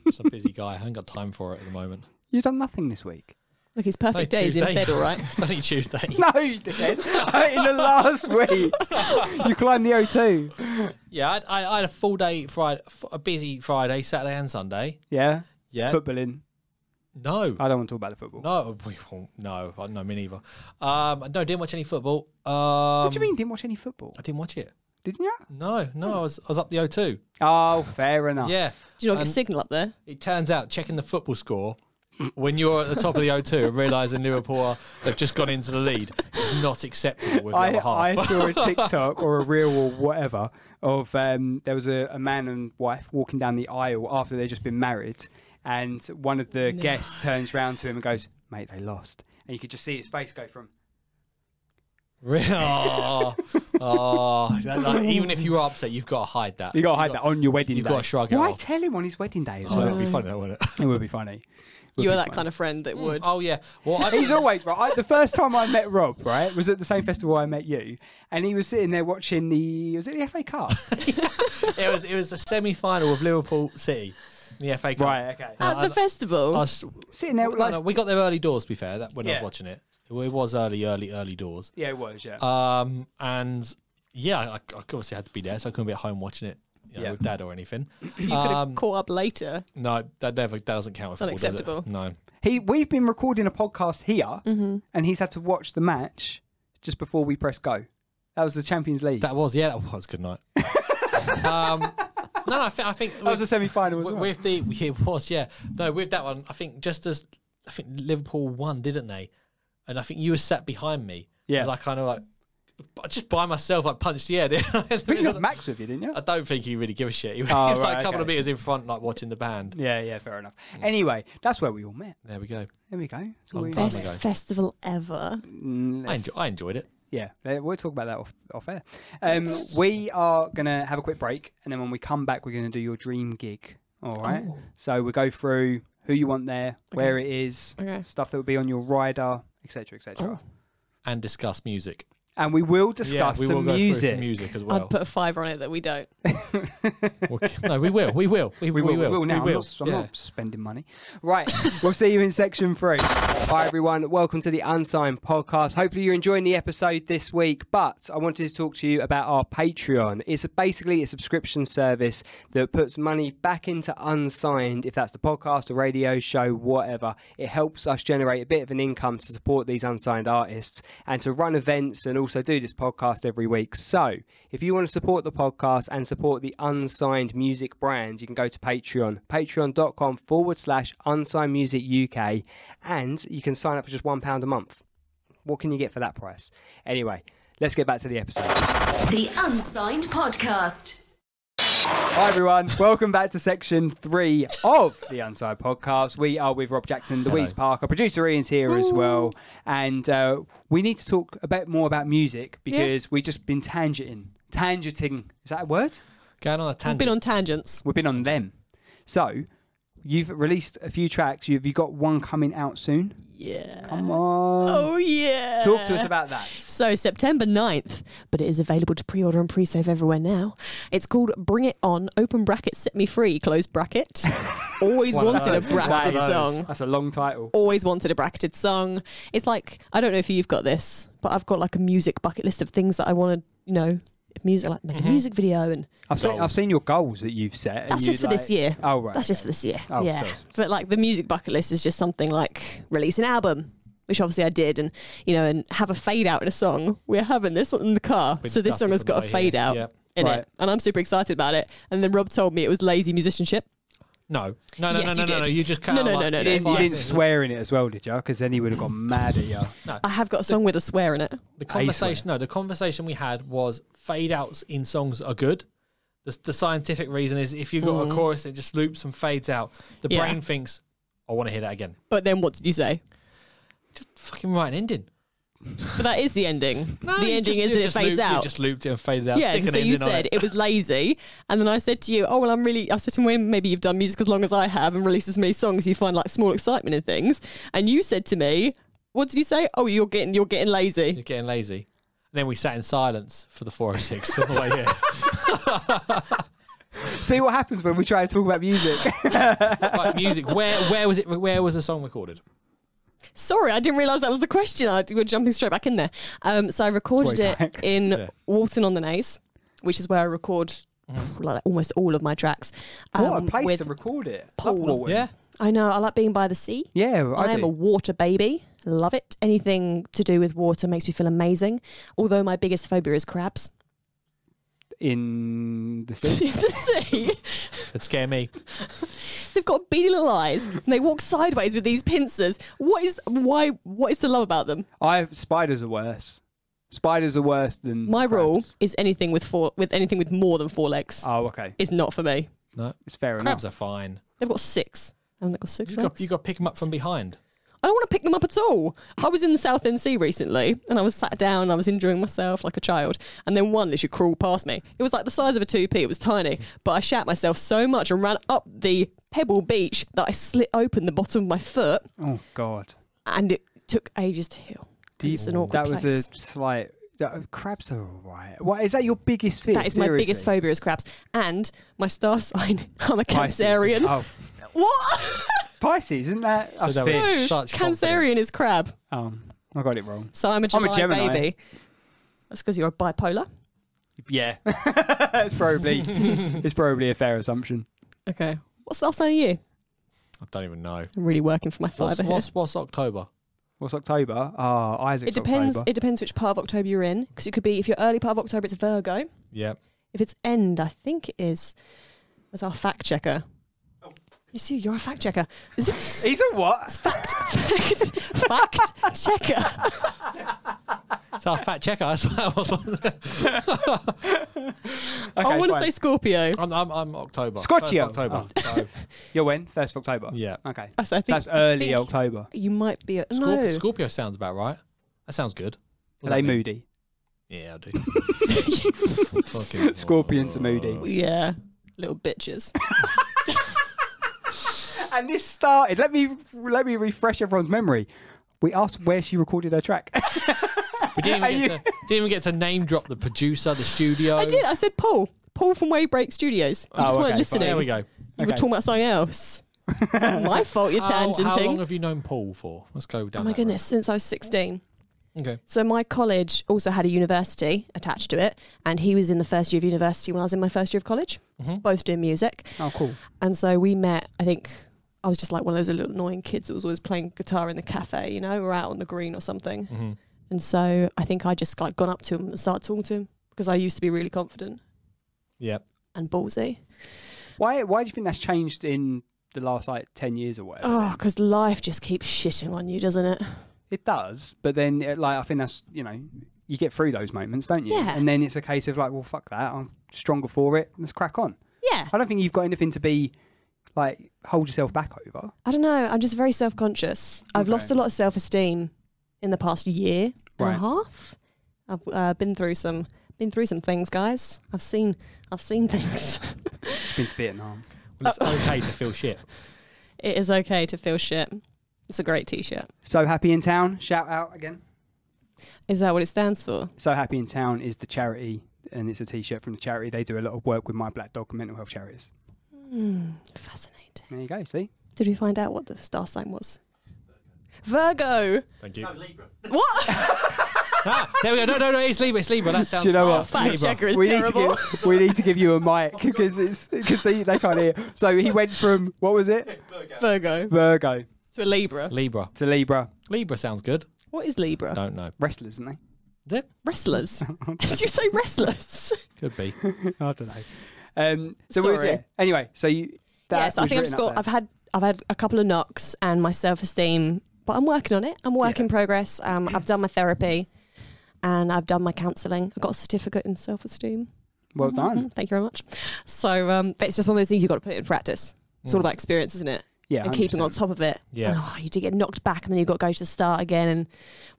[SPEAKER 3] It's a busy guy. I haven't got time for it at the moment.
[SPEAKER 2] You've done nothing this week.
[SPEAKER 4] Look, his perfect day is in
[SPEAKER 3] Tuesday.
[SPEAKER 4] bed, all right?
[SPEAKER 3] It's only Tuesday.
[SPEAKER 2] No, you dickhead. In the last week, you climbed the O2.
[SPEAKER 3] Yeah, I, I, I had a full day Friday, f- a busy Friday, Saturday and Sunday.
[SPEAKER 2] Yeah.
[SPEAKER 4] Uh,
[SPEAKER 3] Yeah.
[SPEAKER 2] Footballing.
[SPEAKER 3] no.
[SPEAKER 2] I don't want to talk about the football.
[SPEAKER 3] no, we won't. No, I- no, me neither. Um, no, didn't watch any football. Um,
[SPEAKER 2] What do you mean? Didn't watch any football?
[SPEAKER 3] I didn't watch it.
[SPEAKER 2] Didn't you?
[SPEAKER 3] No, no, I was, I was up the O2.
[SPEAKER 2] Oh, fair enough.
[SPEAKER 3] Yeah.
[SPEAKER 4] Do you not get
[SPEAKER 3] And-
[SPEAKER 4] a signal up there?
[SPEAKER 3] It turns out checking the football score when you're at the top of the O2 and realising Liverpool are, they've just gone into the lead is not acceptable with the
[SPEAKER 2] I,
[SPEAKER 3] other half.
[SPEAKER 2] I saw a TikTok or a reel or whatever of um, there was a, a man and wife walking down the aisle after they'd just been married, and one of the guests turns round to him and goes, "Mate, they lost," and you could just see his face go from.
[SPEAKER 3] Re- oh, oh, that- like, even if you are upset, you've got to hide that.
[SPEAKER 2] You gotta hide that on your wedding
[SPEAKER 3] you've
[SPEAKER 2] day.
[SPEAKER 3] got to shrug it
[SPEAKER 2] Why
[SPEAKER 3] off.
[SPEAKER 2] tell him on his wedding day? As
[SPEAKER 3] Oh, that'd
[SPEAKER 2] well?
[SPEAKER 3] be funny, though, wouldn't it?
[SPEAKER 2] It would be funny.
[SPEAKER 4] You are that kind of friend that would.
[SPEAKER 3] Oh yeah. Well, I,
[SPEAKER 2] He's always right. I, the first time I met Rob, right, was at the same festival I met you, and he was sitting there watching the was it the FA Cup?
[SPEAKER 3] it was it was the semi final of Liverpool City, in the FA Cup.
[SPEAKER 2] right, okay.
[SPEAKER 4] At the festival,
[SPEAKER 3] I was-
[SPEAKER 2] Uh, sitting there
[SPEAKER 3] no,
[SPEAKER 2] like
[SPEAKER 3] no, we got there early doors. To be fair, that when I
[SPEAKER 2] Yeah.
[SPEAKER 3] was watching it, it was early, early, early doors.
[SPEAKER 2] yeah, it was yeah.
[SPEAKER 3] Um, and yeah, I, I obviously had to be there, so I couldn't be at home watching it you know,
[SPEAKER 2] Yeah.
[SPEAKER 3] with dad or anything. Um,
[SPEAKER 4] you could have caught up later.
[SPEAKER 3] No, that never that doesn't count. It's
[SPEAKER 4] unacceptable.
[SPEAKER 3] No.
[SPEAKER 2] He, we've been recording a podcast here, and he's had to watch the match just before we press go. That was the Champions League. That,
[SPEAKER 3] That was yeah. That was good night. um, no, no, I think I think
[SPEAKER 2] was the semi-final as
[SPEAKER 3] with,
[SPEAKER 2] well.
[SPEAKER 3] with the yeah, it was yeah. No, with that one, I think just as I think Liverpool won, didn't they? And I think you were sat behind me.
[SPEAKER 2] Yeah.
[SPEAKER 3] as I kind of like but just by myself, like punched the air.
[SPEAKER 2] But you
[SPEAKER 3] didn't
[SPEAKER 2] had
[SPEAKER 3] I?
[SPEAKER 2] Max with you, didn't you?
[SPEAKER 3] I don't think he really give a shit. He was
[SPEAKER 2] Oh,
[SPEAKER 3] like
[SPEAKER 2] right,
[SPEAKER 3] a couple of
[SPEAKER 2] okay.
[SPEAKER 3] meters in front, like watching the band.
[SPEAKER 2] yeah, yeah, fair enough. Anyway, that's where we all met.
[SPEAKER 3] There we go.
[SPEAKER 2] There we go. That's all
[SPEAKER 3] Long
[SPEAKER 2] we
[SPEAKER 3] time
[SPEAKER 2] need.
[SPEAKER 3] ago.
[SPEAKER 4] festival ever.
[SPEAKER 2] Mm,
[SPEAKER 3] I,
[SPEAKER 2] let's-
[SPEAKER 3] enjoy, I enjoyed it.
[SPEAKER 2] Yeah, le- we'll talk about that off, off air. Um, we are going to have a quick break, and then when we come back, we're going to do your dream gig. All right. So we go through who you want there, where it is,
[SPEAKER 4] Oh. Okay. Oh.
[SPEAKER 2] stuff that will be on your rider, etc., etc.
[SPEAKER 3] And discuss music.
[SPEAKER 2] And we will
[SPEAKER 3] yeah,
[SPEAKER 2] discuss
[SPEAKER 3] we will
[SPEAKER 2] some,
[SPEAKER 3] go through
[SPEAKER 2] music.
[SPEAKER 3] some music as
[SPEAKER 4] I'd
[SPEAKER 3] well.
[SPEAKER 4] put a five on it that we don't.
[SPEAKER 3] Well, no, we will. We will. We,
[SPEAKER 2] We will,
[SPEAKER 3] We will.
[SPEAKER 2] now.
[SPEAKER 3] We
[SPEAKER 2] I'm,
[SPEAKER 3] will.
[SPEAKER 2] not, I'm
[SPEAKER 3] yeah.
[SPEAKER 2] not spending money. Right. we'll see you in section three. Hi, everyone. Welcome to the Unsigned podcast. Hopefully, you're enjoying the episode this week. But I wanted to talk to you about our Patreon. It's basically a subscription service that puts money back into Unsigned, if that's the podcast, the radio show, whatever. It helps us generate a bit of an income to support these unsigned artists and to run events and also do this podcast every week. So, if you want to support the podcast and support the unsigned music brand, you can go to Patreon, patreon.com forward slash unsigned music UK, and you can sign up for just £1 a month. What can you get for that price? Anyway, let's get back to the episode.
[SPEAKER 1] The Unsigned Podcast.
[SPEAKER 2] Hi everyone, welcome back to section three of the Unsigned Podcast. We are with Rob Jackson, Louise Parker, producer Ian's here as well, and uh, we need to talk a bit more about music because we've just been tangenting, tangenting. Is that a word?
[SPEAKER 3] Going on a
[SPEAKER 4] I've
[SPEAKER 3] tangent. Mm.
[SPEAKER 4] been on tangents.
[SPEAKER 2] We've been on them. So you've released a few tracks. You've you got one coming out soon.
[SPEAKER 4] Yeah.
[SPEAKER 2] Come on,
[SPEAKER 4] Oh, yeah.
[SPEAKER 2] talk to us about that.
[SPEAKER 4] So September 9th, but it is available to pre-order and pre-save everywhere now. It's called Bring It On, open bracket, set me free, close bracket. Always
[SPEAKER 3] One of
[SPEAKER 4] wanted a
[SPEAKER 3] those. One of
[SPEAKER 4] bracketed
[SPEAKER 3] those.
[SPEAKER 4] song.
[SPEAKER 2] That's a long title.
[SPEAKER 4] Always wanted a bracketed song. It's like, I don't know if you've got this, but I've got like a music bucket list of things that I want to, you know, music, like
[SPEAKER 2] Mm-hmm.
[SPEAKER 4] make a music video and
[SPEAKER 2] I've seen
[SPEAKER 3] Goals.
[SPEAKER 2] I've seen your goals that you've set. and
[SPEAKER 4] that's just for
[SPEAKER 2] you'd
[SPEAKER 4] this
[SPEAKER 2] like-
[SPEAKER 4] year.
[SPEAKER 2] Oh right.
[SPEAKER 4] That's just for this year.
[SPEAKER 2] Oh,
[SPEAKER 4] yeah.
[SPEAKER 2] so-
[SPEAKER 4] But like the music bucket list is just something like release an album, which obviously I did, and you know, and have a fade out in a song. We're having this in the car,
[SPEAKER 3] We
[SPEAKER 4] so this
[SPEAKER 3] discussed
[SPEAKER 4] song
[SPEAKER 3] this
[SPEAKER 4] has
[SPEAKER 3] on
[SPEAKER 4] got
[SPEAKER 3] the
[SPEAKER 4] a
[SPEAKER 3] way
[SPEAKER 4] fade
[SPEAKER 3] here.
[SPEAKER 4] out
[SPEAKER 3] Yep.
[SPEAKER 4] in
[SPEAKER 2] Right.
[SPEAKER 4] it, and I'm super excited about it. And then Rob told me it was lazy musicianship.
[SPEAKER 3] No, no, no,
[SPEAKER 4] Yes,
[SPEAKER 3] no,
[SPEAKER 4] you
[SPEAKER 3] no, no,
[SPEAKER 4] did.
[SPEAKER 3] no. You just kind
[SPEAKER 4] No,
[SPEAKER 3] of
[SPEAKER 4] no,
[SPEAKER 3] like,
[SPEAKER 4] no, no,
[SPEAKER 2] You
[SPEAKER 4] no.
[SPEAKER 2] didn't, you
[SPEAKER 3] five-
[SPEAKER 2] didn't swear in it as well, did you? Because then he would have gone mad at you.
[SPEAKER 4] I have got a song with a swear in it.
[SPEAKER 3] The conversation, no, the conversation we had was fade outs in songs are good. The, the scientific reason is if you've got a chorus, it just loops and fades out. The
[SPEAKER 4] Mm. Yeah.
[SPEAKER 3] brain thinks, I want to hear that again.
[SPEAKER 4] But then what did you say?
[SPEAKER 3] Just fucking write an ending.
[SPEAKER 4] But that is the ending.
[SPEAKER 3] No,
[SPEAKER 4] the
[SPEAKER 3] you
[SPEAKER 4] ending
[SPEAKER 3] just-
[SPEAKER 4] is
[SPEAKER 3] you
[SPEAKER 4] that it
[SPEAKER 3] just
[SPEAKER 4] fades
[SPEAKER 3] loop- You
[SPEAKER 4] out.
[SPEAKER 3] just looped it and faded out.
[SPEAKER 4] Yeah,
[SPEAKER 3] stick an
[SPEAKER 4] so you
[SPEAKER 3] ending on
[SPEAKER 4] said
[SPEAKER 3] it.
[SPEAKER 4] it was lazy, and then I said to you, "Oh well, I'm really." I said to him, "Maybe you've done music as long as I have, and released as many songs. You find like small excitement in things." And you said to me, "What did you say? Oh, you're getting you're getting lazy."
[SPEAKER 3] You're getting lazy. And then we sat in silence for the 406 on the way here.
[SPEAKER 2] See what happens when we try to talk about music.
[SPEAKER 3] Right, music. Where where was it? Where was the song recorded?
[SPEAKER 4] Sorry, I didn't realise that was the question. I we were jumping straight back in there. Um, so I recorded
[SPEAKER 2] That's
[SPEAKER 4] it
[SPEAKER 2] what it's like.
[SPEAKER 4] in
[SPEAKER 3] Yeah.
[SPEAKER 4] Walton on the Naze, which is where I record
[SPEAKER 3] Mm.
[SPEAKER 4] like almost all of my tracks.
[SPEAKER 2] what
[SPEAKER 4] um,
[SPEAKER 2] a place
[SPEAKER 4] with-
[SPEAKER 2] to record it.
[SPEAKER 4] Paul.
[SPEAKER 2] Love Walton.
[SPEAKER 3] Yeah.
[SPEAKER 4] I know. I like being by the sea.
[SPEAKER 2] Yeah, I,
[SPEAKER 4] I, am
[SPEAKER 2] do.
[SPEAKER 4] a water baby. Love it. Anything to do with water makes me feel amazing. Although my biggest phobia is crabs.
[SPEAKER 2] in the sea.
[SPEAKER 4] the sea.
[SPEAKER 3] It'd scare me.
[SPEAKER 4] They've got beady little eyes and they walk sideways with these pincers. What is why what is to love about them?
[SPEAKER 2] I spiders are worse. Spiders are worse than
[SPEAKER 4] My rule
[SPEAKER 2] crabs.
[SPEAKER 4] is anything with four with anything with more than four legs
[SPEAKER 2] Oh, okay.
[SPEAKER 4] is not for me.
[SPEAKER 3] No.
[SPEAKER 2] It's fair
[SPEAKER 3] Crabs
[SPEAKER 2] enough.
[SPEAKER 3] are fine.
[SPEAKER 4] They've got six. Haven't they got six
[SPEAKER 3] You've
[SPEAKER 4] legs?
[SPEAKER 3] got, you got to pick them up from behind.
[SPEAKER 4] I don't want to pick them up at all. I was in the South End Sea recently and I was sat down and I was enjoying myself like a child. And then one literally crawled past me. It was like the size of a 2p, it was tiny. But I shat myself so much and ran up the pebble beach that I slit open the bottom of my foot
[SPEAKER 2] Oh God.
[SPEAKER 4] and it took ages to heal.
[SPEAKER 2] Do you-
[SPEAKER 4] It's an awkward
[SPEAKER 2] that was
[SPEAKER 4] place.
[SPEAKER 2] a slight. uh, crabs are alright. What is that your biggest fear?
[SPEAKER 4] That is my biggest
[SPEAKER 2] Seriously?
[SPEAKER 4] phobia is crabs. And my star sign, I'm a
[SPEAKER 2] Pisces.
[SPEAKER 4] Cancerian.
[SPEAKER 2] Oh,
[SPEAKER 4] What?
[SPEAKER 2] Pisces, isn't that? us
[SPEAKER 3] that was-
[SPEAKER 2] fish?
[SPEAKER 4] No,
[SPEAKER 3] Such
[SPEAKER 4] Cancerian is crab.
[SPEAKER 2] Um, I got it wrong.
[SPEAKER 4] So I'm a
[SPEAKER 2] I'm a
[SPEAKER 4] July
[SPEAKER 2] Gemini.
[SPEAKER 4] baby. That's because you're a bipolar.
[SPEAKER 2] Yeah, it's probably it's probably a fair assumption.
[SPEAKER 4] Okay. What star sign are you?
[SPEAKER 3] I don't even know.
[SPEAKER 4] I'm really working for my
[SPEAKER 3] What's,
[SPEAKER 4] fiver here.
[SPEAKER 3] what's, what's October?
[SPEAKER 2] What's October? Ah, Isaac's
[SPEAKER 4] It depends.
[SPEAKER 2] October.
[SPEAKER 4] It depends which part of October you're in, because it could be if you're early part of October, it's Virgo.
[SPEAKER 3] Yeah.
[SPEAKER 4] If it's end, I think it is. Was our fact checker?
[SPEAKER 3] Oh.
[SPEAKER 4] You see, you're a fact checker. Is it s-
[SPEAKER 2] He's a what?
[SPEAKER 4] fact fact fact checker?
[SPEAKER 3] It's our fat checker. That's what I was
[SPEAKER 4] I want to
[SPEAKER 2] fine.
[SPEAKER 4] say Scorpio.
[SPEAKER 3] I'm, I'm, I'm October.
[SPEAKER 2] Scorpio.
[SPEAKER 3] First October.
[SPEAKER 4] Ah.
[SPEAKER 3] So,
[SPEAKER 2] You're when? First of October.
[SPEAKER 3] yeah.
[SPEAKER 2] Okay.
[SPEAKER 4] I say- I think
[SPEAKER 2] That's early
[SPEAKER 4] think-
[SPEAKER 2] October.
[SPEAKER 4] You might be. A,
[SPEAKER 3] uh, Scorp-
[SPEAKER 4] no,
[SPEAKER 3] Scorpio sounds about right. That sounds good.
[SPEAKER 2] Are
[SPEAKER 3] What
[SPEAKER 2] they
[SPEAKER 3] does that mean?
[SPEAKER 2] moody?
[SPEAKER 3] Yeah, I do. Fucking-
[SPEAKER 2] Scorpions are moody.
[SPEAKER 4] yeah, little bitches.
[SPEAKER 2] And this started. Let me let me refresh everyone's memory. We asked where she recorded her track.
[SPEAKER 3] We didn't even,
[SPEAKER 2] Are
[SPEAKER 3] get to, didn't even get to name drop the producer, the studio.
[SPEAKER 4] I did. I said Paul. Paul from Waybreak Studios. You
[SPEAKER 2] Oh,
[SPEAKER 4] just weren't
[SPEAKER 2] okay,
[SPEAKER 4] listening.
[SPEAKER 3] There we go.
[SPEAKER 4] You were
[SPEAKER 2] Okay.
[SPEAKER 4] talking about something else. It's not my fault. You're
[SPEAKER 3] How,
[SPEAKER 4] tangenting.
[SPEAKER 3] how long have you known Paul for? Let's go down.
[SPEAKER 4] Oh
[SPEAKER 3] that
[SPEAKER 4] my
[SPEAKER 3] road.
[SPEAKER 4] goodness, since I was 16.
[SPEAKER 3] Okay.
[SPEAKER 4] So my college also had a university attached to it, and he was in the first year of university when I was in my first year of college, both doing music.
[SPEAKER 2] oh, cool.
[SPEAKER 4] And so we met, I think I was just like one of those little annoying kids that was always playing guitar in the cafe, you know, or out on the green or something.
[SPEAKER 3] Mm-hmm.
[SPEAKER 4] And so I think I just like gone up to him and started talking to him because I used to be really confident
[SPEAKER 3] Yeah.
[SPEAKER 4] and ballsy.
[SPEAKER 2] Why why do you think that's changed in the last like ten years or whatever?
[SPEAKER 4] Oh, because life just keeps shitting on you, doesn't it?
[SPEAKER 2] It does, but then it, like I think that's you know you get through those moments, don't you?
[SPEAKER 4] Yeah.
[SPEAKER 2] And then it's a case of like, well, fuck that. I'm stronger for it. Let's crack on.
[SPEAKER 4] Yeah.
[SPEAKER 2] I don't think you've got anything to be like hold yourself back over.
[SPEAKER 4] I don't know. I'm just very self conscious. I've
[SPEAKER 2] Okay.
[SPEAKER 4] lost a lot of self esteem in the past year and
[SPEAKER 2] Right.
[SPEAKER 4] a half. I've uh, been through some been through some things, guys. I've seen I've seen things.
[SPEAKER 2] It's been to Vietnam.
[SPEAKER 3] Well, it's okay to feel shit.
[SPEAKER 4] it is okay to feel shit. It's a great T-shirt.
[SPEAKER 2] So happy in town. Shout out again.
[SPEAKER 4] Is that what it stands for?
[SPEAKER 2] So happy in town is the charity, and it's a T-shirt from the charity. They do a lot of work with my black dog and mental health charities.
[SPEAKER 4] Fascinating.
[SPEAKER 2] There you go. See.
[SPEAKER 4] Did we find out what the star sign was? Virgo.
[SPEAKER 3] Thank you.
[SPEAKER 4] What?
[SPEAKER 3] Ah, there we go. No, no, no. It's Libra. It's Libra. That sounds.
[SPEAKER 2] Do you know
[SPEAKER 3] right.
[SPEAKER 2] what?
[SPEAKER 4] Fact checker is
[SPEAKER 2] we
[SPEAKER 4] terrible.
[SPEAKER 2] need to give we need to give you a mic because it's because they, they can't hear. So he went from what was it
[SPEAKER 4] Virgo
[SPEAKER 2] Virgo
[SPEAKER 4] to a Libra.
[SPEAKER 3] Libra.
[SPEAKER 2] to Libra
[SPEAKER 3] Libra sounds good.
[SPEAKER 4] What is Libra?
[SPEAKER 3] Don't know.
[SPEAKER 2] wrestlers, isn't
[SPEAKER 3] Is it?
[SPEAKER 4] Wrestlers. Did you say wrestlers?
[SPEAKER 3] Could be.
[SPEAKER 2] they? I don't know. Um, so we're-
[SPEAKER 4] Sorry.
[SPEAKER 2] yeah. anyway, so you That
[SPEAKER 4] yes, I
[SPEAKER 2] was
[SPEAKER 4] think
[SPEAKER 2] written
[SPEAKER 4] I've just
[SPEAKER 2] up
[SPEAKER 4] got.
[SPEAKER 2] there.
[SPEAKER 4] I've had. I've had a couple of knocks and my self esteem, but I'm working on it. I'm a work
[SPEAKER 2] Yeah.
[SPEAKER 4] in progress. Um, I've done my therapy, and I've done my counselling. I got a certificate in self esteem.
[SPEAKER 2] Well done.
[SPEAKER 4] Thank you very much. So, um, but it's just one of those things you've got to put it in practice. It's all about experience, isn't it?
[SPEAKER 2] Yeah,
[SPEAKER 4] and keeping on
[SPEAKER 2] 100%.
[SPEAKER 4] top of it.
[SPEAKER 3] Mm. Yeah.
[SPEAKER 4] And, oh, you do get knocked back, and then you've got to go to the start again and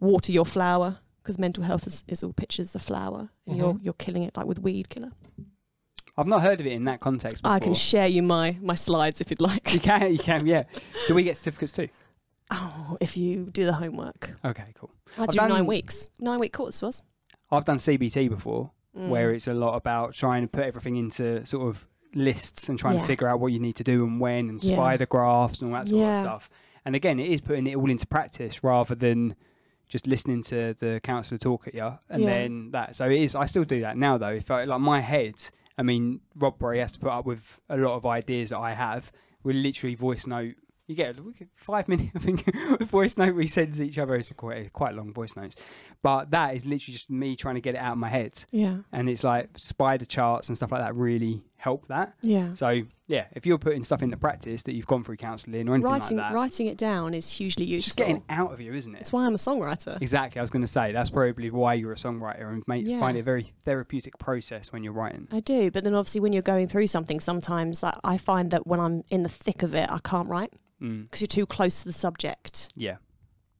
[SPEAKER 4] water your flower because mental health is, is all pictures of flower. And You're you're killing it like with weed killer.
[SPEAKER 2] I've not heard of it in that context before.
[SPEAKER 4] I can share you my my slides if you'd
[SPEAKER 2] you
[SPEAKER 4] like.
[SPEAKER 2] can, you can, yeah. Do we get certificates too?
[SPEAKER 4] Oh, if you do the homework,
[SPEAKER 2] Okay, cool.
[SPEAKER 4] I
[SPEAKER 2] I've
[SPEAKER 4] do
[SPEAKER 2] done-
[SPEAKER 4] nine weeks. Nine week course was.
[SPEAKER 2] I've done CBT before,
[SPEAKER 4] Mm.
[SPEAKER 2] where it's a lot about trying to put everything into sort of lists and trying
[SPEAKER 4] Yeah.
[SPEAKER 2] to figure out what you need to do and when and
[SPEAKER 4] Yeah.
[SPEAKER 2] spider graphs and all that sort
[SPEAKER 4] Yeah.
[SPEAKER 2] of stuff. And again, it is putting it all into practice rather than just listening to the counselor talk at you and
[SPEAKER 4] Yeah.
[SPEAKER 2] then that. So it is. I still do that now though. If I, like my head, I mean, Rob Bury has to put up with a lot of ideas that I have. We literally voice note. You get we get five minute I think voice note we send to each other. It's quite quite long voice notes, but that is literally just me trying to get it out of my head
[SPEAKER 4] Yeah,
[SPEAKER 2] and it's like spider charts and stuff like that really help that.
[SPEAKER 4] yeah.
[SPEAKER 2] So yeah, if you're putting stuff into practice that you've gone through counselling or anything
[SPEAKER 4] writing
[SPEAKER 2] like that,
[SPEAKER 4] writing it down is hugely
[SPEAKER 2] it's
[SPEAKER 4] useful.
[SPEAKER 2] just getting out of you, isn't it?
[SPEAKER 4] That's why I'm a songwriter.
[SPEAKER 2] Exactly, I was going to say that's probably why you're a songwriter and make,
[SPEAKER 4] Yeah.
[SPEAKER 2] find it a very therapeutic process when you're writing.
[SPEAKER 4] I do, but then obviously when you're going through something, sometimes I, I find that when I'm in the thick of it, I can't write
[SPEAKER 2] Mm,
[SPEAKER 4] because you're too close to the subject,
[SPEAKER 2] yeah,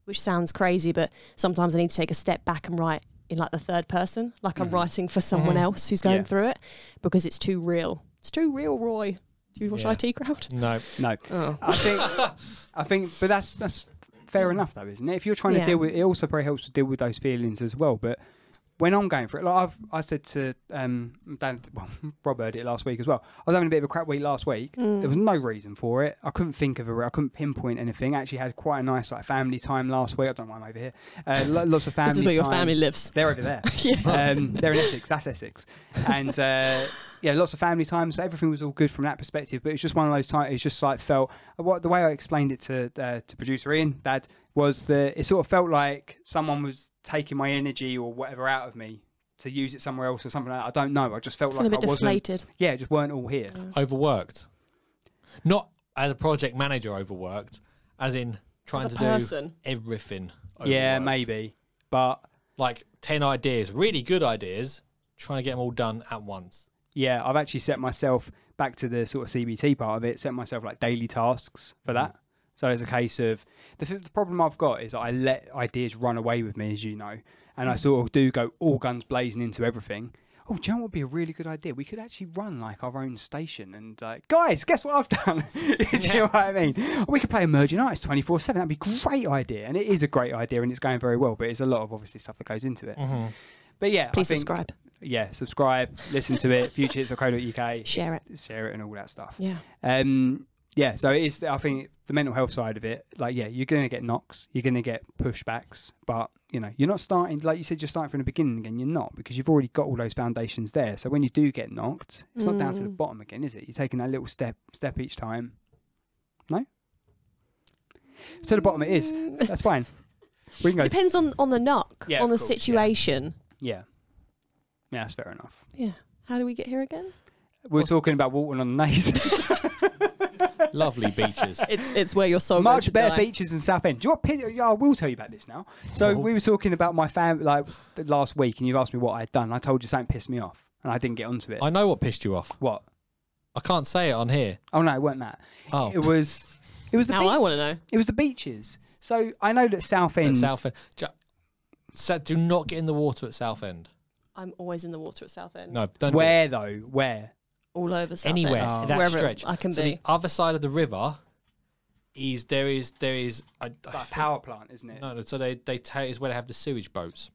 [SPEAKER 4] which sounds crazy, but sometimes I need to take a step back and write in like the third person, like I'm
[SPEAKER 2] Mhm.
[SPEAKER 4] writing for someone
[SPEAKER 3] Mhm.
[SPEAKER 4] else who's going
[SPEAKER 2] Yeah.
[SPEAKER 4] through it because it's too real. It's too real, Roy. Do you watch
[SPEAKER 3] Yeah.
[SPEAKER 4] IT Crowd?
[SPEAKER 3] No.
[SPEAKER 2] no,
[SPEAKER 4] Oh.
[SPEAKER 2] I think I think, but that's that's fair enough though, isn't it? If you're trying
[SPEAKER 4] Yeah.
[SPEAKER 2] to deal with, it also probably helps to deal with those feelings as well. But when I'm going for it, like I've I said to um Dan, well Rob heard it last week as well. I was having a bit of a crap week last week.
[SPEAKER 4] Mm.
[SPEAKER 2] There was no reason for it. I couldn't think of a re- I couldn't pinpoint anything. I actually had quite a nice like family time last week. I don't know why I'm over here. Uh, lo- lots of family.
[SPEAKER 4] This is where your
[SPEAKER 2] time.
[SPEAKER 4] family lives.
[SPEAKER 2] They're over there. um, they're in Essex. That's Essex. And uh, yeah, lots of family time. So everything was all good from that perspective. But it's just one of those times. It's just like felt. What the way I explained it to uh, to producer Ian, Dad, was that it sort of felt like someone was taking my energy or whatever out of me to use it somewhere else or something like that. I don't know. I just felt
[SPEAKER 4] Feel a
[SPEAKER 2] like I
[SPEAKER 4] bit
[SPEAKER 2] wasn't.
[SPEAKER 4] deflated.
[SPEAKER 2] Yeah, it just weren't all here.
[SPEAKER 3] Overworked. Not as a project manager overworked, as in trying
[SPEAKER 4] As
[SPEAKER 3] to
[SPEAKER 4] a
[SPEAKER 3] do
[SPEAKER 4] person.
[SPEAKER 3] everything.
[SPEAKER 2] Yeah,
[SPEAKER 3] overworked.
[SPEAKER 2] maybe. But
[SPEAKER 3] Like 10 ideas, really good ideas, trying to get them all done at once.
[SPEAKER 2] yeah, I've actually set myself back to the sort of CBT part of it, set myself like daily tasks for that. So it's a case of the, th- the problem I've got is I let ideas run away with me, as you know, and I sort of do go all guns blazing into everything. Oh, do you know what would be a really good idea? We could actually run like our own station and like, guys, guess what I've done? do you know what I mean? We could play Emerging Artists 24 7. That'd be a great idea. And it is a great idea and it's going very well, but it's a lot of obviously stuff that goes into it. But yeah, I
[SPEAKER 4] Please
[SPEAKER 2] think-
[SPEAKER 4] subscribe.
[SPEAKER 2] yeah, subscribe, listen to it, futurehits.co.uk,
[SPEAKER 4] Share
[SPEAKER 2] it, share it, and all that stuff.
[SPEAKER 4] Yeah.
[SPEAKER 2] Um, yeah, so it's I think the mental health side of it, like yeah, you're gonna get knocks, you're gonna get pushbacks, but you know you're not starting like you said you're starting from the beginning again. You're not because you've already got all those foundations there. So when you do get knocked, it's not down to the
[SPEAKER 4] Mm.
[SPEAKER 2] bottom again, is it? You're taking that little step step each time. No, to the bottom it is.
[SPEAKER 4] Mm.
[SPEAKER 2] That's fine. We can go.
[SPEAKER 4] Depends on, on the knock,
[SPEAKER 2] Yeah,
[SPEAKER 4] on
[SPEAKER 2] of
[SPEAKER 4] the
[SPEAKER 2] course, yeah.
[SPEAKER 4] situation.
[SPEAKER 2] Yeah, yeah, that's fair enough.
[SPEAKER 4] Yeah. How do we get here again?
[SPEAKER 2] We We're talking about Walton on the Naze.
[SPEAKER 3] Lovely beaches.
[SPEAKER 4] It's it's where your
[SPEAKER 3] Oh,
[SPEAKER 4] soul goes to
[SPEAKER 2] Much better
[SPEAKER 4] die.
[SPEAKER 2] beaches in Southend. Do you want pi- yeah, I will tell you about this now. So
[SPEAKER 3] Oh.
[SPEAKER 2] we were talking about my fam like th- last week, and you asked me what I had done. I told you something pissed me off, and I didn't get onto it.
[SPEAKER 3] I know what pissed you off.
[SPEAKER 2] what?
[SPEAKER 3] I can't say it on here.
[SPEAKER 2] Oh no, it weren't that.
[SPEAKER 3] Oh,
[SPEAKER 2] It was. It was the.
[SPEAKER 4] Now
[SPEAKER 2] Be-
[SPEAKER 4] I want to know.
[SPEAKER 2] it was the beaches. So I know that Southend.
[SPEAKER 3] at South End. Ju- Sa- Do not get in the water at South End.
[SPEAKER 4] I'm always in the water at Southend.
[SPEAKER 3] No, don't. do it.
[SPEAKER 2] Where though? Where?
[SPEAKER 4] All over Southend.
[SPEAKER 3] anywhere
[SPEAKER 2] Oh.
[SPEAKER 3] that
[SPEAKER 4] Wherever
[SPEAKER 3] stretch.
[SPEAKER 4] I can
[SPEAKER 3] so
[SPEAKER 4] be.
[SPEAKER 3] The other side of the river is there is there is I, I,
[SPEAKER 2] Like power plant, isn't it?
[SPEAKER 3] no, no. So they they take is where they have the sewage boats.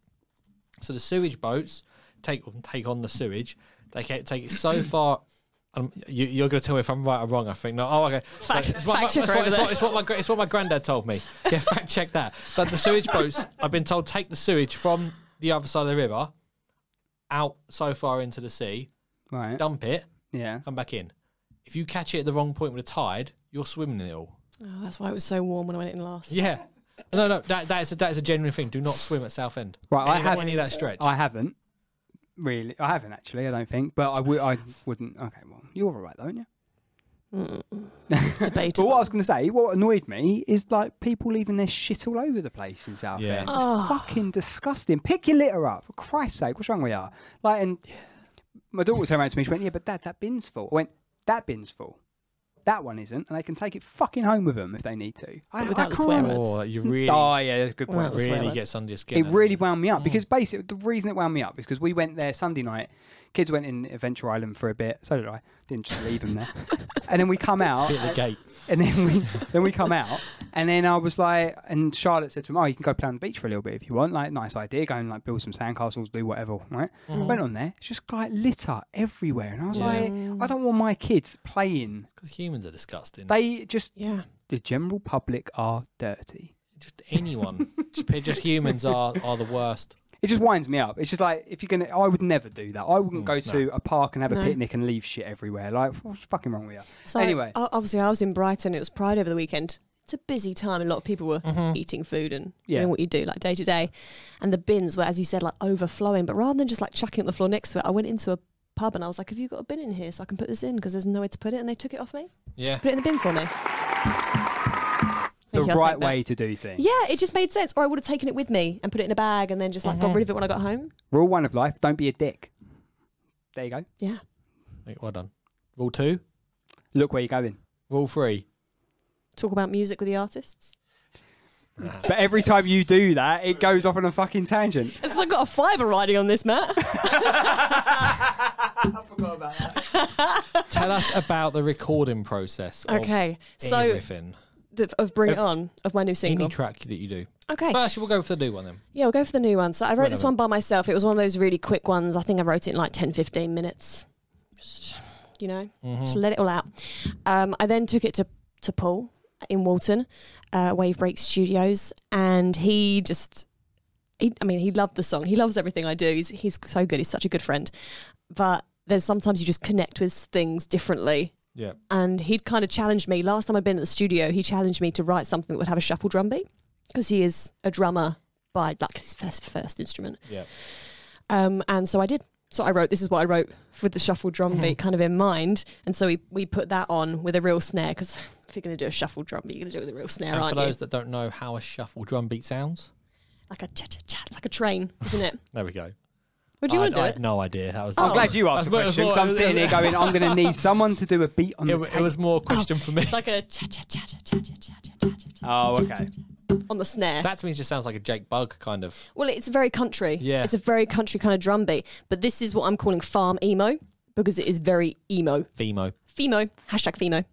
[SPEAKER 3] So the sewage boats take take on the sewage. They ca- take it so far. Um, you, you're going to tell me if I'm right or wrong. I think no. Oh, okay. So it's, what-
[SPEAKER 4] fact
[SPEAKER 3] it's
[SPEAKER 4] checker
[SPEAKER 3] what-
[SPEAKER 4] over
[SPEAKER 3] it's what,
[SPEAKER 4] there.
[SPEAKER 3] it's what my gra- it's what my granddad told me. Yeah, fact check that. That the sewage boats. I've been told take the sewage from the other side of the river, out so far into the sea,
[SPEAKER 2] Right.
[SPEAKER 3] dump it,
[SPEAKER 2] Yeah.
[SPEAKER 3] come back in. If you catch it at the wrong point with the tide, you're swimming in it all.
[SPEAKER 4] Oh, that's why it was so warm when I went in last.
[SPEAKER 3] Yeah. No, no, that, that, is a, that is a genuine thing. Do not swim at South End.
[SPEAKER 2] Right. I
[SPEAKER 3] Any-
[SPEAKER 2] haven't.
[SPEAKER 3] any of that stretch.
[SPEAKER 2] I haven't. Really, I haven't actually. I don't think. But I would. I wouldn't. Okay. Well, you're all right though, aren't you?
[SPEAKER 4] Mm.
[SPEAKER 2] But
[SPEAKER 4] Debatable.
[SPEAKER 2] what I was going to say, what annoyed me is like people leaving their shit all over the place in South
[SPEAKER 3] Yeah.
[SPEAKER 2] End. It's
[SPEAKER 4] Oh.
[SPEAKER 2] fucking disgusting. Pick your litter up, for Christ's sake. What's wrong with you? Like, and my daughter turned around to me. She went, "Yeah, but Dad, that bin's full." I went, "That bin's full. That one isn't, and they can take it fucking home with them if they need to." I,
[SPEAKER 4] But without
[SPEAKER 2] I
[SPEAKER 4] the
[SPEAKER 2] can't-
[SPEAKER 4] swear word.
[SPEAKER 3] Oh, you really,
[SPEAKER 2] Oh yeah, good point.
[SPEAKER 4] Well, swear
[SPEAKER 3] really
[SPEAKER 4] words.
[SPEAKER 3] gets under your skin.
[SPEAKER 2] It
[SPEAKER 3] doesn't
[SPEAKER 2] really wound me up because basically the reason it wound me up is because we went there Sunday night. Kids went in Adventure Island for a bit. So did I. Didn't just leave them there. and then we come out,
[SPEAKER 3] Bit of the gate.
[SPEAKER 2] and then we then we come out, and then I was like, and Charlotte said to him, "Oh, you can go play on the beach for a little bit if you want. Like, nice idea. Go and like build some sandcastles, do whatever, right?"
[SPEAKER 4] Mm-hmm.
[SPEAKER 2] Went on there. It's just like litter everywhere, and I was
[SPEAKER 3] Yeah.
[SPEAKER 2] like, I don't want my kids playing.
[SPEAKER 3] Because humans are disgusting.
[SPEAKER 2] They just
[SPEAKER 4] yeah.
[SPEAKER 2] the general public are dirty.
[SPEAKER 3] just anyone, just, pe- just humans are, are the worst.
[SPEAKER 2] It just winds me up. It's just like if you're gonna, I would never do that. I wouldn't
[SPEAKER 3] Mm,
[SPEAKER 2] go to a park and have
[SPEAKER 4] No.
[SPEAKER 2] a picnic and leave shit everywhere. Like what's fucking wrong with you?
[SPEAKER 4] So
[SPEAKER 2] Anyway.
[SPEAKER 4] o- obviously, I was in Brighton. It was Pride over the weekend. It's a busy time. A lot of people were
[SPEAKER 3] Mm-hmm.
[SPEAKER 4] eating food and
[SPEAKER 2] Yeah.
[SPEAKER 4] doing what you do, like day to day. And the bins were, as you said, like overflowing. But rather than just like chucking it on the floor next to it, I went into a pub and I was like, "Have you got a bin in here so I can put this in? Because there's nowhere to put it." And they took it off me,
[SPEAKER 3] Yeah.
[SPEAKER 4] put it in the bin for me.
[SPEAKER 2] The
[SPEAKER 4] Thank you, I'll
[SPEAKER 2] right
[SPEAKER 4] take that.
[SPEAKER 2] way to do things.
[SPEAKER 4] Yeah, it just made sense. Or I would have taken it with me and put it in a bag and then just like got rid of it when I got home.
[SPEAKER 2] Rule one of life: don't be a dick. There you go.
[SPEAKER 4] Yeah.
[SPEAKER 3] Wait, well done. Rule two,
[SPEAKER 2] Look where you're going.
[SPEAKER 3] rule three.
[SPEAKER 4] Talk about music with the artists.
[SPEAKER 2] But every time you do that, it goes off on a fucking tangent.
[SPEAKER 4] It's like got a fiver riding on this, Matt.
[SPEAKER 2] I forgot about that.
[SPEAKER 3] Tell us about the recording process. of
[SPEAKER 4] okay. So
[SPEAKER 3] everything.
[SPEAKER 4] the, of Bring It On of my new single.
[SPEAKER 3] any track that you do.
[SPEAKER 4] Okay.
[SPEAKER 3] Well, actually, we'll go for the new one then.
[SPEAKER 4] Yeah, we'll go for the new one. So I wrote this
[SPEAKER 3] Whatever.
[SPEAKER 4] one by myself. It was one of those really quick ones. I think I wrote it in like 10, 15 minutes. Just, you know, just let it all out. Um, I then took it to, to Paul in Walton, uh, Wave Break Studios, and he just, he, I mean, he loved the song. He loves everything I do. He's, he's so good. He's such a good friend. But there's sometimes you just connect with things differently.
[SPEAKER 3] Yeah.
[SPEAKER 4] And he'd kind of challenged me. Last time I'd been at the studio, he challenged me to write something that would have a shuffle drum beat because he is a drummer by like his first first instrument.
[SPEAKER 3] Yeah.
[SPEAKER 4] Um, and so I did. So I wrote. This is what I wrote with the shuffle drum beat kind of in mind. And so we we put that on with a real snare because if you're going to do a shuffle drum beat, you're going to do it with a real snare,
[SPEAKER 3] and for
[SPEAKER 4] aren't you?
[SPEAKER 3] those that don't know how a shuffle drum beat sounds,
[SPEAKER 4] Like a cha cha cha, like a train, isn't it?
[SPEAKER 3] there we go.
[SPEAKER 4] Would you
[SPEAKER 3] I,
[SPEAKER 4] want to
[SPEAKER 3] I
[SPEAKER 4] do
[SPEAKER 3] had
[SPEAKER 4] it?
[SPEAKER 3] no idea. That was
[SPEAKER 4] Oh.
[SPEAKER 2] I'm glad you asked
[SPEAKER 3] That's
[SPEAKER 2] the
[SPEAKER 3] what-
[SPEAKER 2] question.
[SPEAKER 3] that's
[SPEAKER 2] 'cause
[SPEAKER 3] what-
[SPEAKER 2] I'm sitting here going, I'm going to need someone to do a beat on
[SPEAKER 3] It,
[SPEAKER 2] the
[SPEAKER 3] w- it
[SPEAKER 2] tape.
[SPEAKER 3] was more a question for me.
[SPEAKER 4] It's like a cha cha cha cha cha cha cha cha cha cha cha
[SPEAKER 2] Oh, okay.
[SPEAKER 4] on the snare.
[SPEAKER 3] that to me just sounds like a Jake Bug kind of.
[SPEAKER 4] Well, it's very country.
[SPEAKER 3] Yeah.
[SPEAKER 4] It's a very country kind of drum beat. But this is what I'm calling farm emo because it is very emo.
[SPEAKER 3] Femo.
[SPEAKER 4] Femo, hashtag Femo.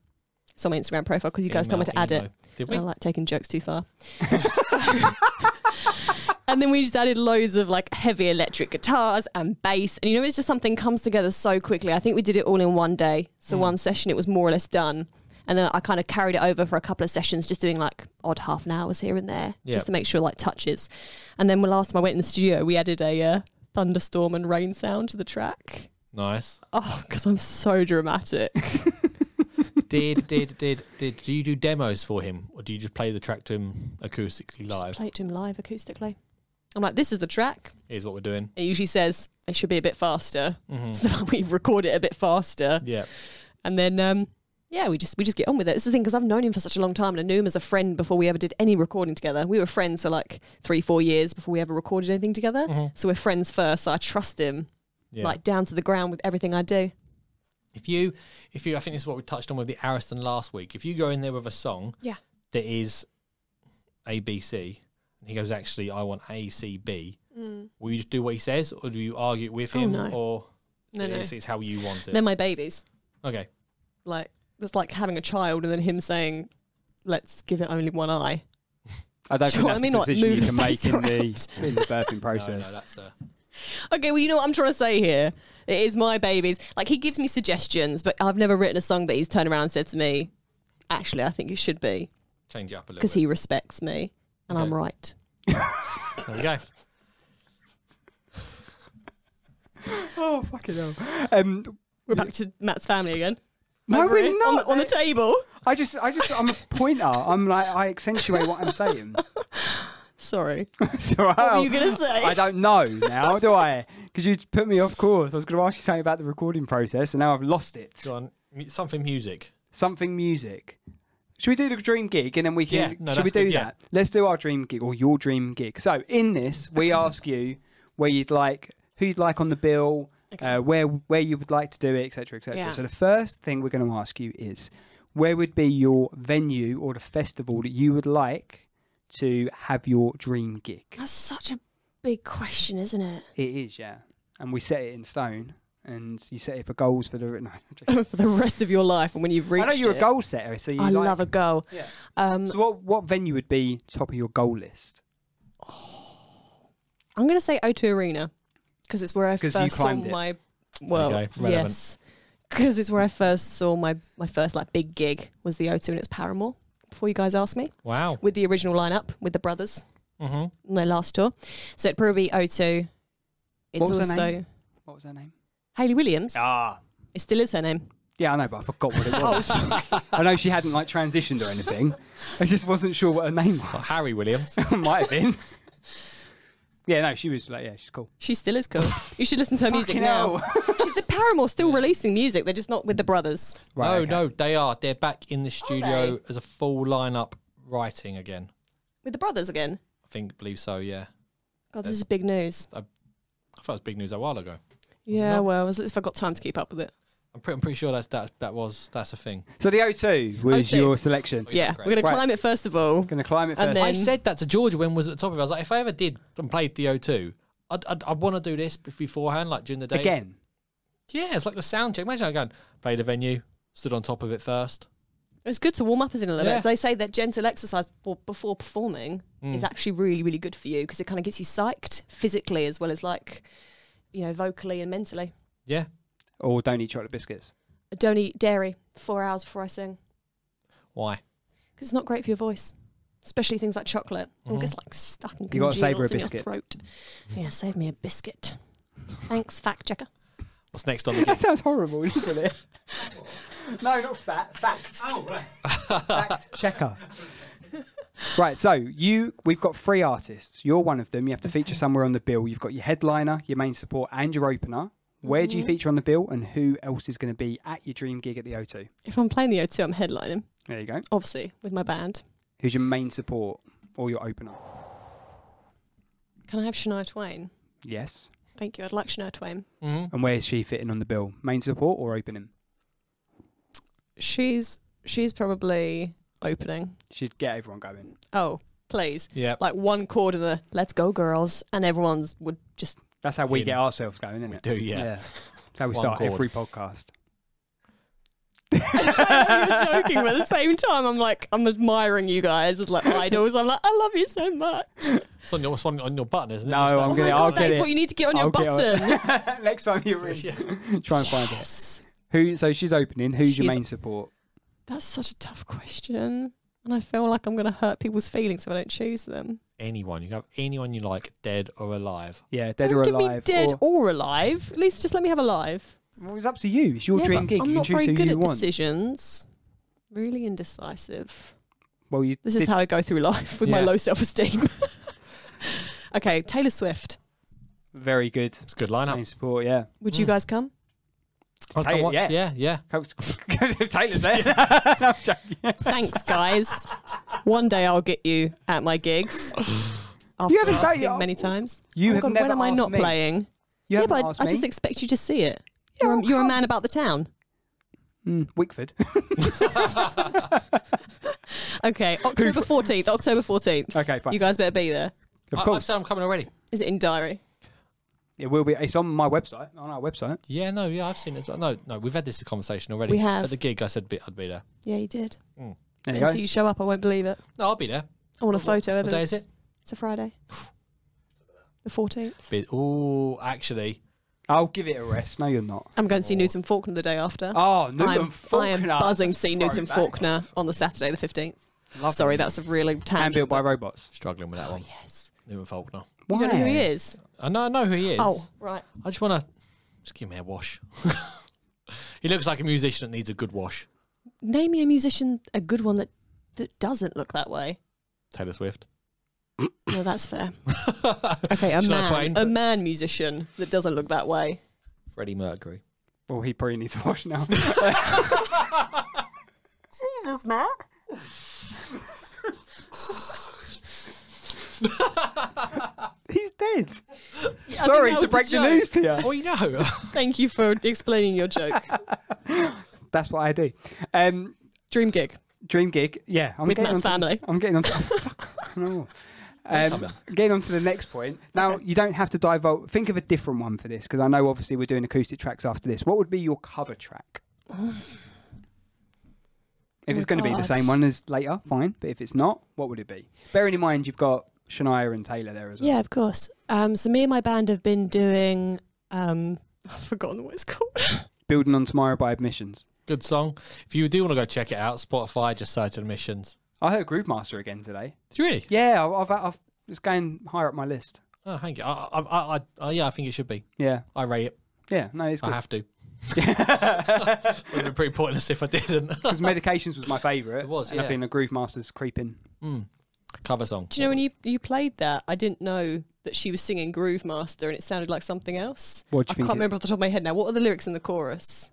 [SPEAKER 4] It's on my Instagram profile because you guys told me to add it. Oh.
[SPEAKER 3] Did we?
[SPEAKER 4] I like taking jokes too far. and then we just added loads of like heavy electric guitars and bass. And you know, it's just something comes together so quickly. I think we did it all in one day.
[SPEAKER 3] Mm.
[SPEAKER 4] So one session, it was more or less done. And then I kind of carried it over for a couple of sessions, just doing like odd half an hours here and there,
[SPEAKER 3] Yeah.
[SPEAKER 4] just to make sure like touches. And then when last time I went in the studio, we added a uh, thunderstorm and rain sound to the track.
[SPEAKER 3] Nice.
[SPEAKER 4] Oh, because I'm so dramatic.
[SPEAKER 3] did did did did do you do demos for him, or do you just play the track to him acoustically
[SPEAKER 4] Just
[SPEAKER 3] live?
[SPEAKER 4] play it to him live acoustically. I'm like, this is the track.
[SPEAKER 3] Here's what we're doing.
[SPEAKER 4] It usually says it should be a bit faster.
[SPEAKER 3] Mhm.
[SPEAKER 4] So we record it a bit faster,
[SPEAKER 3] Yeah.
[SPEAKER 4] and then um, yeah, we just we just get on with it. It's the thing because I've known him for such a long time, and I knew him as a friend before we ever did any recording together. We were friends for like three, four years before we ever recorded anything together. So we're friends first. So I trust him
[SPEAKER 3] Mm-hmm. Yeah.
[SPEAKER 4] like down to the ground with everything I do.
[SPEAKER 3] If you, if you, I think this is what we touched on with the Ariston last week. If you go in there with a song,
[SPEAKER 4] Yeah.
[SPEAKER 3] that is A B C, and he goes, actually, I want A C B. Will you just do what he says, or do you argue with
[SPEAKER 4] Mm. Oh,
[SPEAKER 3] him,
[SPEAKER 4] no.
[SPEAKER 3] or
[SPEAKER 4] No, no,
[SPEAKER 3] it's, it's how you want it?
[SPEAKER 4] they're my babies.
[SPEAKER 3] okay,
[SPEAKER 4] Like it's like having a child, and then him saying, "Let's give it only one eye."
[SPEAKER 2] I don't
[SPEAKER 4] Sure,
[SPEAKER 2] think that's
[SPEAKER 4] I mean,
[SPEAKER 2] the
[SPEAKER 4] like,
[SPEAKER 2] decision
[SPEAKER 4] move
[SPEAKER 2] you
[SPEAKER 4] the
[SPEAKER 2] can make
[SPEAKER 4] face
[SPEAKER 2] in the,
[SPEAKER 4] around.
[SPEAKER 2] in the birthing
[SPEAKER 3] no, no,
[SPEAKER 2] process.
[SPEAKER 3] that's uh,
[SPEAKER 4] Okay, well, you know what I'm trying to say here? It is my babies. Like, he gives me suggestions, but I've never written a song that he's turned around and said to me, actually, I think it should be,
[SPEAKER 3] change it up a little.
[SPEAKER 4] because
[SPEAKER 3] Bit.
[SPEAKER 4] he respects me and I'm
[SPEAKER 3] Okay.
[SPEAKER 4] right.
[SPEAKER 3] There we go.
[SPEAKER 2] oh, fucking hell. Um,
[SPEAKER 4] We're back to Matt's family again.
[SPEAKER 2] no,
[SPEAKER 4] Over
[SPEAKER 2] we're
[SPEAKER 4] here,
[SPEAKER 2] not.
[SPEAKER 4] On the, on the table.
[SPEAKER 2] I just, I just, I'm a pointer. I'm like, I accentuate what I'm saying.
[SPEAKER 4] Sorry.
[SPEAKER 2] so
[SPEAKER 4] What
[SPEAKER 2] I'll-
[SPEAKER 4] were you going to say?
[SPEAKER 2] I don't know now, do I? Because you put me off course. I was going to ask you something about the recording process, and now I've lost it.
[SPEAKER 3] Go on. Mu- Something music.
[SPEAKER 2] something music. Should we do the dream gig and then we can?
[SPEAKER 3] Yeah, no,
[SPEAKER 2] should we
[SPEAKER 3] that's
[SPEAKER 2] do
[SPEAKER 3] good, yeah.
[SPEAKER 2] that? Let's do our dream gig or your dream gig. So in this, we ask you where you'd like, who you'd like on the bill, uh, where where you would like to do it, etc., etc.
[SPEAKER 4] Yeah.
[SPEAKER 2] So the first thing we're going to ask you is, where would be your venue or the festival that you would like to have your dream gig?
[SPEAKER 4] That's such a big question, isn't it?
[SPEAKER 2] It is, yeah. And we set it in stone, and you set it for goals for the. No, I'm joking.
[SPEAKER 4] For the rest of your life, and when you've
[SPEAKER 2] I
[SPEAKER 4] reached
[SPEAKER 2] know you're
[SPEAKER 4] it.
[SPEAKER 2] a goal setter, so you
[SPEAKER 4] I
[SPEAKER 2] like,
[SPEAKER 4] love a goal.
[SPEAKER 2] Yeah.
[SPEAKER 4] Um,
[SPEAKER 2] So what what venue would be top of your goal list?
[SPEAKER 4] I'm going to say O2 Arena because it's where I
[SPEAKER 2] 'Cause
[SPEAKER 4] first
[SPEAKER 2] you
[SPEAKER 4] saw
[SPEAKER 2] climbed it.
[SPEAKER 4] my well,
[SPEAKER 3] Okay, relevant.
[SPEAKER 4] yes, because it's where I first saw my my first like big gig was the O2 and it's Paramore. Before you guys ask me,
[SPEAKER 3] Wow.
[SPEAKER 4] with the original lineup with the brothers
[SPEAKER 3] Mm-hmm.
[SPEAKER 4] on their last tour, so it'd probably be O2. It's
[SPEAKER 2] What was her
[SPEAKER 4] also
[SPEAKER 2] name? What was her name?
[SPEAKER 4] Haley Williams.
[SPEAKER 2] Ah,
[SPEAKER 4] It still is her name.
[SPEAKER 2] yeah, I know, but I forgot what it was. I know she hadn't like transitioned or anything. I just wasn't sure what her name was.
[SPEAKER 3] Harry Williams.
[SPEAKER 2] Might have been. Yeah, no, she was like, yeah, she's cool.
[SPEAKER 4] She still is cool. you should listen to her music
[SPEAKER 2] Fucking
[SPEAKER 4] now.
[SPEAKER 2] hell.
[SPEAKER 4] She- the Paramore's still releasing music. They're just not with the brothers.
[SPEAKER 2] Right,
[SPEAKER 3] no,
[SPEAKER 2] okay.
[SPEAKER 3] no, they are. They're back in the studio as a full lineup writing again.
[SPEAKER 4] With the brothers again.
[SPEAKER 3] I think, believe so. Yeah,
[SPEAKER 4] God, this is big news.
[SPEAKER 3] I thought it was big news a while ago.
[SPEAKER 4] Yeah,
[SPEAKER 3] not?
[SPEAKER 4] well, as if I got time to keep up with it.
[SPEAKER 3] I'm pretty, I'm pretty sure that's that. That was that's a thing.
[SPEAKER 2] So the O2 was
[SPEAKER 4] O2.
[SPEAKER 2] your selection.
[SPEAKER 4] Oh, Yeah,
[SPEAKER 3] great.
[SPEAKER 4] we're going
[SPEAKER 2] Right.
[SPEAKER 4] to climb it first of all.
[SPEAKER 2] Gonna climb it first.
[SPEAKER 4] And then-
[SPEAKER 3] I said that to George when we was at the top of it. I was like, if I ever did and played the O2, I'd, I'd, I'd want to do this bef- beforehand, like during the day.
[SPEAKER 2] again.
[SPEAKER 3] Yeah, it's like the sound check. Imagine I going, played a venue, stood on top of it first.
[SPEAKER 4] It's good to warm up, isn't it? A little
[SPEAKER 3] Yeah.
[SPEAKER 4] bit. They say that gentle exercise b- before performing
[SPEAKER 3] Mm,
[SPEAKER 4] is actually really, really good for you because it kind of gets you psyched physically as well as like, you know, vocally and mentally.
[SPEAKER 3] Yeah.
[SPEAKER 2] Or don't eat chocolate biscuits.
[SPEAKER 4] Don't eat dairy four hours before I sing
[SPEAKER 3] Why?
[SPEAKER 4] because it's not great for your voice, especially things like chocolate. It all
[SPEAKER 3] Mhm.
[SPEAKER 4] gets like stuck and
[SPEAKER 2] You gotta savour a
[SPEAKER 4] congealed in your
[SPEAKER 2] biscuit.
[SPEAKER 4] throat. yeah, save me a biscuit. Thanks, fact checker.
[SPEAKER 3] What's next on the
[SPEAKER 2] That
[SPEAKER 3] list?
[SPEAKER 2] sounds horrible, doesn't it? no, not fat. Fact. Oh, right. Fact checker. right, so you we've got three artists. You're one of them. You have to feature somewhere on the bill. You've got your headliner, your main support, and your opener. Where do you feature on the bill, and who else is going to be at your dream gig at the O2?
[SPEAKER 4] If I'm playing the O2, I'm headlining,
[SPEAKER 2] There you go.
[SPEAKER 4] obviously, with my band.
[SPEAKER 2] Who's your main support or your opener?
[SPEAKER 4] Can I have Shania Twain?
[SPEAKER 2] Yes.
[SPEAKER 4] Thank you. I'd like Shania Twain.
[SPEAKER 3] Mhm.
[SPEAKER 2] And where is she fitting on the bill? Main support or opening?
[SPEAKER 4] she's she's probably opening.
[SPEAKER 2] She'd get everyone going.
[SPEAKER 4] Oh, please.
[SPEAKER 3] Yeah.
[SPEAKER 4] Like one chord of the let's go girls and everyone's would just
[SPEAKER 2] That's how we
[SPEAKER 3] In.
[SPEAKER 2] get ourselves going, isn't it?
[SPEAKER 3] do, yeah.
[SPEAKER 2] That's how we
[SPEAKER 3] One
[SPEAKER 2] start
[SPEAKER 3] chord.
[SPEAKER 2] every podcast.
[SPEAKER 4] I'm joking, but at the same time I'm like I'm admiring you guys as like idols. I'm like, I love you so much.
[SPEAKER 3] It's on your, it's on, on your button, isn't it?
[SPEAKER 2] No,
[SPEAKER 3] It's
[SPEAKER 2] I'm
[SPEAKER 4] Oh
[SPEAKER 2] gonna-
[SPEAKER 4] my
[SPEAKER 2] I'll
[SPEAKER 4] god,
[SPEAKER 2] get
[SPEAKER 4] that is
[SPEAKER 2] it.
[SPEAKER 4] what you need to get on
[SPEAKER 2] I'll
[SPEAKER 4] your
[SPEAKER 2] get on-
[SPEAKER 4] button.
[SPEAKER 2] Next time you're in, try and find it.
[SPEAKER 4] Yes.
[SPEAKER 2] Who? So she's opening. Who's your
[SPEAKER 4] She's-
[SPEAKER 2] main support?
[SPEAKER 4] That's such a tough question. And I feel like I'm gonna hurt people's feelings if I don't choose them.
[SPEAKER 3] anyone. You can have anyone you like, dead or alive.
[SPEAKER 2] Yeah, dead
[SPEAKER 4] Don't
[SPEAKER 2] or
[SPEAKER 4] give
[SPEAKER 2] alive.
[SPEAKER 4] me dead
[SPEAKER 2] or-
[SPEAKER 4] or, alive. At least just let me have alive.
[SPEAKER 2] well, it's up to you. It's your
[SPEAKER 4] Yeah,
[SPEAKER 2] dream
[SPEAKER 4] but
[SPEAKER 2] gig.
[SPEAKER 4] I'm
[SPEAKER 2] you can
[SPEAKER 4] not
[SPEAKER 2] choose
[SPEAKER 4] very
[SPEAKER 2] who
[SPEAKER 4] good
[SPEAKER 2] you
[SPEAKER 4] at
[SPEAKER 2] want.
[SPEAKER 4] decisions. Really indecisive.
[SPEAKER 2] Well, you.
[SPEAKER 4] This is
[SPEAKER 2] did-
[SPEAKER 4] how I go through life with my
[SPEAKER 3] Yeah.
[SPEAKER 4] low self esteem. okay, Taylor Swift.
[SPEAKER 2] very good
[SPEAKER 3] It's a good lineup.
[SPEAKER 2] main support. Yeah.
[SPEAKER 4] Would you
[SPEAKER 3] Mm.
[SPEAKER 4] guys come?
[SPEAKER 3] I
[SPEAKER 2] Take
[SPEAKER 3] can
[SPEAKER 2] it,
[SPEAKER 3] watch.
[SPEAKER 2] yeah.
[SPEAKER 3] Yeah, yeah.
[SPEAKER 2] if Taylor's there. No, I'm joking.
[SPEAKER 4] Thanks, guys. One day I'll get you at my gigs. After
[SPEAKER 2] You haven't done-
[SPEAKER 4] asking
[SPEAKER 2] yeah.
[SPEAKER 4] many times.
[SPEAKER 2] You
[SPEAKER 4] oh
[SPEAKER 2] have
[SPEAKER 4] God,
[SPEAKER 2] never
[SPEAKER 4] when am I
[SPEAKER 2] asked
[SPEAKER 4] not
[SPEAKER 2] me.
[SPEAKER 4] playing?
[SPEAKER 2] You
[SPEAKER 4] yeah,
[SPEAKER 2] haven't
[SPEAKER 4] but I,
[SPEAKER 2] asked
[SPEAKER 4] I
[SPEAKER 2] me.
[SPEAKER 4] just expect you to see it.
[SPEAKER 2] Yeah,
[SPEAKER 4] You're, a,
[SPEAKER 2] I'll
[SPEAKER 4] you're a
[SPEAKER 2] come.
[SPEAKER 4] man about the town.
[SPEAKER 2] Mm, Wickford.
[SPEAKER 4] Okay, October fourteenth. October fourteenth.
[SPEAKER 2] okay, fine.
[SPEAKER 4] You guys better be there.
[SPEAKER 2] of
[SPEAKER 3] I, I've
[SPEAKER 2] course,
[SPEAKER 3] said I'm coming already.
[SPEAKER 4] Is it in diary?
[SPEAKER 2] it will be. It's on my website. On our website.
[SPEAKER 3] Yeah, no, yeah, I've seen it as well. No, no, we've had this conversation already.
[SPEAKER 4] We have.
[SPEAKER 3] At the gig, I said be- I'd be there.
[SPEAKER 4] Yeah, you did.
[SPEAKER 2] There you
[SPEAKER 4] Until
[SPEAKER 2] go.
[SPEAKER 4] you show up, I won't believe it.
[SPEAKER 3] No, I'll be there.
[SPEAKER 4] I want a
[SPEAKER 3] What-
[SPEAKER 4] photo.
[SPEAKER 3] what day
[SPEAKER 4] evidence.
[SPEAKER 3] is it?
[SPEAKER 4] It's a Friday. The fourteenth.
[SPEAKER 3] Be- oh, actually,
[SPEAKER 2] I'll give it a rest. No, you're not.
[SPEAKER 4] I'm going to see Newton Faulkner the day after.
[SPEAKER 2] Oh, Newton
[SPEAKER 4] I'm, I am
[SPEAKER 2] Faulkner.
[SPEAKER 4] buzzing to see
[SPEAKER 2] Throw
[SPEAKER 4] Newton
[SPEAKER 2] back.
[SPEAKER 4] Faulkner on the Saturday the 15th.
[SPEAKER 2] Lovely.
[SPEAKER 4] Sorry, that's a really
[SPEAKER 2] And
[SPEAKER 4] tangent.
[SPEAKER 2] built by robots.
[SPEAKER 3] struggling with that one.
[SPEAKER 4] Oh, yes.
[SPEAKER 3] Newman Faulkner.
[SPEAKER 4] You don't know who
[SPEAKER 2] Why?
[SPEAKER 4] he is?
[SPEAKER 3] I know, I know who he is.
[SPEAKER 4] Oh, right.
[SPEAKER 3] I just want to just give me a wash. he looks like a musician that needs a good wash.
[SPEAKER 4] Name me a musician, a good one that, that doesn't look that way.
[SPEAKER 3] Taylor Swift.
[SPEAKER 4] No, that's fair. okay, a
[SPEAKER 3] Shania
[SPEAKER 4] man,
[SPEAKER 3] Twain.
[SPEAKER 4] a man musician that doesn't look that way.
[SPEAKER 3] Freddie Mercury.
[SPEAKER 2] Well, he probably needs a wash now.
[SPEAKER 5] Jesus, Matt.
[SPEAKER 2] He's dead. Sorry
[SPEAKER 4] that
[SPEAKER 2] to
[SPEAKER 4] was the
[SPEAKER 2] break the,
[SPEAKER 4] joke.
[SPEAKER 2] news to you.
[SPEAKER 3] Oh, you know.
[SPEAKER 4] Thank you for explaining your joke.
[SPEAKER 2] That's what I do. Um,
[SPEAKER 4] Dream gig.
[SPEAKER 2] dream gig. Yeah, I'm
[SPEAKER 4] With
[SPEAKER 2] getting
[SPEAKER 4] Matt's
[SPEAKER 2] onto- oh,
[SPEAKER 4] family.
[SPEAKER 2] I'm getting on. no. Um, getting on to the next point. Now, you don't have to divulge. Think of a different one for this because I know obviously we're doing acoustic tracks after this. What would be your cover track? If
[SPEAKER 4] Oh
[SPEAKER 2] it's going to be the
[SPEAKER 4] God.
[SPEAKER 2] same one as later, fine. But if it's not, what would it be? Bearing in mind you've got Shania and Taylor there as well.
[SPEAKER 4] Yeah, of course. Um, so me and my band have been doing. Um, I've forgotten what it's called.
[SPEAKER 2] Building on Tomorrow by Admissions.
[SPEAKER 3] Good song. If you do want to go check it out, Spotify, just search admissions.
[SPEAKER 2] I heard Groove Master again today.
[SPEAKER 3] It's really?
[SPEAKER 2] Yeah, I- I've, I've, I've it's going higher up my list.
[SPEAKER 3] Oh, thank you. I, I, I, I, yeah, I think it should be.
[SPEAKER 2] Yeah,
[SPEAKER 3] I rate it.
[SPEAKER 2] yeah. No, it's
[SPEAKER 3] I
[SPEAKER 2] good.
[SPEAKER 3] have to. it would be pretty pointless if I didn't.
[SPEAKER 2] because medications was my favourite.
[SPEAKER 3] It was,
[SPEAKER 2] And I
[SPEAKER 3] yeah.
[SPEAKER 2] think the Groove Master's creeping.
[SPEAKER 3] Hmm. Cover song.
[SPEAKER 4] Do you know when you, you played that? I didn't know that she was singing Groove Master and it sounded like something else.
[SPEAKER 2] What do you
[SPEAKER 4] I
[SPEAKER 2] think
[SPEAKER 4] can't
[SPEAKER 2] it-
[SPEAKER 4] remember off the top of my head now. What are the lyrics in the chorus?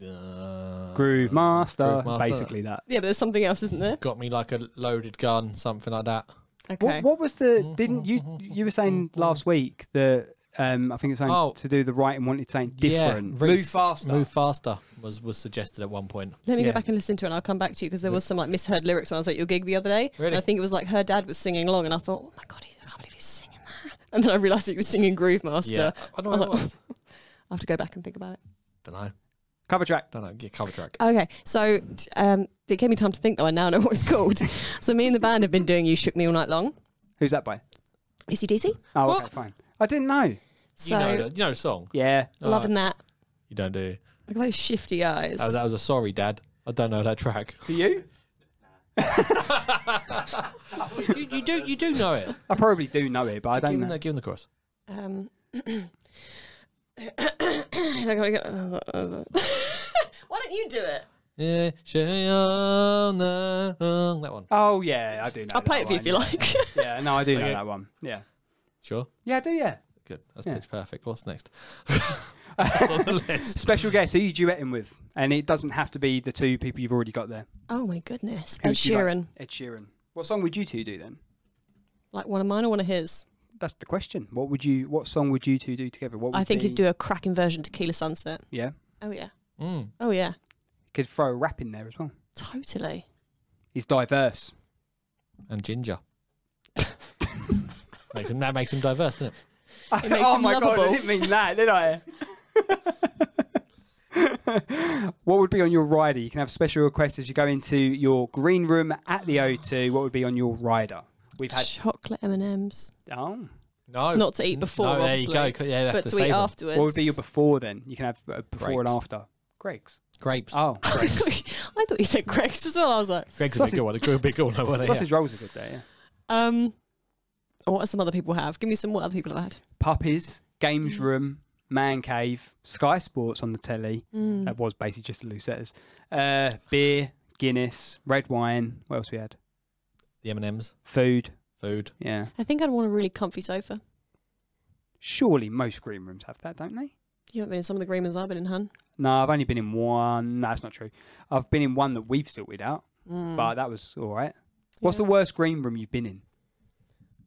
[SPEAKER 3] Uh,
[SPEAKER 2] Groove Master,
[SPEAKER 3] Groove Master.
[SPEAKER 2] basically that.
[SPEAKER 4] Yeah, but there's something else, isn't there?
[SPEAKER 3] Got me like a loaded gun, something like that.
[SPEAKER 4] Okay.
[SPEAKER 2] What, what was the? Didn't you? You were saying last week that um, I think it was something
[SPEAKER 3] Oh.
[SPEAKER 2] to do the right and wanted something different.
[SPEAKER 3] Yeah, really
[SPEAKER 2] Move
[SPEAKER 3] s-
[SPEAKER 2] faster.
[SPEAKER 3] Move faster was was suggested at one point.
[SPEAKER 4] Let me
[SPEAKER 2] Yeah.
[SPEAKER 4] go back and listen to it and I'll come back to you because there was some like misheard lyrics when I was at your gig the other day. And
[SPEAKER 3] Really?
[SPEAKER 4] I think it was like her dad was singing along and I thought, oh my God, I can't believe he's singing that. And then I realised that he was singing Groove Master.
[SPEAKER 3] Yeah, I don't know what it
[SPEAKER 4] was like,
[SPEAKER 3] was.
[SPEAKER 4] I'll have to go back and think about it.
[SPEAKER 3] Don't know.
[SPEAKER 2] Cover track.
[SPEAKER 3] Don't know. Get cover track.
[SPEAKER 4] Okay, so um, it gave me time to think though. I now know what it's called. so me and the band have been doing You Shook Me All Night Long.
[SPEAKER 2] Who's that by?
[SPEAKER 4] ACDC.
[SPEAKER 2] Oh,
[SPEAKER 3] What?
[SPEAKER 2] okay, fine. I didn't know.
[SPEAKER 4] So
[SPEAKER 3] you know, the- you know the song.
[SPEAKER 2] Yeah,
[SPEAKER 4] loving that.
[SPEAKER 3] You don't do. you?
[SPEAKER 4] Look at those shifty eyes.
[SPEAKER 3] That was, that was a sorry, Dad. I don't know that track.
[SPEAKER 2] for you.
[SPEAKER 3] you, you do. You do know it.
[SPEAKER 2] I probably do know it, but I
[SPEAKER 3] give
[SPEAKER 2] don't
[SPEAKER 3] him
[SPEAKER 2] know.
[SPEAKER 3] the give him the cross.
[SPEAKER 4] Um, Why don't you do it?
[SPEAKER 3] Yeah, Shayana. That one.
[SPEAKER 2] Oh yeah, I do know.
[SPEAKER 4] I'll play it for you if you like.
[SPEAKER 2] Yeah, no, I do know
[SPEAKER 3] Okay.
[SPEAKER 2] that one. Yeah,
[SPEAKER 3] Sure.
[SPEAKER 2] yeah, I do. Yeah.
[SPEAKER 3] Good. That's
[SPEAKER 2] Yeah.
[SPEAKER 3] pitch perfect. What's next? That's on the list.
[SPEAKER 2] Special guest. Who you duetting with? And it doesn't have to be the two people you've already got there.
[SPEAKER 4] oh my goodness.
[SPEAKER 2] Who
[SPEAKER 4] Ed
[SPEAKER 2] would you like-
[SPEAKER 4] Sheeran.
[SPEAKER 2] Ed Sheeran. What song would you two do then?
[SPEAKER 4] Like, one of mine or one of his?
[SPEAKER 2] That's the question. What would you? What song would you two do together? What would
[SPEAKER 4] I think
[SPEAKER 2] be,
[SPEAKER 4] he'd do a cracking version to Tequila Sunset.
[SPEAKER 2] Yeah,
[SPEAKER 4] Oh yeah.
[SPEAKER 3] Mm.
[SPEAKER 4] Oh yeah.
[SPEAKER 2] could throw a rap in there as well.
[SPEAKER 4] Totally.
[SPEAKER 2] He's diverse.
[SPEAKER 3] And ginger. makes him, that makes him diverse, doesn't it?
[SPEAKER 4] makes
[SPEAKER 2] oh
[SPEAKER 4] him
[SPEAKER 2] my god, I
[SPEAKER 4] lovable.
[SPEAKER 2] didn't mean that, did I? what would be on your rider? You can have special requests as you go into your green room at the O2. What would be on your rider? We've had
[SPEAKER 4] Chocolate M&Ms.
[SPEAKER 2] oh,
[SPEAKER 3] No.
[SPEAKER 4] Not to eat before,
[SPEAKER 3] No, there
[SPEAKER 4] obviously.
[SPEAKER 3] you go. Yeah, that's
[SPEAKER 4] But
[SPEAKER 3] the
[SPEAKER 4] to eat
[SPEAKER 3] savour.
[SPEAKER 4] afterwards.
[SPEAKER 2] what would be your before then? You can have uh, before and
[SPEAKER 3] Grapes.
[SPEAKER 2] after. Greg's.
[SPEAKER 3] Grapes.
[SPEAKER 2] Oh,
[SPEAKER 4] I thought you said Greg's as well. I was like,
[SPEAKER 3] Greg's
[SPEAKER 2] Sausage-
[SPEAKER 3] a big one. A good big one. wasn't it?
[SPEAKER 2] sausage rolls are good there. Yeah.
[SPEAKER 4] um, what do some other people have? Give me some what other people have had.
[SPEAKER 2] Puppies,
[SPEAKER 4] Mm.
[SPEAKER 2] games room, man cave, Sky Sports on the telly.
[SPEAKER 4] Mm.
[SPEAKER 2] That was basically just the Lucetta's. Uh, beer, Guinness, red wine. What else we had?
[SPEAKER 3] The M&Ms.
[SPEAKER 2] Food.
[SPEAKER 3] Food.
[SPEAKER 2] Yeah.
[SPEAKER 4] I think I'd want a really comfy sofa.
[SPEAKER 2] Surely most green rooms have that, don't they?
[SPEAKER 4] You haven't been in some of the green ones I've been in, hun.
[SPEAKER 2] No, I've only been in one. No, that's not true. I've been in one that we've sorted out, but that was all right. What's
[SPEAKER 4] Mm. Yeah.
[SPEAKER 2] the worst green room you've been in?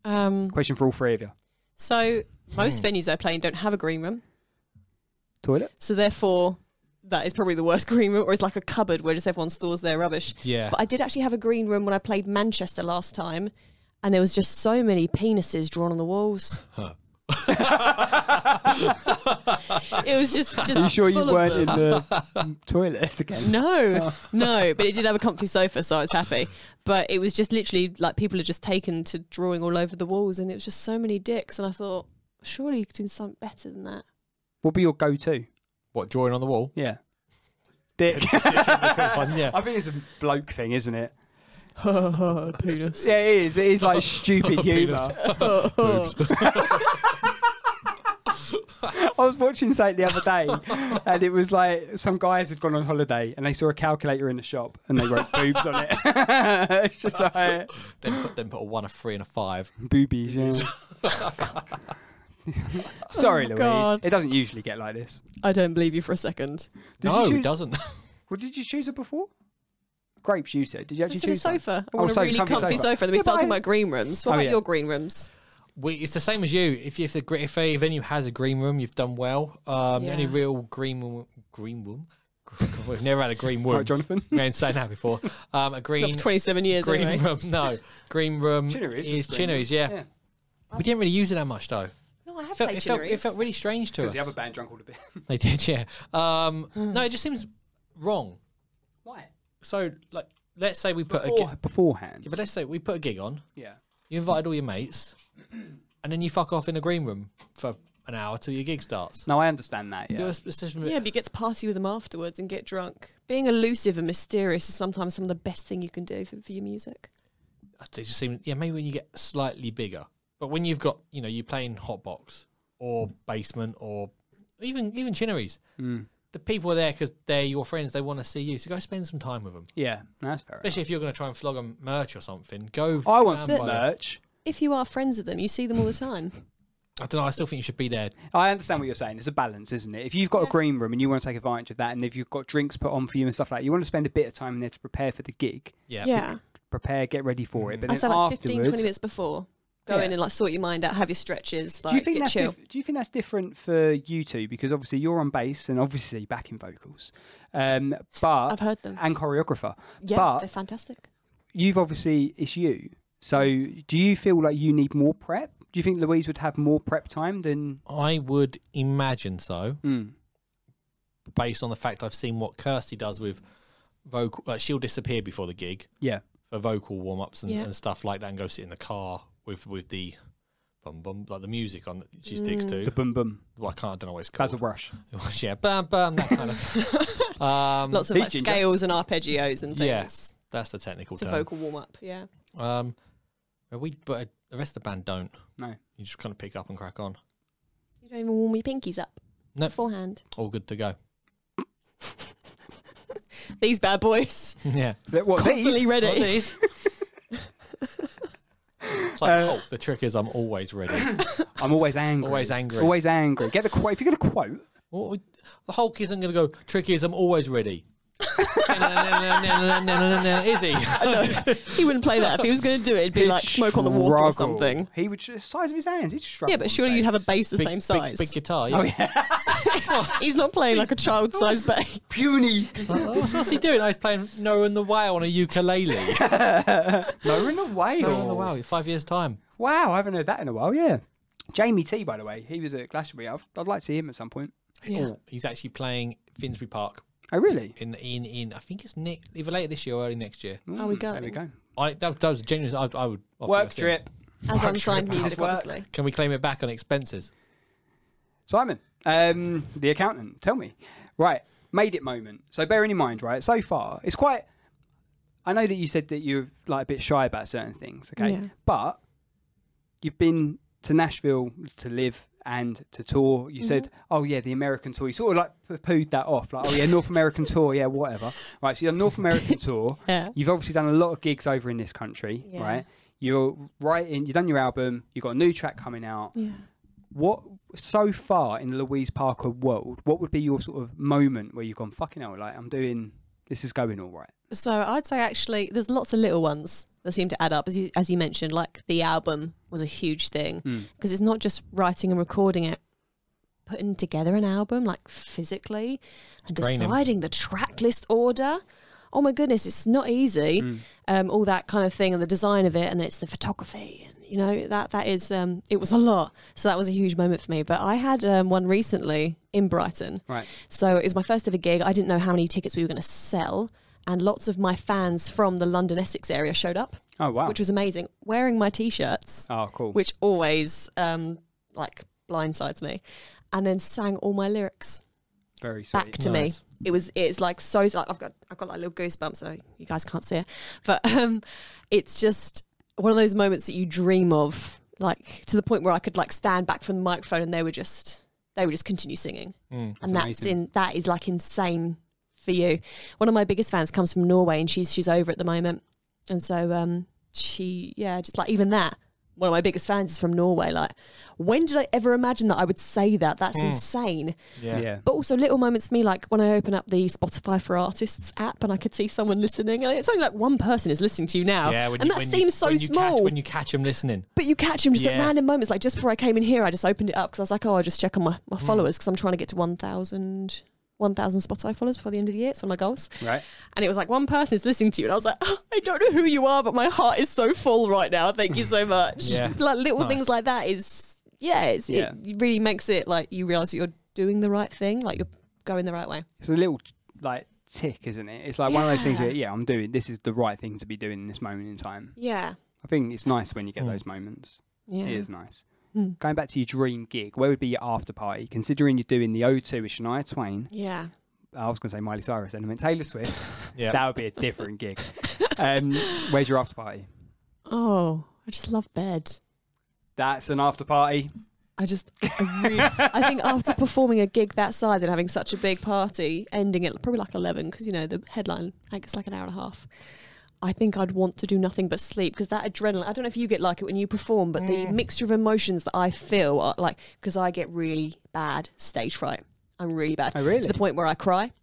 [SPEAKER 4] Um,
[SPEAKER 2] Question for all three of you.
[SPEAKER 4] so
[SPEAKER 2] Hmm.
[SPEAKER 4] most venues I play in don't have a green room,
[SPEAKER 2] Toilet?
[SPEAKER 4] so therefore that is probably the worst green room, or it's like a cupboard where just everyone stores their rubbish.
[SPEAKER 3] Yeah.
[SPEAKER 4] But I did actually have a green room when I played Manchester last time, and there was just so many penises drawn on the walls. it was just just.
[SPEAKER 2] Are you sure you
[SPEAKER 4] full of
[SPEAKER 2] weren't Oh.
[SPEAKER 4] them.
[SPEAKER 2] in the toilets again?
[SPEAKER 4] No, no, but it did have a comfy sofa, so I was happy. But it was just literally like people had just taken to drawing all over the walls, and it was just so many dicks. And I thought, surely you could do something better than that.
[SPEAKER 2] What'd be your go to?
[SPEAKER 3] What, drawing on the wall?
[SPEAKER 2] Yeah. Dick.
[SPEAKER 3] Fun, yeah.
[SPEAKER 2] I think it's a bloke thing, isn't it?
[SPEAKER 4] penis.
[SPEAKER 2] Yeah, it is. It is like stupid humour. I was watching something the other day, and it was like some guys had gone on holiday and they saw a calculator in the shop and they wrote boobs on it. it's just like
[SPEAKER 3] then, put, then put a one, a three, and a five.
[SPEAKER 2] boobies. Yeah. Sorry, Louise.
[SPEAKER 4] Oh, God.
[SPEAKER 2] It doesn't usually get like this.
[SPEAKER 4] I don't believe you for a second.
[SPEAKER 2] Did
[SPEAKER 3] no,
[SPEAKER 2] you choose,
[SPEAKER 3] it doesn't.
[SPEAKER 2] Well, did you choose it before?
[SPEAKER 4] I
[SPEAKER 2] actually
[SPEAKER 4] said a
[SPEAKER 2] choose one?
[SPEAKER 4] sofa. I
[SPEAKER 2] Oh,
[SPEAKER 4] want
[SPEAKER 2] so
[SPEAKER 4] a really
[SPEAKER 2] comfy
[SPEAKER 4] comfy,
[SPEAKER 2] sofa.
[SPEAKER 4] sofa. Then we
[SPEAKER 2] Yeah, but
[SPEAKER 4] start talking
[SPEAKER 2] I-
[SPEAKER 4] about green rooms. What
[SPEAKER 2] Oh,
[SPEAKER 4] about
[SPEAKER 2] yeah.
[SPEAKER 4] your green rooms?
[SPEAKER 3] We, it's the same as you. If you, if the gre- if a venue has a green room, you've done well. Um, The only
[SPEAKER 4] Yeah.
[SPEAKER 3] real green room, green room. We've never had a green room.
[SPEAKER 2] Right, Jonathan?
[SPEAKER 3] We ain't saying that before. Um, a
[SPEAKER 4] Not
[SPEAKER 3] green
[SPEAKER 4] for 27 years
[SPEAKER 3] green
[SPEAKER 4] anyway.
[SPEAKER 3] room. No, green room
[SPEAKER 2] Chinneries was
[SPEAKER 3] is
[SPEAKER 2] green room.
[SPEAKER 3] Chinneries. Yeah.
[SPEAKER 2] Yeah.
[SPEAKER 3] we didn't really use it that much though.
[SPEAKER 4] No, I have
[SPEAKER 3] It felt,
[SPEAKER 4] played
[SPEAKER 3] it, felt, it
[SPEAKER 4] Chinneries.
[SPEAKER 3] felt really strange to us.
[SPEAKER 2] Because the other band drank all the beer.
[SPEAKER 3] They did, yeah. Um,
[SPEAKER 2] Hmm.
[SPEAKER 3] No, it just seems wrong.
[SPEAKER 2] Why?
[SPEAKER 3] So, like, let's say we put a
[SPEAKER 2] Before,
[SPEAKER 3] gig,
[SPEAKER 2] beforehand.
[SPEAKER 3] but let's say we put a gig on.
[SPEAKER 2] yeah.
[SPEAKER 3] You invited all your mates, and then you fuck off in a green room for an hour till your gig starts.
[SPEAKER 2] No, I understand that. Yeah.
[SPEAKER 3] So it's- it's just-
[SPEAKER 4] Yeah, but you get to party with them afterwards and get drunk. Being elusive and mysterious is sometimes some of the best thing you can do for, for your music.
[SPEAKER 3] They just seem yeah. Maybe when you get slightly bigger, but when you've got you know you're playing hotbox or basement or even even chinneries,
[SPEAKER 2] Hmm.
[SPEAKER 3] the people are there because they're your friends. They want to see you, so go spend some time with them.
[SPEAKER 2] yeah. No, that's fair. enough.
[SPEAKER 3] Especially if you're going to try and flog them merch or something. Go.
[SPEAKER 2] I want some
[SPEAKER 3] stand by them.
[SPEAKER 2] merch.
[SPEAKER 4] If you are friends with them, you see them all the time.
[SPEAKER 3] I don't know. I still think you should be there.
[SPEAKER 2] I understand what you're saying. There's a balance, isn't it? If you've got a green room and you want to take advantage of that, and if you've got drinks put on for you and stuff like that, you want to spend a bit of time in there to prepare for the gig.
[SPEAKER 3] Yeah.
[SPEAKER 2] Prepare, get ready for it. But
[SPEAKER 4] I
[SPEAKER 2] then
[SPEAKER 4] say like 15, 20
[SPEAKER 2] afterwards,
[SPEAKER 4] minutes before. Go
[SPEAKER 2] Yeah.
[SPEAKER 4] in and like sort your mind out, have your stretches, like
[SPEAKER 2] do you think
[SPEAKER 4] get
[SPEAKER 2] that's
[SPEAKER 4] chill.
[SPEAKER 2] diff- do you think that's different for you two? Because obviously you're on bass and obviously backing vocals, um, but
[SPEAKER 4] I've heard them.
[SPEAKER 2] and choreographer.
[SPEAKER 4] Yeah,
[SPEAKER 2] but
[SPEAKER 4] they're fantastic.
[SPEAKER 2] you've obviously it's you. So do you feel like you need more prep? Do you think Louise would have more prep time than?
[SPEAKER 3] I would imagine so,
[SPEAKER 2] Mm.
[SPEAKER 3] based on the fact I've seen what Kirsty does with vocal. Like she'll disappear before the gig
[SPEAKER 2] Yeah,
[SPEAKER 3] for vocal warm ups and,
[SPEAKER 4] Yeah.
[SPEAKER 3] and stuff like that, and go sit in the car with with the bum bum like the music on that she sticks
[SPEAKER 2] the
[SPEAKER 4] Mm.
[SPEAKER 3] to.
[SPEAKER 2] boom boom.
[SPEAKER 3] Well, I can't. I don't know what it's
[SPEAKER 2] That's a
[SPEAKER 3] called.
[SPEAKER 2] rush.
[SPEAKER 3] yeah, bum bum that kind of. um,
[SPEAKER 4] Lots of like
[SPEAKER 2] Teaching, yeah.
[SPEAKER 4] scales and arpeggios and
[SPEAKER 3] Yeah.
[SPEAKER 4] things.
[SPEAKER 3] that's the technical
[SPEAKER 4] It's a
[SPEAKER 3] term.
[SPEAKER 4] vocal warm up, yeah.
[SPEAKER 3] Um, but we but the rest of the band don't.
[SPEAKER 2] No.
[SPEAKER 3] You just kind of pick up and crack on.
[SPEAKER 4] You don't even warm your pinkies up
[SPEAKER 3] Nope.
[SPEAKER 4] beforehand.
[SPEAKER 3] All good to go.
[SPEAKER 4] These bad boys.
[SPEAKER 3] yeah.
[SPEAKER 2] That- What
[SPEAKER 4] Constantly
[SPEAKER 2] these?
[SPEAKER 4] ready.
[SPEAKER 3] What these? It's
[SPEAKER 4] Uh,
[SPEAKER 3] like Hulk. The trick is I'm always ready.
[SPEAKER 2] I'm always angry.
[SPEAKER 3] Always angry.
[SPEAKER 2] Always angry. Get the quote. If you're gonna quote,
[SPEAKER 3] What would- the Hulk isn't going to go. Trick is I'm always ready. is he?
[SPEAKER 4] he wouldn't play that. If he was going to do it, it'd be
[SPEAKER 2] he'd
[SPEAKER 4] like smoke on the water or
[SPEAKER 2] struggle.
[SPEAKER 4] something.
[SPEAKER 2] He would the size of his hands. He'd struggle.
[SPEAKER 4] Yeah, but
[SPEAKER 2] on
[SPEAKER 4] surely you'd have a
[SPEAKER 2] bass.
[SPEAKER 4] bass the
[SPEAKER 3] Big-
[SPEAKER 4] same
[SPEAKER 3] big-
[SPEAKER 4] size.
[SPEAKER 3] Big, guitar.
[SPEAKER 2] Oh
[SPEAKER 3] Yeah.
[SPEAKER 2] yeah,
[SPEAKER 4] He's not playing like a child sized bass.
[SPEAKER 2] puny.
[SPEAKER 3] what's, what's he doing? I was playing No and the Whale on a ukulele.
[SPEAKER 2] No, in a way.
[SPEAKER 3] no and the
[SPEAKER 4] Oh.
[SPEAKER 3] Whale. in Five years time.
[SPEAKER 2] Wow, I haven't heard that in a while. Yeah, Jamie T. By the way, he was at Glastonbury. I've, I'd like to see him at some point.
[SPEAKER 4] Yeah.
[SPEAKER 3] Oh, he's actually playing Finsbury Park
[SPEAKER 2] Oh really?
[SPEAKER 3] in in in. I think it's ne- either later this year or early next year.
[SPEAKER 4] Are we going?
[SPEAKER 2] There we go.
[SPEAKER 3] I that, that was genuine. I, I would offer
[SPEAKER 2] Work
[SPEAKER 3] us in.
[SPEAKER 2] trip,
[SPEAKER 4] As unsigned music,
[SPEAKER 2] Work.
[SPEAKER 4] obviously.
[SPEAKER 3] Can we claim it back on expenses?
[SPEAKER 2] Simon, um, the accountant. Tell me, right? Made it moment. So bearing in mind, right? So far, it's quite. I know that you said that you're like a bit shy about certain things, okay?
[SPEAKER 4] Yeah.
[SPEAKER 2] But you've been to Nashville to live and to tour. You said,
[SPEAKER 4] Mm-hmm.
[SPEAKER 2] "Oh yeah, the American tour." You sort of like pooed that off, like, "Oh yeah, North American tour, yeah, whatever." Right? So you've done North American tour.
[SPEAKER 4] Yeah.
[SPEAKER 2] You've obviously done a lot of gigs over in this country,
[SPEAKER 4] Yeah.
[SPEAKER 2] right? You're writing. You've done your album. You've got a new track coming out.
[SPEAKER 4] Yeah.
[SPEAKER 2] What so far in the Louise Parker world? What would be your sort of moment where you've gone fucking hell? Like I'm doing this is going all right.
[SPEAKER 4] So I'd say actually, there's lots of little ones that seem to add up, as you as you mentioned. Like the album was a huge thing because it's not just writing and recording it, putting together an album like physically, and
[SPEAKER 3] draining.
[SPEAKER 4] deciding the track list order. Oh my goodness, it's not easy. Um, all that kind of thing and the design of it, and then it's the photography. And, you know that that is um, it was a lot. So that was a huge moment for me. But I had um, one recently in Brighton.
[SPEAKER 2] Right.
[SPEAKER 4] So it was my first ever gig. I didn't know how many tickets we were going to sell. And lots of my fans from the London Essex area showed up,
[SPEAKER 2] Oh wow.
[SPEAKER 4] which was amazing, wearing my t shirts,
[SPEAKER 2] oh cool.
[SPEAKER 4] which always um, like blindsides me, and then sang all my lyrics
[SPEAKER 2] Very sweet.
[SPEAKER 4] back to
[SPEAKER 3] Nice.
[SPEAKER 4] me. It was it's like so like I've got I've got like little goosebumps. So you guys can't see it, but um, it's just one of those moments that you dream of, like to the point where I could like stand back from the microphone and they were just they would just continue singing, and that's
[SPEAKER 2] amazing.
[SPEAKER 4] in that is like insane for you. One of my biggest fans comes from Norway and she's she's over at the moment, and so um she yeah just like even that one of my biggest fans is from Norway. Like, when did I ever imagine that I would say that? That's insane.
[SPEAKER 2] Yeah.
[SPEAKER 4] But also little moments for me, like when I open up the Spotify for Artists app and I could see someone listening. and It's only like one person is listening to you now,
[SPEAKER 3] Yeah, when
[SPEAKER 4] and
[SPEAKER 3] you-
[SPEAKER 4] that
[SPEAKER 3] when you-
[SPEAKER 4] seems so
[SPEAKER 3] when you catch-
[SPEAKER 4] small.
[SPEAKER 3] when you catch them listening,
[SPEAKER 4] but you catch them just at
[SPEAKER 3] Yeah.
[SPEAKER 4] random moments. Like just before I came in here, I just opened it up because I was like, oh, I'll just check on my, my
[SPEAKER 3] Hmm.
[SPEAKER 4] followers because I'm trying to get to 1,000 1,000 Spotify followers before the end of the year. It's one of my goals.
[SPEAKER 2] Right.
[SPEAKER 4] And it was like, one person is listening to you. And I was like, oh, I don't know who you are, but my heart is so full right now. Thank you so much.
[SPEAKER 3] Yeah.
[SPEAKER 4] Like little
[SPEAKER 3] Nice.
[SPEAKER 4] things like that is, yeah, it's,
[SPEAKER 2] Yeah.
[SPEAKER 4] it really makes it like you realize that you're doing the right thing, like you're going the right way.
[SPEAKER 2] It's a little like tick, isn't it? It's like one of those things
[SPEAKER 4] Yeah.
[SPEAKER 2] where yeah, I'm doing this is the right thing to be doing in this moment in time.
[SPEAKER 4] Yeah.
[SPEAKER 2] I think it's nice when you get
[SPEAKER 3] Mm.
[SPEAKER 2] those moments.
[SPEAKER 4] Yeah.
[SPEAKER 2] It is nice.
[SPEAKER 4] Mm.
[SPEAKER 2] Going back to your dream gig, where would be your after party? Considering you're doing the O2 with Shania Twain,
[SPEAKER 4] Yeah.
[SPEAKER 2] I was going to say Miley Cyrus, and I meant Taylor Swift.
[SPEAKER 3] yeah,
[SPEAKER 2] That would be a different gig. Um, where's your after party?
[SPEAKER 4] Oh, I just love bed.
[SPEAKER 2] That's an after party.
[SPEAKER 4] I just, I, really, I think after performing a gig that size and having such a big party, ending at probably like 11, because, you know, the headline, like, it's like an hour and a half. I think I'd want to do nothing but sleep because that adrenaline. I don't know if you get like it when you perform, but
[SPEAKER 2] Mm.
[SPEAKER 4] the mixture of emotions that I feel are like, because I get really bad stage fright. I'm really bad.
[SPEAKER 2] Oh, really?
[SPEAKER 4] To the point where I cry.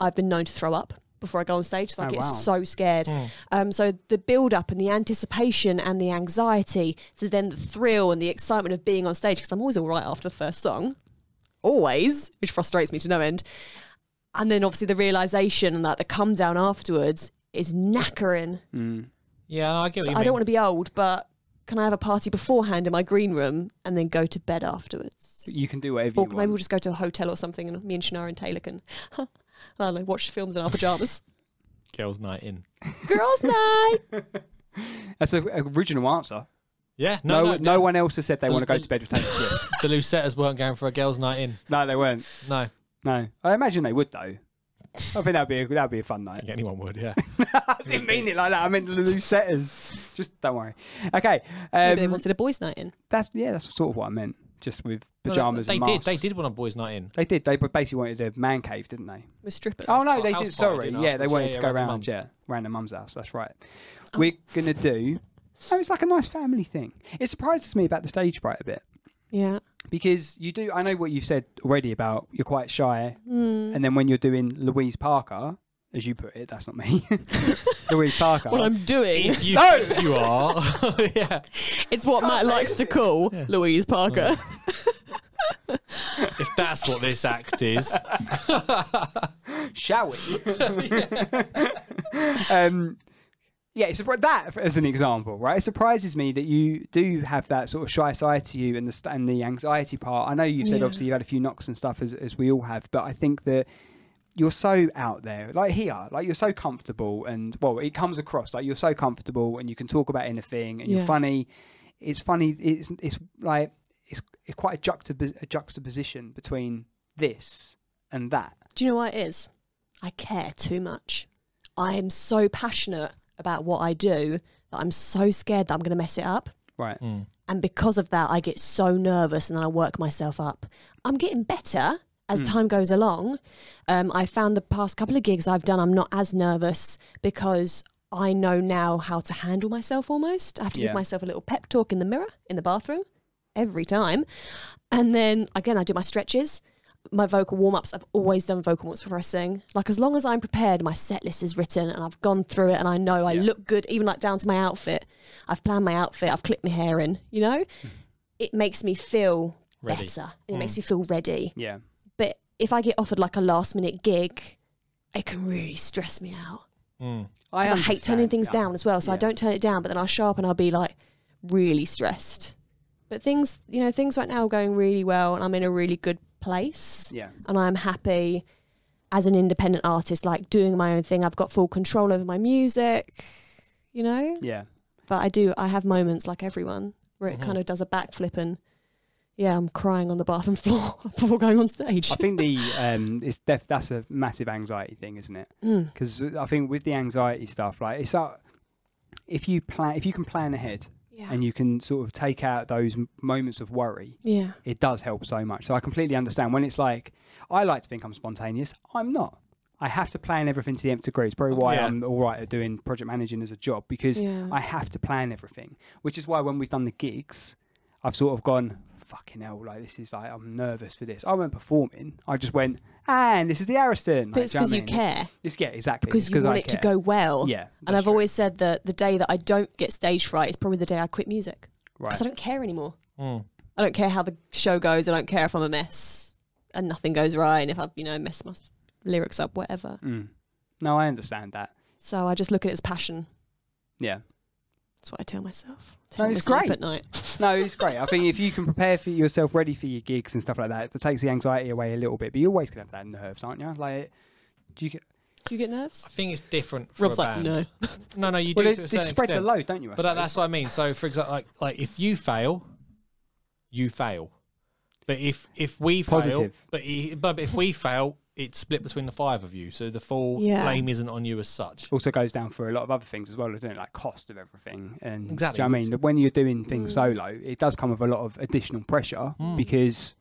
[SPEAKER 4] I've been known to throw up before I go on stage. So I
[SPEAKER 2] Oh,
[SPEAKER 4] get
[SPEAKER 2] wow.
[SPEAKER 4] so scared. Um, so the build up and the anticipation and the anxiety to then the thrill and the excitement of being on stage because I'm always all right after the first song, always, which frustrates me to no end. And then obviously the realization and like the come down afterwards is knackering.
[SPEAKER 2] Mm.
[SPEAKER 3] yeah. no, I get what
[SPEAKER 4] So
[SPEAKER 3] you
[SPEAKER 4] I
[SPEAKER 3] mean.
[SPEAKER 4] don't want to be old, but can I have a party beforehand in my green room and then go to bed afterwards?
[SPEAKER 2] You can do whatever
[SPEAKER 4] Or
[SPEAKER 2] you
[SPEAKER 4] maybe we'll
[SPEAKER 2] want.
[SPEAKER 4] just go to a hotel or something, and me and Shania and Taylor can, I don't know, watch films in our pajamas.
[SPEAKER 3] girls' night in.
[SPEAKER 4] Girls' night.
[SPEAKER 2] That's an original answer.
[SPEAKER 3] Yeah,
[SPEAKER 2] No,
[SPEAKER 3] no,
[SPEAKER 2] no, one else has said they
[SPEAKER 3] The-
[SPEAKER 2] want to go
[SPEAKER 3] the-
[SPEAKER 2] to bed with Taylor Swift.
[SPEAKER 3] The Lucettas weren't going for a girls' night in.
[SPEAKER 2] no, they weren't.
[SPEAKER 3] No,
[SPEAKER 2] No, I imagine they would though. I think that'd be a, that'd be a fun night.
[SPEAKER 3] think anyone would. Yeah,
[SPEAKER 2] I didn't mean it like that. I meant the Lucettas. Just don't worry. Okay,
[SPEAKER 4] Maybe they
[SPEAKER 2] um,
[SPEAKER 4] wanted a boys' night in.
[SPEAKER 2] that's yeah, that's sort of what I meant. Just with
[SPEAKER 3] No, they-
[SPEAKER 2] pajamas
[SPEAKER 3] They
[SPEAKER 2] and
[SPEAKER 3] did.
[SPEAKER 2] masks.
[SPEAKER 3] They did want a boys' night in.
[SPEAKER 2] They did. They basically wanted a man cave, didn't they?
[SPEAKER 4] with strippers.
[SPEAKER 2] Oh no,
[SPEAKER 3] Oh,
[SPEAKER 2] they
[SPEAKER 3] house
[SPEAKER 2] did.
[SPEAKER 3] party,
[SPEAKER 2] Sorry,
[SPEAKER 3] didn't
[SPEAKER 2] yeah, they
[SPEAKER 3] afterwards.
[SPEAKER 2] wanted
[SPEAKER 3] Yeah,
[SPEAKER 2] to
[SPEAKER 3] yeah,
[SPEAKER 2] go
[SPEAKER 3] round their
[SPEAKER 2] round.
[SPEAKER 3] mum's. Oh.
[SPEAKER 2] Yeah, round their mum's house. That's right. We're gonna do. Oh, it's like a nice family thing. It surprises me about the stage fright a bit
[SPEAKER 4] Yeah.
[SPEAKER 2] because you do. I know what you've said already about you're quite shy, and then when you're doing Louise Parker, as you put it, that's not me. Louise Parker.
[SPEAKER 4] What I'm doing,
[SPEAKER 3] you, if you are. yeah,
[SPEAKER 4] it's what Matt likes to call Louise Parker.
[SPEAKER 3] if that's what this act is.
[SPEAKER 2] shall we? um, yeah, it's surpri- that as an example, right? It surprises me that you do have that sort of shy side to you and the st- and the anxiety part. I know you've said
[SPEAKER 4] Yeah.
[SPEAKER 2] obviously you've had a few knocks and stuff as as we all have, but I think that you're so out there, like here, like you're so comfortable and well, it comes across like you're so comfortable and you can talk about anything and
[SPEAKER 4] Yeah.
[SPEAKER 2] you're funny. It's funny. It's it's like it's, it's quite a, juxtapos- a juxtaposition between this and that.
[SPEAKER 4] Do you know what it is? I care too much. I am so passionate about what I do that I'm so scared that I'm going to mess it up.
[SPEAKER 2] Right.
[SPEAKER 4] And because of that, I get so nervous and then I work myself up. I'm getting better as time goes along. Um, I found the past couple of gigs I've done, I'm not as nervous because I know now how to handle myself almost. I have to
[SPEAKER 2] Yeah.
[SPEAKER 4] give myself a little pep talk in the mirror, in the bathroom, every time. And then again, I do my stretches. My vocal warm ups, I've always done vocal warm ups before I sing. Like, as long as I'm prepared, my set list is written and I've gone through it and I know I
[SPEAKER 2] Yeah.
[SPEAKER 4] look good, even like down to my outfit. I've planned my outfit, I've clipped my hair in, you know?
[SPEAKER 2] Hmm.
[SPEAKER 4] It makes me feel
[SPEAKER 3] Ready.
[SPEAKER 4] better. It makes me feel ready.
[SPEAKER 2] Yeah.
[SPEAKER 4] But if I get offered like a last minute gig, it can really stress me out.
[SPEAKER 2] I,
[SPEAKER 3] Mm,
[SPEAKER 4] 'Cause I hate turning
[SPEAKER 2] understand,
[SPEAKER 4] things
[SPEAKER 2] yeah.
[SPEAKER 4] down as well. So I
[SPEAKER 2] Yeah.
[SPEAKER 4] don't turn it down, but then I'll show up and I'll be like really stressed. But things, you know, things right now are going really well and I'm in a really good place
[SPEAKER 2] Yeah,
[SPEAKER 4] and I'm happy as an independent artist, like doing my own thing. I've got full control over my music, you know?
[SPEAKER 2] yeah.
[SPEAKER 4] But I do, I have moments like everyone where
[SPEAKER 2] Uh-huh.
[SPEAKER 4] it kind of does a backflip and yeah, I'm crying on the bathroom floor before going on stage.
[SPEAKER 2] I think the um, it's def- that's a massive anxiety thing, isn't it?
[SPEAKER 4] Mm.
[SPEAKER 2] Because I think with the anxiety stuff, like it's uh, if you plan, if you can plan ahead
[SPEAKER 4] Yeah.
[SPEAKER 2] and you can sort of take out those m- moments of worry,
[SPEAKER 4] yeah.
[SPEAKER 2] it does help so much. So I completely understand when it's like I like to think I'm spontaneous. I'm not. I I have to plan everything to the nth degree. It's probably why
[SPEAKER 3] Yeah.
[SPEAKER 2] I'm all right at doing project managing as a job because
[SPEAKER 4] Yeah.
[SPEAKER 2] I have to plan everything. Which is why when we've done the gigs, I've sort of gone fucking hell. Like this is like I'm nervous for this. I weren't performing. I just went and this is the Ariston.
[SPEAKER 4] But it's because you care.
[SPEAKER 2] It's, yeah, exactly.
[SPEAKER 4] Because
[SPEAKER 2] It's
[SPEAKER 4] you want
[SPEAKER 2] I
[SPEAKER 4] it to
[SPEAKER 2] care.
[SPEAKER 4] go well.
[SPEAKER 2] Yeah,
[SPEAKER 4] And
[SPEAKER 2] that's
[SPEAKER 4] I've
[SPEAKER 2] true.
[SPEAKER 4] always said that the day that I don't get stage fright is probably the day I quit music. Because
[SPEAKER 2] right.
[SPEAKER 4] I don't care anymore.
[SPEAKER 3] mm.
[SPEAKER 4] I don't care how the show goes. I don't care if I'm a mess and nothing goes right and if I, you know, mess my lyrics up, whatever.
[SPEAKER 2] Mm. No, I understand that.
[SPEAKER 4] So I just look at it as passion.
[SPEAKER 2] Yeah.
[SPEAKER 4] That's what I tell myself. To
[SPEAKER 2] No,
[SPEAKER 4] help
[SPEAKER 2] it's
[SPEAKER 4] me sleep
[SPEAKER 2] great.
[SPEAKER 4] At night.
[SPEAKER 2] No, it's great. I think if you can prepare for yourself, ready for your gigs and stuff like that, it takes the anxiety away a little bit. But you always can have that nerves, aren't you? Like, do you get?
[SPEAKER 4] Do you get
[SPEAKER 3] I
[SPEAKER 4] nerves?
[SPEAKER 3] think it's different for
[SPEAKER 4] Rob's
[SPEAKER 3] a
[SPEAKER 4] like,
[SPEAKER 3] band.
[SPEAKER 4] no.
[SPEAKER 3] no, no, you do
[SPEAKER 2] Well,
[SPEAKER 3] to
[SPEAKER 2] it,
[SPEAKER 3] a
[SPEAKER 2] they
[SPEAKER 3] certain
[SPEAKER 2] spread
[SPEAKER 3] extent.
[SPEAKER 2] the load, don't you? I
[SPEAKER 3] But that,
[SPEAKER 2] suppose?
[SPEAKER 3] that's what I mean. So, for example, like, like if you fail, you fail. But if if we fail,
[SPEAKER 2] Positive.
[SPEAKER 3] but i- but if we fail, it's split between the five of you. So the full
[SPEAKER 4] Yeah.
[SPEAKER 3] blame isn't on you as such.
[SPEAKER 2] also goes down for a lot of other things as well, doesn't it? Like cost of everything. And
[SPEAKER 3] Exactly,
[SPEAKER 2] Do you know what I mean?
[SPEAKER 3] which-
[SPEAKER 2] When you're doing things
[SPEAKER 4] Mm.
[SPEAKER 2] solo, it does come with a lot of additional pressure
[SPEAKER 3] Mm.
[SPEAKER 2] because,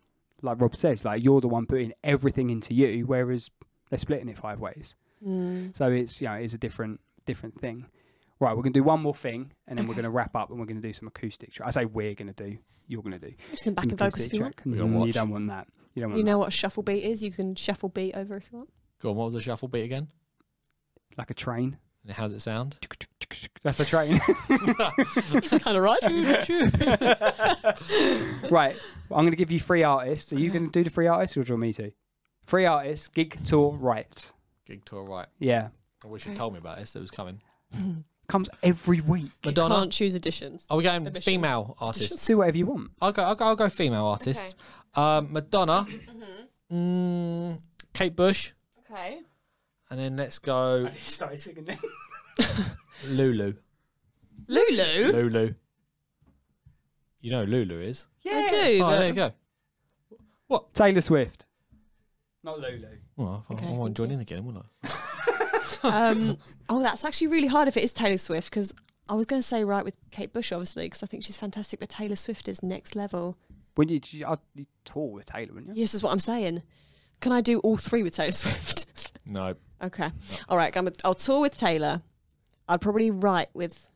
[SPEAKER 2] like Rob says, like you're the one putting everything into you, whereas they're splitting it five ways.
[SPEAKER 4] Mm.
[SPEAKER 2] So it's you know it's a different different thing. Right, we're gonna do one more thing, and then we're
[SPEAKER 4] Okay.
[SPEAKER 2] gonna wrap up, and we're gonna do some acoustic. Tra- I say we're gonna do. You're gonna do.
[SPEAKER 4] Just some
[SPEAKER 2] some
[SPEAKER 4] backing vocals
[SPEAKER 2] acoustic
[SPEAKER 4] if you want.
[SPEAKER 2] track.
[SPEAKER 3] We don't
[SPEAKER 2] Mm, You
[SPEAKER 3] watch.
[SPEAKER 2] don't want that. You don't want
[SPEAKER 4] You know what a shuffle beat is? You can shuffle beat over if you want.
[SPEAKER 3] Go on, what was the shuffle beat again?
[SPEAKER 2] that. like a train.
[SPEAKER 3] And how's it sound?
[SPEAKER 2] That's a train.
[SPEAKER 4] It's kind of right.
[SPEAKER 2] right, well, I'm gonna give you three artists. Are you gonna do the three artists, or do you want me to? Three artists, gig tour, right?
[SPEAKER 3] Gig tour, right?
[SPEAKER 2] Yeah,
[SPEAKER 3] I wish
[SPEAKER 4] Okay.
[SPEAKER 3] you told me about this. It was coming.
[SPEAKER 2] comes every week.
[SPEAKER 3] Madonna.
[SPEAKER 4] Can't choose editions.
[SPEAKER 3] Are we going
[SPEAKER 4] Emissions.
[SPEAKER 3] female artists?
[SPEAKER 4] Emissions.
[SPEAKER 2] Do whatever you want.
[SPEAKER 3] I'll go. I'll go. I'll go female artists. Um, Madonna,
[SPEAKER 4] Mm-hmm.
[SPEAKER 3] mm, Kate Bush,
[SPEAKER 4] Okay.
[SPEAKER 3] and then let's go
[SPEAKER 2] Started singing.
[SPEAKER 3] Lulu.
[SPEAKER 4] Lulu.
[SPEAKER 3] Lulu. You know who Lulu is.
[SPEAKER 4] I do.
[SPEAKER 3] Oh,
[SPEAKER 4] but-
[SPEAKER 3] there you go.
[SPEAKER 2] Taylor Swift. Not Lulu.
[SPEAKER 3] Well, I,
[SPEAKER 4] Okay,
[SPEAKER 3] I won't
[SPEAKER 4] thank
[SPEAKER 3] join
[SPEAKER 4] you.
[SPEAKER 3] in again, will I?
[SPEAKER 4] um, oh, that's actually really hard if it is Taylor Swift because I was going to say right with Kate Bush, obviously, because I think she's fantastic, but Taylor Swift is next level.
[SPEAKER 2] When you, you, I'd- you tour with Taylor, wouldn't you?
[SPEAKER 4] Yes, is what I'm saying. Can I do all three with Taylor Swift?
[SPEAKER 3] No.
[SPEAKER 4] okay. All right. I'm a, I'll tour with Taylor. I'd probably write with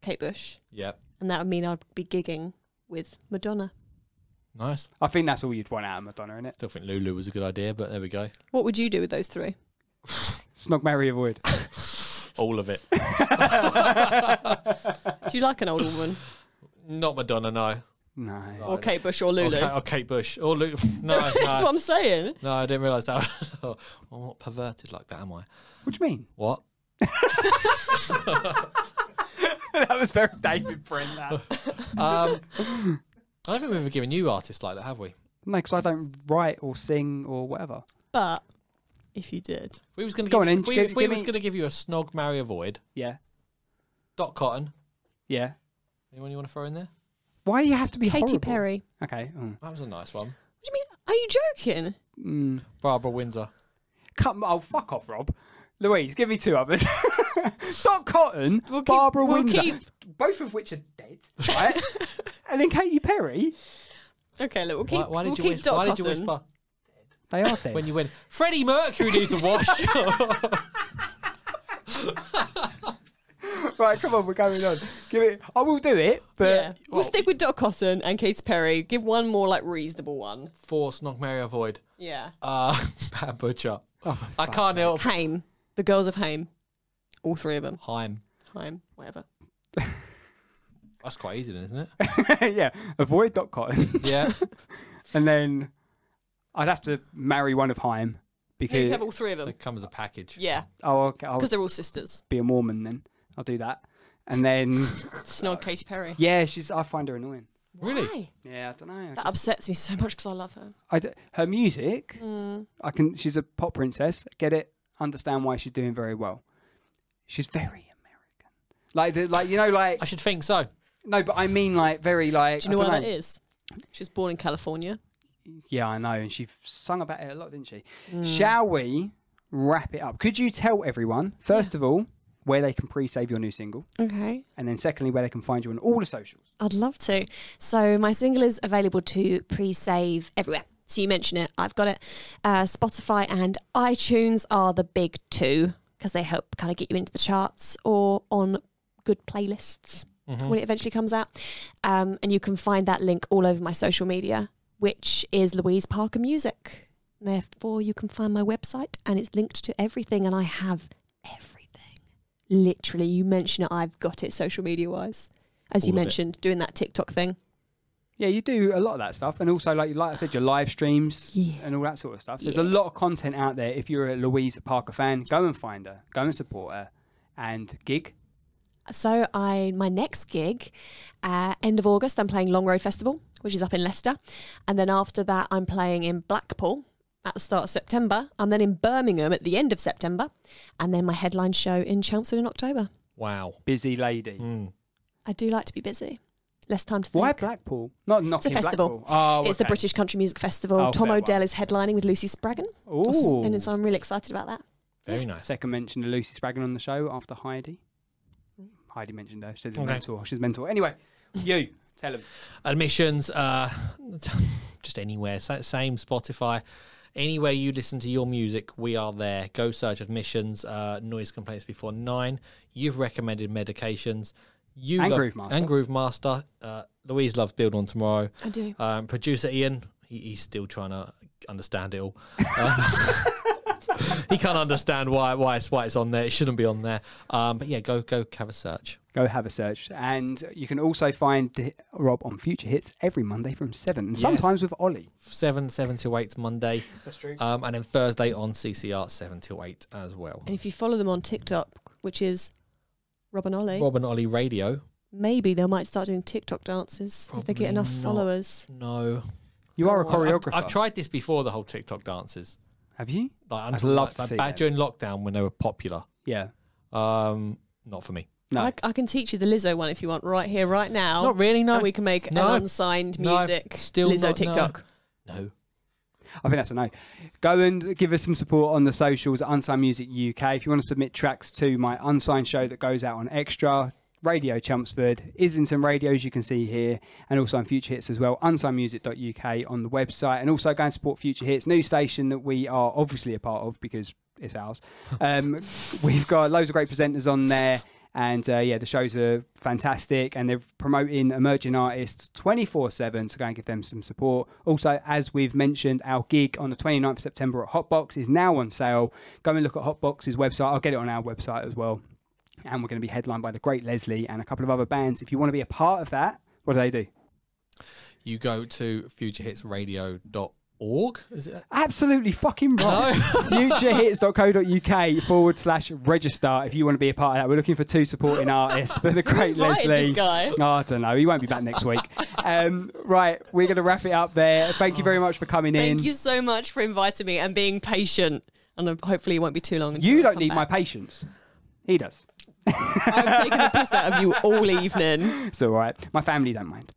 [SPEAKER 4] Kate Bush,
[SPEAKER 3] Yep.
[SPEAKER 4] and that would mean I'd be gigging with Madonna.
[SPEAKER 3] Nice.
[SPEAKER 2] I think that's all you'd want out of Madonna, innit?
[SPEAKER 3] Still think Lulu was a good idea, but there we go.
[SPEAKER 4] What would you do with those three?
[SPEAKER 2] Snog, marry, avoid.
[SPEAKER 3] All of it.
[SPEAKER 4] Do you like an old woman
[SPEAKER 3] Not Madonna, no.
[SPEAKER 2] No.
[SPEAKER 4] or Kate Bush or
[SPEAKER 3] Or
[SPEAKER 4] Lulu?
[SPEAKER 3] Ka- Or, Kate Bush. Or Lulu. No,
[SPEAKER 4] That's
[SPEAKER 3] no.
[SPEAKER 4] what I'm saying.
[SPEAKER 3] No, I didn't realise that. Oh, I'm not perverted like that, am I?
[SPEAKER 2] What do you mean?
[SPEAKER 3] What?
[SPEAKER 2] that was very David Brent. That.
[SPEAKER 3] Um, I don't think we've ever given you artists like that, have we?
[SPEAKER 2] no, because I don't write or sing or whatever.
[SPEAKER 4] But if you did,
[SPEAKER 3] We was going to
[SPEAKER 2] Go
[SPEAKER 3] give,
[SPEAKER 2] on,
[SPEAKER 3] if
[SPEAKER 2] Inge,
[SPEAKER 3] we,
[SPEAKER 2] give-
[SPEAKER 3] if we
[SPEAKER 2] give
[SPEAKER 3] was
[SPEAKER 2] me-
[SPEAKER 3] going to give you a snog, marry, avoid.
[SPEAKER 2] Yeah.
[SPEAKER 3] Dot Cotton.
[SPEAKER 2] Yeah.
[SPEAKER 3] Anyone you want to throw in there?
[SPEAKER 2] Why you have to be
[SPEAKER 4] Katy
[SPEAKER 2] horrible?
[SPEAKER 4] Perry.
[SPEAKER 2] Okay. mm.
[SPEAKER 3] That was a nice one.
[SPEAKER 4] What do you mean? Are you joking?
[SPEAKER 2] Mm.
[SPEAKER 3] Barbara Windsor.
[SPEAKER 2] Come, oh, fuck off, Rob. Louise, give me two others. Doc Cotton,
[SPEAKER 4] We'll keep-
[SPEAKER 2] Barbara
[SPEAKER 4] we'll
[SPEAKER 2] Windsor,
[SPEAKER 4] keep-
[SPEAKER 2] both of which are dead, right? and then Katy Perry,
[SPEAKER 4] Okay, look, we'll keep.
[SPEAKER 3] why, why did
[SPEAKER 4] we'll
[SPEAKER 3] you
[SPEAKER 4] keep
[SPEAKER 3] whis-
[SPEAKER 4] Doc
[SPEAKER 3] why did you
[SPEAKER 4] Cotton.
[SPEAKER 3] whisper
[SPEAKER 2] they are dead.
[SPEAKER 3] when you went? Freddie Mercury needs to wash.
[SPEAKER 2] right, come on, we're going on. Give it. I will do it, but
[SPEAKER 4] Yeah, we'll stick with Doc Cotton and Katy Perry. Give one more like reasonable one.
[SPEAKER 3] Force, snog, marry, avoid.
[SPEAKER 4] Yeah.
[SPEAKER 3] Uh, Bad Butcher.
[SPEAKER 2] Oh,
[SPEAKER 3] I can't help.
[SPEAKER 4] Haim, the girls of Haim, all three of them.
[SPEAKER 3] Heim.
[SPEAKER 4] Haim, whatever.
[SPEAKER 3] That's quite easy, then, isn't it?
[SPEAKER 2] yeah, avoid Doc Cotton,
[SPEAKER 3] Yeah.
[SPEAKER 2] and then I'd have to marry one of Haim
[SPEAKER 4] You
[SPEAKER 2] because
[SPEAKER 4] have all three of them.
[SPEAKER 3] it comes as a package.
[SPEAKER 4] Yeah,
[SPEAKER 2] oh, okay, I'll
[SPEAKER 4] because they're all sisters.
[SPEAKER 2] be a Mormon then. I'll do that, and then
[SPEAKER 4] Snog Katy Perry.
[SPEAKER 2] yeah, she's. I find her annoying.
[SPEAKER 3] Really?
[SPEAKER 4] Why?
[SPEAKER 2] Yeah, I don't know.
[SPEAKER 4] That upsets me so much because I love her.
[SPEAKER 2] I d- her music,
[SPEAKER 4] Mm.
[SPEAKER 2] I can. She's a pop princess. Get it? Understand why she's doing very well. She's very American. Like, the, like you know, like
[SPEAKER 3] I should think so.
[SPEAKER 2] no, but I mean, like very like.
[SPEAKER 4] Do you know
[SPEAKER 2] I
[SPEAKER 4] where
[SPEAKER 2] don't
[SPEAKER 4] that is? She was born in California.
[SPEAKER 2] Yeah, I know, and she sung about it a lot, didn't she?
[SPEAKER 4] Hmm.
[SPEAKER 2] Shall we wrap it up? Could you tell everyone first of all where they can pre-save your new single,
[SPEAKER 4] Okay.
[SPEAKER 2] and then secondly where they can find you on all the socials?
[SPEAKER 4] I'd love to. So my single is available to pre-save everywhere. So you mention it. I've got it. Uh, Spotify and iTunes are the big two because they help kind of get you into the charts or on good playlists
[SPEAKER 3] Mm-hmm.
[SPEAKER 4] when it eventually comes out. Um, and you can find that link all over my social media, which is Louise Parker Music. Therefore, you can find my website and it's linked to everything. And I have everything. Literally, you mention it, I've got it social media wise. As you
[SPEAKER 3] All of it.
[SPEAKER 4] mentioned, doing that TikTok thing.
[SPEAKER 2] Yeah, you do a lot of that stuff, and also like like I said, your live streams
[SPEAKER 4] Yeah.
[SPEAKER 2] and all that sort of stuff. So
[SPEAKER 4] Yeah.
[SPEAKER 2] there's a lot of content out there. If you're a Louise Parker fan, go and find her, go and support her, and gig.
[SPEAKER 4] So I my next gig, uh, end of August, I'm playing Long Road Festival, which is up in Leicester, and then after that I'm playing in Blackpool at the start of September. I'm then in Birmingham at the end of September, and then my headline show in Chelmsford in October.
[SPEAKER 3] Wow.
[SPEAKER 2] Busy lady.
[SPEAKER 4] Hmm.
[SPEAKER 3] Mm.
[SPEAKER 4] I do like to be busy, less time to think.
[SPEAKER 2] Why Blackpool? Not
[SPEAKER 4] It's a
[SPEAKER 2] knocking
[SPEAKER 4] festival.
[SPEAKER 2] Blackpool. Oh,
[SPEAKER 4] It's the
[SPEAKER 2] okay.
[SPEAKER 4] British Country Music Festival.
[SPEAKER 2] Oh,
[SPEAKER 4] Tom
[SPEAKER 2] fair
[SPEAKER 4] O'Dell
[SPEAKER 2] one.
[SPEAKER 4] is headlining with Lucy Spraggon,
[SPEAKER 2] Ooh.
[SPEAKER 4] and so I'm really excited about that.
[SPEAKER 3] Very nice.
[SPEAKER 2] Second mention of Lucy Spraggon on the show after Heidi. Heidi mentioned her. She's a
[SPEAKER 3] Mm. Okay.
[SPEAKER 2] mentor. She's a mentor. Anyway, you tell him.
[SPEAKER 3] Admissions, uh, just anywhere, sa- same Spotify, anywhere you listen to your music, we are there. Go search admissions, uh, noise complaints before nine. You've recommended medications. You
[SPEAKER 2] And
[SPEAKER 3] love-
[SPEAKER 2] Groove Master.
[SPEAKER 3] And Groove Master. Uh, Louise loves Build On Tomorrow.
[SPEAKER 4] I do.
[SPEAKER 3] Um, producer Ian, he, he's still trying to understand it all. Uh, he can't understand why why it's, why it's on there. It shouldn't be on there. Um, but yeah, go go have a search.
[SPEAKER 2] Go have a search, and you can also find the- Rob on Future Hits every Monday from seven, and
[SPEAKER 3] Yes.
[SPEAKER 2] sometimes with Ollie.
[SPEAKER 3] Seven seven to eight Monday.
[SPEAKER 2] That's true.
[SPEAKER 3] Um, and then Thursday on CCR seven till eight as well.
[SPEAKER 4] And if you follow them on TikTok, which is Rob and Ollie,
[SPEAKER 3] Rob and Ollie Radio.
[SPEAKER 4] maybe they might start doing TikTok dances if
[SPEAKER 3] Probably
[SPEAKER 4] they get enough
[SPEAKER 3] not.
[SPEAKER 4] followers.
[SPEAKER 3] No,
[SPEAKER 2] You are a
[SPEAKER 4] Go on.
[SPEAKER 2] choreographer.
[SPEAKER 3] Oh, I've, I've tried this before. The whole TikTok dances.
[SPEAKER 2] Have you?
[SPEAKER 3] Like, I'm
[SPEAKER 2] I'd
[SPEAKER 3] talking
[SPEAKER 2] love
[SPEAKER 3] like,
[SPEAKER 2] to see
[SPEAKER 3] back during lockdown when they were popular.
[SPEAKER 2] Yeah.
[SPEAKER 3] Um, not for me.
[SPEAKER 2] No.
[SPEAKER 4] I, I can teach you the Lizzo one if you want, right here, right now.
[SPEAKER 3] Not really. No.
[SPEAKER 4] And we can make
[SPEAKER 3] No.
[SPEAKER 4] an unsigned
[SPEAKER 3] No.
[SPEAKER 4] music
[SPEAKER 3] Still
[SPEAKER 4] Lizzo
[SPEAKER 3] not, no.
[SPEAKER 4] TikTok.
[SPEAKER 3] no.
[SPEAKER 2] I think that's a no. Go and give us some support on the socials, Unsigned Music UK. If you want to submit tracks to my unsigned show that goes out on Extra, Radio Chelmsford, Islington Radio, as you can see here, and also on Future Hits as well, unsignedmusic.uk on the website. And also go and support Future Hits, new station that we are obviously a part of because it's ours. Um, we've got loads of great presenters on there. And uh, yeah, the shows are fantastic and they're promoting emerging artists 24 7 to go and give them some support. Also, as we've mentioned, our gig on the 29th of September at Hotbox is now on sale. Go and look at Hotbox's website. I'll get it on our website as well. And we're going to be headlined by the great Leslie and a couple of other bands. If you want to be a part of that, what do they do?
[SPEAKER 3] You go to futurehitsradio.org. Is it?
[SPEAKER 2] Absolutely fucking wrong. Futurehits.co.uk forward slash register if you want to be a part of that. We're looking for two supporting artists for the great
[SPEAKER 4] Right,
[SPEAKER 2] Leslie.
[SPEAKER 4] this guy.
[SPEAKER 2] Oh, I don't know. He won't be back next week. Um, right, we're going to wrap it up there. Thank you very much for coming in.
[SPEAKER 4] Thank you so much for inviting me and being patient. And uh, hopefully it won't be too long. until
[SPEAKER 2] You
[SPEAKER 4] I
[SPEAKER 2] don't
[SPEAKER 4] come
[SPEAKER 2] need my
[SPEAKER 4] back.
[SPEAKER 2] patience. He does.
[SPEAKER 4] I've taken the piss out of you all evening.
[SPEAKER 2] It's all right. My family don't mind.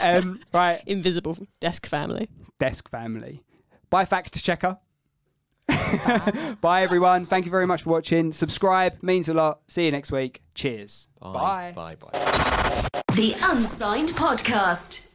[SPEAKER 2] um, right,
[SPEAKER 4] Invisible desk family.
[SPEAKER 2] desk family. Bye, fact checker. Bye, everyone. Thank you very much for watching. Subscribe means a lot. See you next week. Cheers.
[SPEAKER 3] Bye. Bye. Bye.
[SPEAKER 1] The Unsigned Podcast.